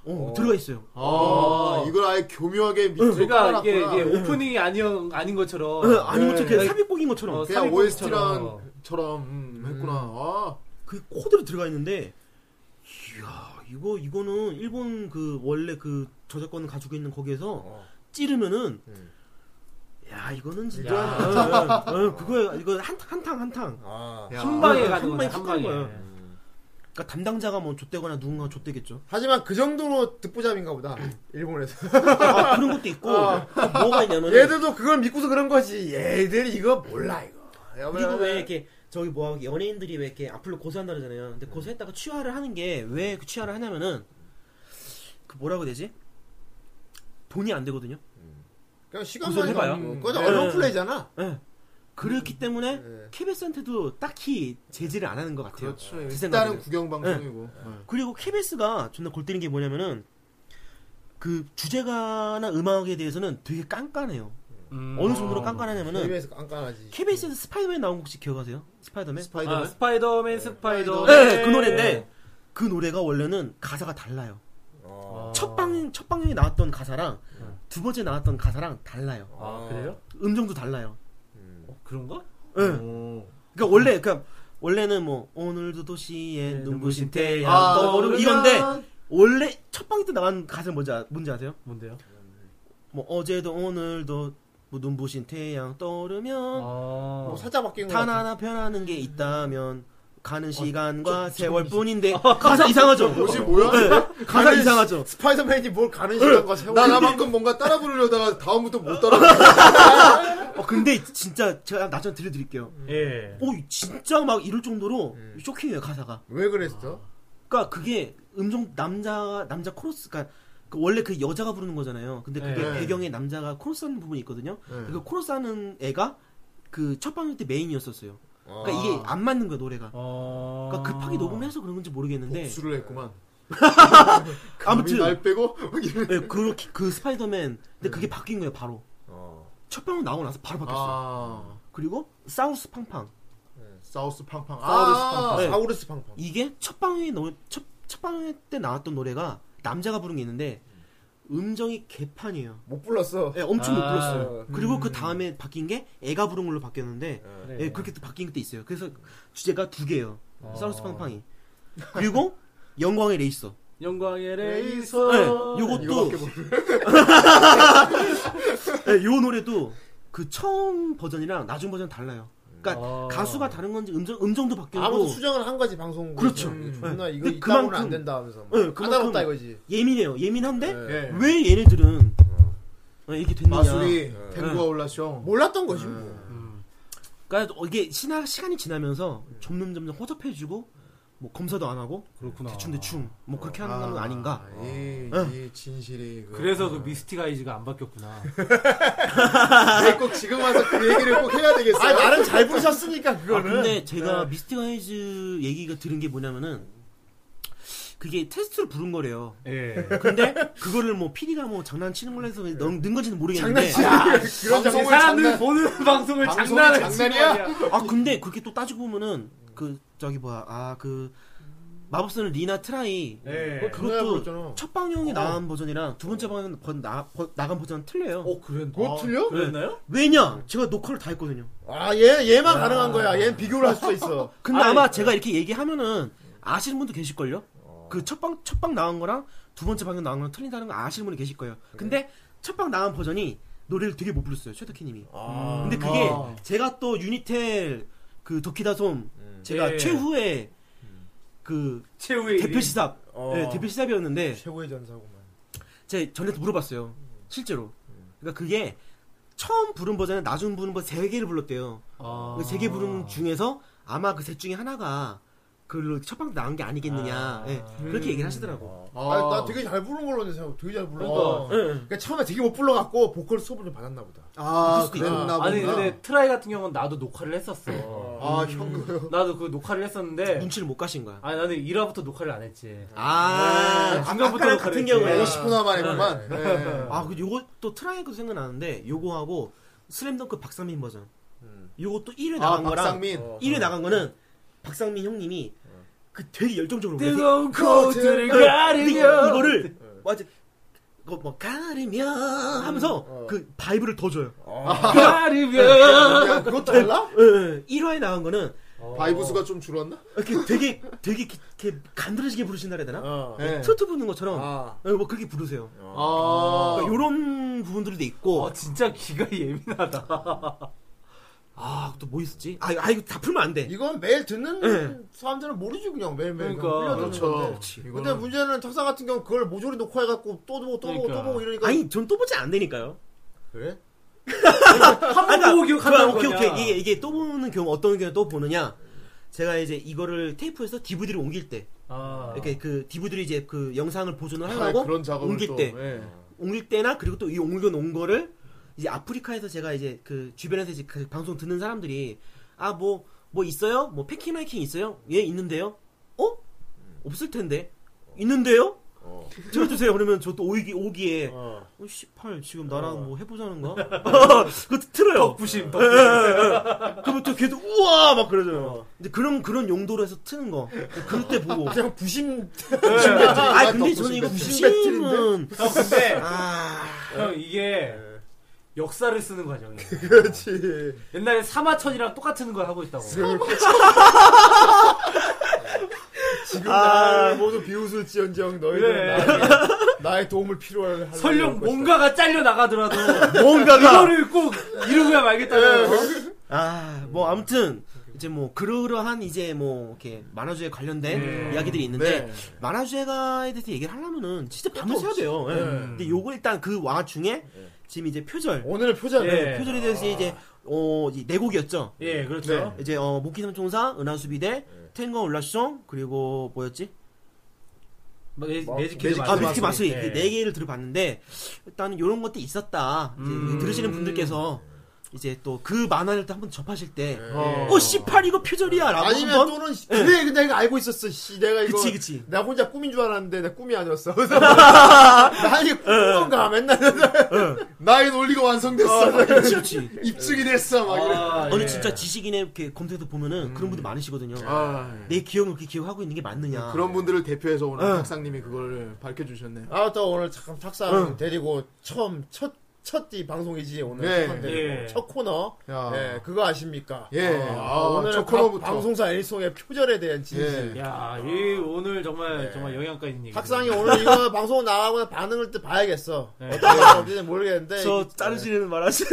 어, 들어가 있어요. 아, 이걸 아예 교묘하게 밑으로 그러니까 이게, 깔아놨구나. 이게 오프닝이 아니었, 아닌 것처럼 어, 네. 아닌 것처럼 그냥 네. 삽입곡인 것처럼 어, 그냥 삽입곡처럼. OST랑처럼 음, 음. 했구나. 아, 그 코드로 들어가 있는데 이야 이거 이거는 일본 그 원래 그 저작권 가지고 있는 거기에서 어, 찌르면은 야 이거는 진짜 어, 어, 그거 이거 한탕 한탕 한탕 아. 한 방에 네, 한 가는 거야. 방에 한 훅 방에. 가는 거야. 그러니까 담당자가 뭐 좆대거나 누군가 좆대겠죠 하지만 그 정도로 듣보잡인가 보다. 일본에서. 아, 그런 것도 있고 또 뭐가 있냐면 얘들도 그걸 믿고서 그런 거지. 얘들이 이거 몰라 이거. 그리고 왜 이렇게 저기 뭐 연예인들이 왜 이렇게 악플로 고소한다 그러잖아요. 근데 고소했다가 취하를 하는 게 왜 그 취하를 하냐면은 그 뭐라고 해야 되지? 돈이 안 되거든요. 그냥 시간만 뭐 우선 해봐요. 그건 네. 언론 플레이잖아. 예. 그렇기 때문에 네. KBS한테도 딱히 제지를 안 하는 것 같아요. 그렇죠. 네. 제 일단은 네. 생각에는. 구경 방송이고. 네. 그리고 KBS가 존나 골때린 게 뭐냐면은 그 주제가나 음악에 대해서는 되게 깐깐해요. 음. 어느 정도로 깐깐하냐면은 TV에서 깐깐하지. KBS에서 스파이더맨 나온 거 혹시 기억하세요? 스파이더맨? 아, 스파이더맨. 스파이더맨 스파이더맨 네, 그 노래인데 그 노래가 원래는 가사가 달라요. 아. 어. 첫 방, 첫 방에 나왔던 가사랑 두 번째 나왔던 가사랑 달라요. 아 그래요? 음정도 달라요. 어, 그런가? 예. 그러니까 원래, 그러니까 원래는 뭐, 오늘도 도시에 눈부신 태양 아, 떠오르 그러면- 이건데, 원래 첫 방에 때 나간 가사는 뭔지, 아, 뭔지 아세요? 뭔데요? 뭐, 어제도 오늘도 뭐 눈부신 태양 떠오르면, 아. 뭐 살짝 바뀐 거. 단 같아. 하나 변하는 게 있다면, 가는 시간과 세월뿐인데, 가사 이상하죠? 뭐지 뭐야? 예, 가사 이상하죠? 네. 스파이더맨이 뭘 가는 시간과 세월. 나 나만큼 뭔가 따라 부르려다가 다음부터 못 따라. 어, 근데 진짜 제가 나중에 들려드릴게요. 네. 예. 오 진짜 막 이럴 정도로 쇼킹해요 가사가. 왜 그랬어? 그러니까 그게 음정 남자 남자 코러스 그러니까 그 원래 그 여자가 부르는 거잖아요. 근데 그게 네. 배경에 남자가 코러스하는 부분이 있거든요. 네. 그 코러스하는 애가 그 첫 방송 때 메인이었었어요. 그러니까 이게 아. 안 맞는 거야 노래가. 어. 그러니까 급하게 녹음해서 그런 건지 모르겠는데 복수를 했구만. 네. 아무튼 날 빼고 예, 그렇게 그 스파이더맨 근데 그게 바뀐 거예요 바로. 첫 방송 나오고 나서 바로 바뀌었어요. 네. 아 그리고 사우스 팡팡 네. 사우스 팡팡. 사우루스 아, 팡팡. 네. 사우루스 팡팡. 이게 첫 방에 너, 첫, 첫 방에 때 나왔던 노래가 남자가 부른 게 있는데 음. 음정이 개판이에요. 못 불렀어. 예, 엄청 못 아, 불렀어요. 그리고 그 다음에 바뀐 게 애가 부른 걸로 바뀌었는데 네. 그래. 예, 그렇게 또 바뀐 것도 있어요. 그래서 주제가 두 개예요. 사우스 팡팡이. 그리고 영광의 레이서. 영광의 네, 레이서. 요것도 네, 요 노래도 그 처음 버전이랑 나중 버전 달라요. 그러니까 아. 가수가 다른 건지 음정 음정도 바뀌고 아무튼 수정을 한 거지 방송. 그렇죠. 존나 네. 이거 근데 이따고는 안 그만큼- 된다 하면서. 막. 네, 그만큼- 까다롭다 이거지. 예민해요. 예민한데 네. 왜 얘네들은 어, 이렇게 됐느냐? 마술이 탱구가 올라쇼. 네. 몰랐던 거지 뭐. 그러니까 이게 신화 시간이 지나면서 점점 점점 허접해지고 뭐 검사도 안 하고 그렇구나. 대충 대충 뭐 그렇게 하는 건 아닌가? 이, 어. 이 진실이. 그- 그래서 그 미스틱 아이즈가 안 바뀌었구나. 왜 꼭 지금 와서 그 얘기를 꼭 해야 아 되겠어요? 나름 잘 부르셨으니까 아, 그거는. 근데 제가 미스틱 아이즈 얘기가 들은 게 뭐냐면은 그게 테스트로 부른 거래요. 예. 근데 그거를 뭐 PD가 뭐 장난치는 걸로 해서 넣은 넣은 건지는 모르겠는데 그런 이 방송을 사람들 장난- 보는 방송을 방송이 장난을 아, 장난이야? 치는 거야. 아 근데 그렇게 또 따지고 보면은 그 저기 뭐야 아 그 마법소는 리나 트라이 네. 예. 그거 존나 부르잖아. 그것도 첫 방영이 나간 버전이랑 두 번째 방영 번 나, 번- 나간 버전 은 틀려요. 어, 그랬, 그거 틀려? 그랬나요? 왜냐 제가 녹화를 다 했거든요. 아얘 얘만 가능한 거야. 얘는 비교를 할 수가 있어. 근데 아마 제가 이렇게 얘기하면은 아시는 분도 계실 걸요. 그 첫 방 첫 방 나온 거랑 두 번째 방영 나온 거랑 틀린다는 거 아시는 분이 계실 거예요. 근데 첫 방 나간 버전이 노래를 되게 못 불렀어요 최덕희님이. 음, 근데 그게 아. 제가 또 유니텔 그 도키다솜 제가 예. 최후의 그 최후의 대표 시합 어. 예, 대표 시합이었는데 최고의 전사구만. 제가 전에도 물어봤어요 실제로. 그러니까 그게 처음 부른 버전에 나중 부른 버전 세 개를 불렀대요. 아. 그 세 개 부른 중에서 아마 그 셋 중에 하나가 그걸로 첫방 나온 게 아니겠느냐 예, 그렇게 얘기를 하시더라고. 아, 나 되게 잘 부른 걸로 생각. 되게 잘 불러. 그러니까. 어. 그러니까 처음에 되게 못 불러갖고 보컬 수업을 좀 받았나 보다. 아, 수도 있죠. 그랬나 아니 보다. 근데 트라이 같은 경우는 나도 녹화를 음. 했었어. 아, 형도요. 나도 그 녹화를 했었는데 눈치를 못 가신 거야. 아니 나는 1화부터 녹화를 안 음. 했지. 아, 중간부터 아까랑 녹화를 같은 했지. 경우에. 50분화 만이구만. 네. 아, 그 요거 또 트라이앵글 생각나는데 요거하고 슬램덩크 박상민 버전. 음. 요거 또 1회 아, 나간 거랑 어. 박상민. 어. 1회 나간 거는 박상민 형님이 그 되게 열정적으로 그래서 뜨거운 어. 코트를 어, 가리며 이거를 맞아. 그거 뭐 가리며 하면서 어. 그 바이브를 더 줘요. 아. 가리며 야, 그거 달라? 예, 예. 1화에 나간 거는 바이브 수가 좀 줄었나? 이렇게 되게 되게 이렇게- 이렇게 간드러지게 부르신다 그래야 되나? 어. 네. 트로트 부는 것처럼 아. 예, 뭐 그렇게 부르세요. 아, 그러니까 요런 부분들도 있고 어 진짜 귀가 예민하다. 아 또 뭐 있었지? 아, 아 이거 다 풀면 안 돼. 이건 매일 듣는 네. 사람들은 모르지 그냥 매일매일 그러니까. 그냥 흘려듣는 그렇죠. 건데. 근데 문제는 탁상 같은 경우 그걸 모조리 녹화해갖고 또 보고 또 보고 그러니까. 또 보고 이러니까 아니 전 또 보지 안 되니까요. 그러니까 그래? 한번 보고 기억한다는 아, 오케이 거냐. 오케이 이게 이게 또 보는 경우 어떤 경우 또 보느냐? 제가 이제 이거를 테이프에서 DVD로 옮길 때 아. 이렇게 그 DVD로 이제 그 영상을 보존을 아, 하려고 그런 작업을 옮길 또, 때 예. 옮길 때나 그리고 또 이 옮겨 놓은 거를 이제 아프리카에서 제가 이제 그 주변에서 이제 그 방송 듣는 사람들이 아 뭐 뭐 있어요? 뭐 패킹 마이킹 있어요? 예 있는데요. 어? 없을 텐데 있는데요? 들어주세요. 그러면 저 또 오기 오기에 어. 어, 18 지금 나랑 뭐 해보자는가? 그것도 틀어요. 덕부심 예, 덕부심. 예, 예. 그러면 또 걔도 우와 막 그러잖아요. 근데 그런 그런 용도로 해서 트는 거. 그럴 때 보고. 그냥 부심 아 근데 덕분에 저는 이거 무슨 무심은 형 근데 아 네. 형 이게 역사를 쓰는 과정이에요. 그렇지. 옛날에 사마천이랑 똑같은 걸 하고 있다고. 지금 아. 나를 모두 비웃을지언정 너희들 그래. 네. 네. 나의, 나의 도움을 필요할 할 네. 설령 것이다. 뭔가가 잘려 나가더라도 뭔가가 네. 이거를 꼭 이루고야 말겠다는 거. 아 뭐 아무튼 이제 뭐 그러그러한 이제 뭐 이렇게 만화주에 관련된 네. 이야기들이 있는데 만화주에가에 대해서 얘기를 하려면은 진짜 밤을 새야 돼요. 예. 네. 근데 요거 일단 그 와중에 지금 이제 표절 네, 오늘의 표정 예. 표절에 대해서 이제 어, 이네 곡이었죠. 예, 그렇죠. 네. 이제 어 모키삼총사, 은하수비대, 탱거 올라숑 그리고 뭐였지? 네, 매, 뭐, 매직키즈 아 미스키 마수이 그네 개를 들어봤는데 일단은 이런 것도 있었다. 이제 음. 들으시는 분들께서 이제 또 그 만화를 또 한번 접하실 때 어. 어, 18 이거 표절이야라고 아니면 한번 또는 그래 근데 이거 알고 있었어 씨 내가 이거 그치, 그치. 나 혼자 꿈인 줄 알았는데 내 꿈이 아니었어 나 이게 꿈인 건가 맨날 나의 논리가 완성됐어. 그렇지, 네. 그렇지. 입증이 됐어. 막 이래. 아니 네. 진짜 지식인의 이렇게 검색해서 보면은 그런 분들 많으시거든요. 내 기억을 그렇게 기억하고 있는 게 맞느냐. 아. 음, 그런 분들을 대표해서 오늘 탁상님이 그걸 밝혀주셨네요. 아또 오늘 참 탁상 데리고 처음 첫 첫 이 방송이지 오늘 네. 첫 컨텐츠. 예. 첫 코너 야. 아. 예 그거 아십니까? 예. 아, 오늘 첫 은 코너부터. 방송사 일송의 표절에 대한 진실. 예. 야, 이 오늘 정말 정말 영향가 있는 얘기. 학상이 오늘 이거 방송 나가고 반응을 또 봐야겠어. 네. 어떤 건 없는지 모르겠는데. 저 자르시는 말하시.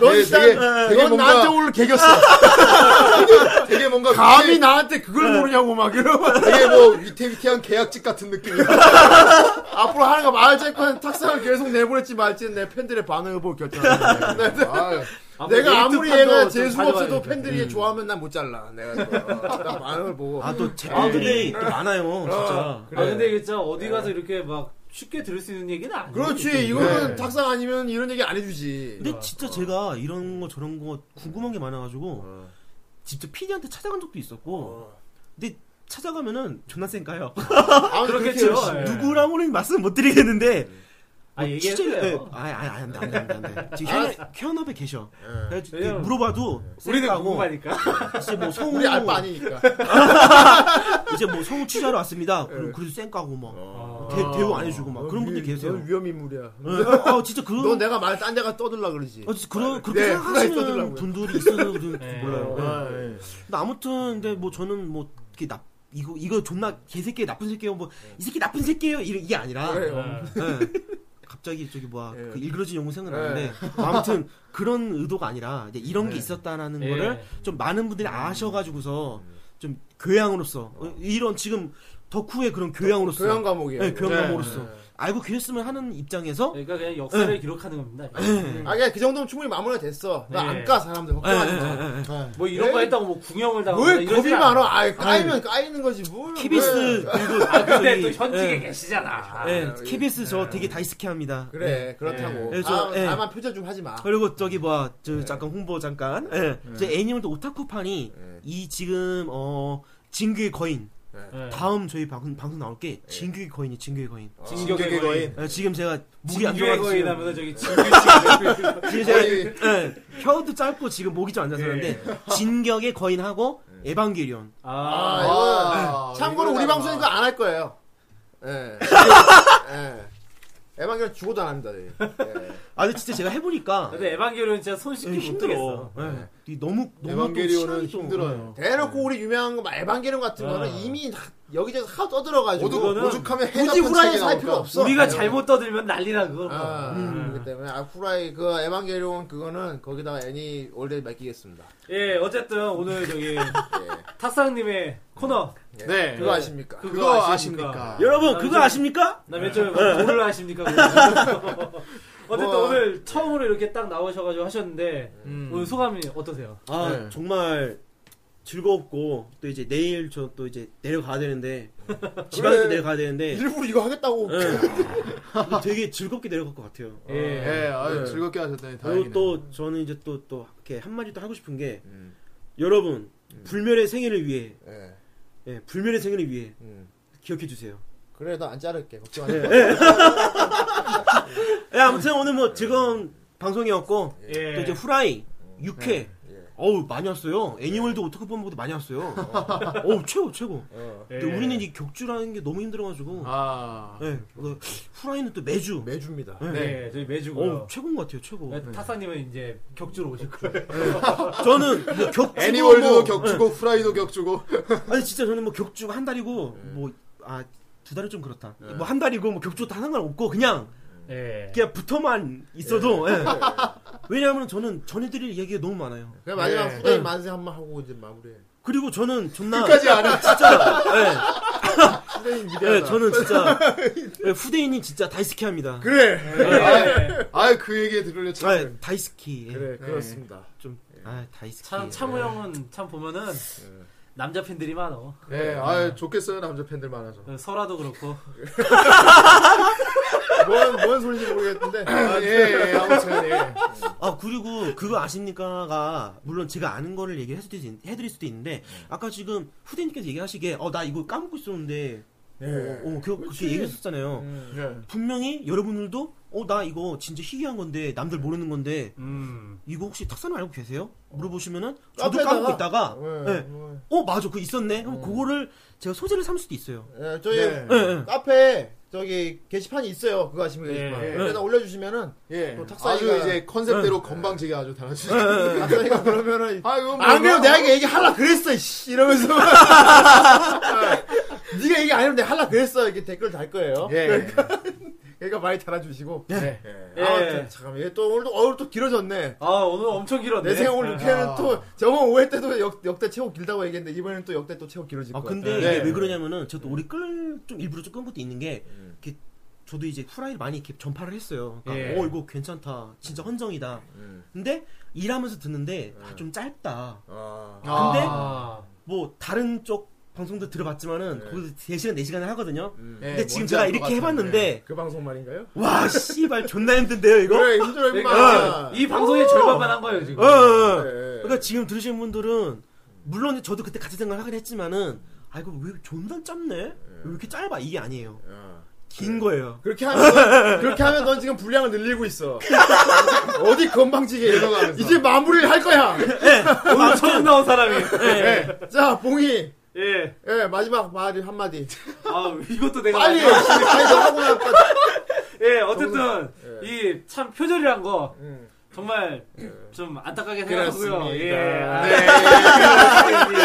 넌 예, 일단 되게- 넌 되게 뭔가- 나한테 오늘 개겼어. 되게 뭔가 감히 위태- 나한테 그걸 모르냐고 막 이러고 되게 뭐 위태위태한 계약직 같은 느낌이야. 앞으로 하는 거 말할건 탁상을 계속 내보낼지 말지는 내 팬들의 반응을 보고 결정한다. 아, 뭐 내가 아무리 얘가 재수가 없어도 팬들이 좋아하면 난 못 잘라. 내가 이거. 난 반응을 보고. 아 또 제팬들이 또 많아요. 진짜. 아 근데 이게 진짜 어디 가서 이렇게 막 쉽게 들을 수 있는 얘기는 아니에요. 그렇지. 이거는 탁상 아니면 이런 얘기 안 해주지. 근데 진짜 제가 이런 거 저런 거 궁금한 게 많아가지고 직접 PD한테 찾아간 적도 있었고. 근데 찾아가면은 존나 센가요. 아, 그렇겠죠. 열심히. 예. 누구라고는 말씀 못 드리겠는데 아 취재- 얘기했어요. 예, 아니 아니 안돼 안돼 안돼 지금 현업 현업에 계셔. 그래가지고 왜냐면- 물어봐도 우리는 셀카고 궁금하니까. 이제 뭐 성우 우리 알바 아니니까. 이제 뭐 성우 취재하러 왔습니다. 그럼 그래도 쌩까고 막 대, 아, 대우 안 해주고 막 그런 분들 계세요. 넌 위험 인물이야. 예, 어, 어, 진짜 너 그런 내가 말딴 데가 떠들라 그러지. 어, 진짜 그런 그렇게 네, 생각하시는 떠들라고요. 분들이 있어서 저는 네. 몰라요. 예. 아, 예. 근데 아무튼 근데 뭐 저는 뭐 이렇게 나 이거 이거 존나 개새끼예요 나쁜 새끼예요 뭐 이 새끼 나쁜 새끼예요 이래- 이게 아니라 아, 예. 갑자기 저기 뭐야 예. 그 일그러진 용어 생각나는데 뭐 아무튼 그런 의도가 아니라 이제 이런 게 있었다라는 예. 예. 음. 거를 좀 많은 분들이 아셔가지고서 좀 교양으로서 어, 이런 지금 덕후의 그런 교양으로서 교양 과목이야. 예, 이거. 네. 교양 과목으로서 알고 계셨으면 하는 입장에서 그러니까 그냥 역사를 기록하는 겁니다. 아, 그냥 그 정도면 충분히 마무리가 됐어. 나 네. 안 까 사람들 걱정하지 마. 뭐 이런 거 했다고 뭐 궁형을 당하고 왜 이런 겁이 일 많아? 아, 까이면 까이는 거지 뭘. 왜. KBS 그리고 아 근데 또 저기, 현직에 예. 계시잖아. 예, KBS 저 되게 다이스케합니다. 그래 그렇다고. 예. 다음 예. 다만 표절 좀 하지 마. 그리고 저기 뭐야 저 예. 잠깐 홍보 잠깐 예. 이제 애니멀드 오타쿠판이 이 지금 어 진규의 거인 예. 다음 저희 방, 방송 나올 게 진규의 거인이 진규의 거인 어. 진격의 거인. 예, 지금 제가 목이 안 진격의 좋아서 거인 지금, 하면서 저기 진격의 지금 제가 예, 혀도 짧고 지금 목이 좀 안 좋아서 그런데 진격의 거인하고 에반게리온 아, 아, 이거 참고로 우리 이거는 방송에서 안 할 거예요. 예. 예. 에반게리 죽어도 안 합니다. 저희. 예. 아 근데 진짜 제가 해보니까 근데 에반게리온 진짜 손 쉽게 네, 예, 못 들겠어. 힘들어 예. 이게 너무 너무 또 에반게리온은 시간이 또- 힘들어요. 대놓고 우리 유명한 거 에반게리 같은 거는 아. 이미 다- 여기저기서 하도 떠들어가지고 오죽, 이거는 오죽하면 해답 굳이 후라이에서 책이 할 나오니까. 필요 없어. 우리가 예. 잘못 떠들면 난리나 그거. 아, 음. 그렇기 때문에 아, 후라이 그 에반게리온 그거는 거기다가 애니 올드 맡기겠습니다. 예, 어쨌든 오늘 예. 저기 탁상님의 코너 네. 그거 아십니까? 그거, 그거 아십니까? 아십니까? 예. 여러분 아, 그거 좀- 아십니까? 나몇 점에 뭐를 아십니까? 그거? 어쨌든 예. 뭐, 음. 오늘 처음으로 이렇게 딱 나오셔가지고 하셨는데 예. 오늘 소감이 어떠세요? 아 네. 정말 즐거웠고 또 이제 내일 저 또 이제 내려가야 되는데 지방에서 그래. 내려가야 예. 되는데 일부러 이거 하겠다고. 음. 예. 근데 되게 즐겁게 내려갈 것 같아요. 예. 예, 아유, 즐겁게 하셨다니 그리고 다행이네요. 또 저는 이제 또 또 이렇게 한 마디 또 하고 싶은 게 여러분 불멸의 생일을 위해 예. 예, 불멸의 생일을 위해 음. 기억해 주세요. 그래, 나 안 자를게. 걱정하지 마. 예, 아무튼 오늘 뭐 즐거운 방송이었고 예. 또 이제 후라이 6회 어우 많이 왔어요. 애니월드 오토크 뻔보다 많이 왔어요. 어우 최고 최고. 근데 예. 우리는 이 격주라는 게 너무 힘들어가지고 아. 예, 그 후라이는 또 매주. 매주입니다. 예. 네, 저희 매주고요. 어 최고인 것 같아요 최고. 네. 타사님은 이제 격주로 오실 거예요. 저는 뭐 격주고 애니월드도 뭐- 예. 격주고 후라이도 격주고 아니 진짜 저는 뭐 격주고 한 달이고 뭐 아 두 달은 좀 그렇다. 뭐 한 달이고 뭐 격주 다 상관없고 그냥 네. 예. 그냥 붙어만 있어도. 예. 왜냐하면 저는 전해드릴 얘기가 너무 많아요. 그냥 마지막 예. 후라이 만세 한 번 하고 이제 마무리해. 그리고 저는 존나 끝까지 안 해. 진짜 후대인 예. 위대하다. 예, 저는 진짜 예, 후대인이 진짜 다이스키합니다. 그래. 네. 예. 아유 그 얘기 들으려 참. 아, 다이스키. 예. 그래, 그렇습니다. 아 다이스키. 네. 참 참우 형은 참 보면은 남자 팬들이 많어. 예, 아유 좋겠어요 남자 팬들 많아서. 설아도 그렇고. 뭔, 뭔 소리인지 모르겠는데. 아, 예, 예, 아무튼 예. 아 그리고 그거 아십니까가 물론 제가 아는 거를 얘기해 줄 수도 있- 해드릴 수도 있는데 아까 지금 후대님께서 얘기하시기에 어 나 이거 까먹고 있었는데 어, 어 그, 그렇게 얘기했었잖아요 분명히 여러분들도 어 나 이거 진짜 희귀한 건데 남들 모르는 건데 음. 이거 혹시 탁사는 알고 계세요? 물어보시면은 저도 카페에다가- 까먹고 있다가 예, 예. 어 맞아 그거 있었네 그럼 그거를 제가 소재를 삼을 수도 있어요 예, 저희 예, 예. 카페에 저기 게시판이 있어요. 그거 아시면 게시판. 예. 거기다 올려주시면은 예. 또 탁사이가- 네. 아주 이제 컨셉대로 건방지게 아주 달아주시고. 남자애가 그러면은 아, 이거 네. 안 그래도 내가 이거 얘기하려 그랬어 이씨 이러면서 아, 네가 얘기 안 하면 내가 하려 그랬어 이렇게 댓글 달 거예요. 예. 그러니까 많이 달아주시고. 네. 예. 아무튼 잠깐 이게 또 오늘 또 오늘 또 길어졌네. 아 오늘 엄청 길었네. 내 생각 오늘 6회는 아. 또 저번 5회 때도 역, 역대 최고 길다고 얘기했는데 이번에는 또 역대 또 최고 길어질 아 거야. 근데 네. 이게 왜 그러냐면은 음, 저도 우리 끌좀 일부러 좀 끈 것도 있는 네. 게 이렇게 저도 이제 후라이를 많이 이렇게 전파를 했어요. 그러니까 예. 어 이거 괜찮다, 진짜 헌정이다. 근데 일하면서 듣는데 예. 아, 좀 짧다. 근데 아, 뭐 다른 쪽 방송도 들어봤지만은 네. 거기서 3시간 4시간을 하거든요. 예, 근데 지금 뭔지 제가 알것 이렇게 같은데. 해봤는데 음. 그 방송 말인가요? 와 씨발 존나 힘든데요 이거. 그래 힘들어 그러니까 임마. 이 방송의 절반만 한 거예요 지금. 어, 어. 예. 그러니까 지금 들으시는 분들은 물론 저도 그때 같은 생각을 하긴 했지만은 아 이거 왜 존나 짧네? 예. 왜 이렇게 짧아? 이게 아니에요. 긴 거예요. 그렇게 하면 그렇게 하면 넌 지금 분량을 늘리고 있어. 어디 건방지게 이러면서 이제 마무리를 할 거야. 오늘 아, 처음 나온 사람이. 예. 자 봉이 예. 예 마지막 말이 한 마디. 아 이것도 네, 내가 빨리 해. 빨리 하고 나빠. 예, 어쨌든 이 참 표절이란 거 음. 정말 좀 안타깝게 생각하고요. 예. 네.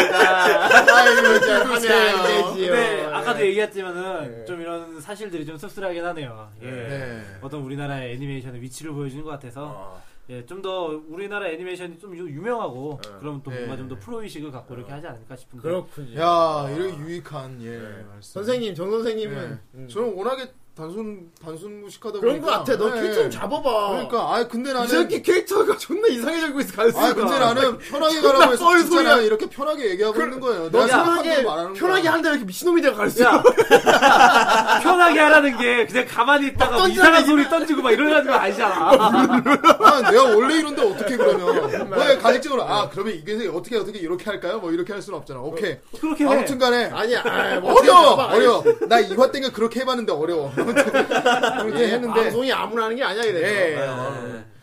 아이고 진짜 하면 안 되지요. 네, 아까도 얘기했지만은 좀 이런 사실들이 좀 씁쓸하긴 하네요. 예. 어떤 우리나라의 애니메이션의 위치를 보여주는 것 같아서 예, 좀 더 우리나라 애니메이션이 좀 유- 유명하고 그러면 또 뭔가 좀 더 프로 의식을 갖고 이렇게 하지 않을까 싶은데. 그렇군요. 야, 이렇게 유익한 예. 네. 말씀. 선생님 정 예. 선생님은 저는 워낙에 단순 단순 무식하다 음. 그런 거 보니까 같아. 너 예. 캐릭터 좀 잡아봐. 그러니까 아 근데 이 나는 새끼 캐릭터가 존나 이상해지고 있어. 아 근데 나는 편하게 가라고 해서 썰 진짜 소리야. 그, 나 이렇게 편하게 얘기하고 있는 거예요. 너 내가 생각한 편하게 대로 말하는 편하게 거야. 하는데 왜 이렇게 미친놈이 돼가 갈수 야, 편하게 하라는 게 그냥 가만히 있다가 뭐 이상한 소리 던지고 막 이러가지고 아니잖아. 아, 내가 원래 이런데 어떻게 그러면? 너의 가식적으로 아 그러면 이게 어떻게 어떻게 이렇게 할까요? 뭐 이렇게 할 수는 없잖아. 오케이. 그렇게 해. 아무튼간에 아니야. 아이, 뭐 어려워 어떻게 잡아. 어려워. 나 이화 땡가 그렇게 해봤는데 어려워. 그렇게 예, 했는데 방송이 아무나 하는 게 아니야 이래. 예,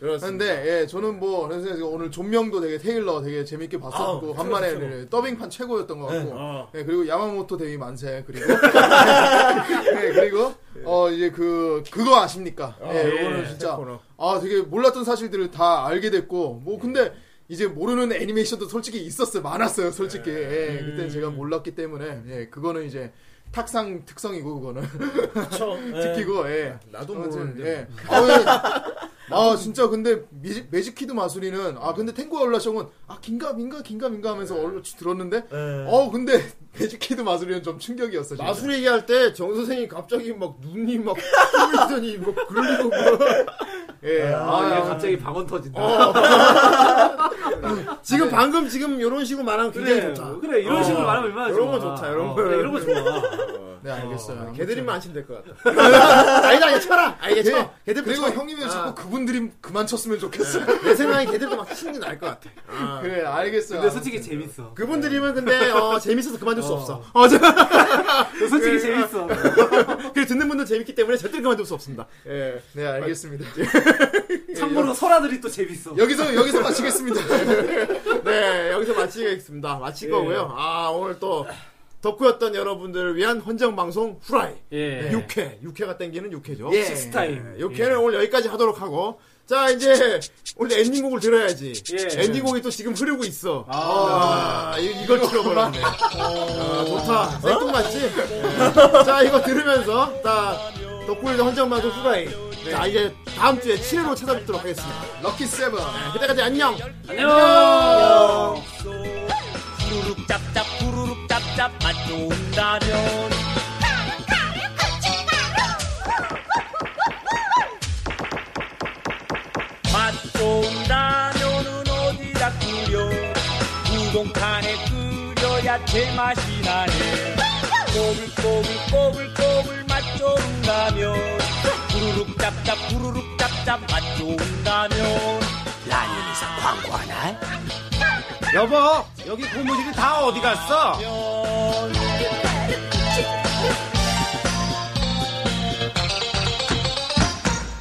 예. 근데 예 저는 뭐 그래서 제가 오늘 존명도 되게 테일러 되게 재밌게 봤었고 간만에 예, 더빙판 최고였던 것 같고 예, 그리고 야마모토 대위 만세 그리고 예, 그리고 어 이제 그 그거 아십니까? 예, 이거는 진짜 아 되게 몰랐던 사실들을 다 알게 됐고 뭐 근데 이제 모르는 애니메이션도 솔직히 있었어요 많았어요 솔직히 예, 그때 제가 몰랐기 때문에 예 그거는 이제 탁상 특성이고 그거는 특기고 예. 나도 아무튼, 모르는데. 예. 아, 예. 아, 진짜 근데 미- 매직 키드 마술이는 아 근데 탱고와 올라쇼은 아 긴가 민가 긴가 민가 하면서 네. 얼른 들었는데 어 근데 매직 키드 마술이는 좀 충격이었어. 진짜. 마술 얘기할 때 정 선생이 갑자기 막 눈이 막 흐리더니 막 그러고 막. 네. 예. 아, 아, 얘 갑자기 방언 터진다. 어, 지금 방금 지금 이런 식으로 말하면 굉장히 그래, 좋다. 어, 그래 이런 식으로 말하면 얼마나 이런 좋아. 건 좋다, 이런 어, 거. 그래, 이런 거 좋아. 네 알겠어요. 개들이면 그렇죠. 안심 될것 같아. 아니다, 얘 쳐라. 아, 얘 쳐. 예. 걔들 그리고 쳐. 형님은 아. 자꾸 그분들이 그만 쳤으면 좋겠어요. 내 생각에 걔들도 막 치는 게 나을 것 같아. 아. 그래 알겠어요. 근데 솔직히 재밌어. 그분들이면 근데 어, 재밌어서 그만둘 수 없어. 솔직히 재밌어. 아, 그래 듣는 분들 재밌기 때문에 절대 그만둘 수 없습니다. 예. 네 알겠습니다. 참고로 설아들이 또 재밌어. 여기서 여기서 마치겠습니다. 예. 네, 여기서 마치겠습니다. 마칠 거고요. 아, 오늘 또 덕후였던 여러분들을 위한 헌정 방송 후라이 예. 6회, 6회가 땡기는 6회죠. 예. 식스타임. 6회는 오늘 여기까지 하도록 하고 자 이제 오늘 엔딩곡을 들어야지. 예. 엔딩곡이 또 지금 흐르고 있어. 아, 네. 이, 걸 틀어버렸네. 아, 좋다. 생뚱맞지? 어? 자 이거 들으면서 자 덕후일도 헌정 방송 후라이. 자 이제 다음 주에 7회로 찾아뵙도록 하겠습니다. 네. 럭키 세븐. 네, 그때까지 안녕. 안녕. 후루룩 짭짭 후루룩 짭짭 맛 좋은다면 맛 좋은다면은 어디다 끓여 우동칸에 끓여야 제맛이 나네 꼬불꼬불 꼬불꼬불 맛 좋은다면 후루룩 짭짭 후루룩 짭짭 맛 좋은다면 라면 이상 광고하나? 여보 여기 고무줄이 다 어디 갔어?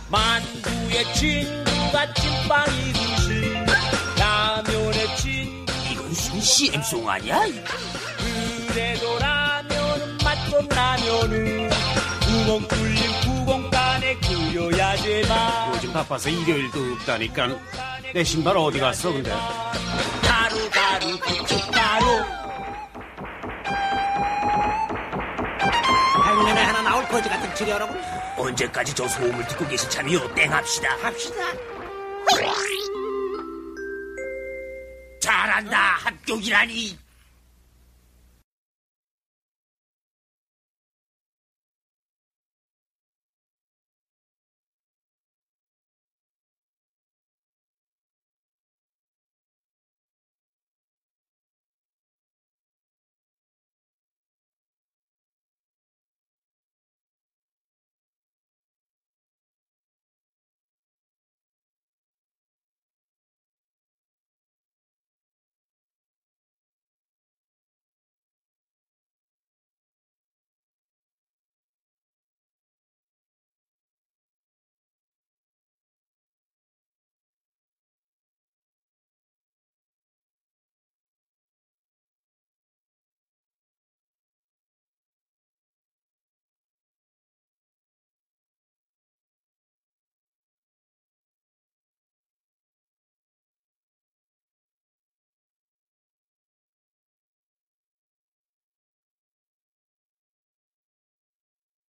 만두의 친구가 찐빵이듯이 라면의 친구 이건 순 CM송 아니야? 그래도 라면은 맛본 라면은 구멍 뚫린 구공간에 그려야지만 요즘 바빠서 일요일도 없다니까 내 신발 어디 갔어 근데 가루 가루 고춧 가루 예. 할면에 하나 나올 거지 같은 지려라고 언제까지 저 소음을 듣고 계실 참이요 땡합시다 합시다 잘한다 합격이라니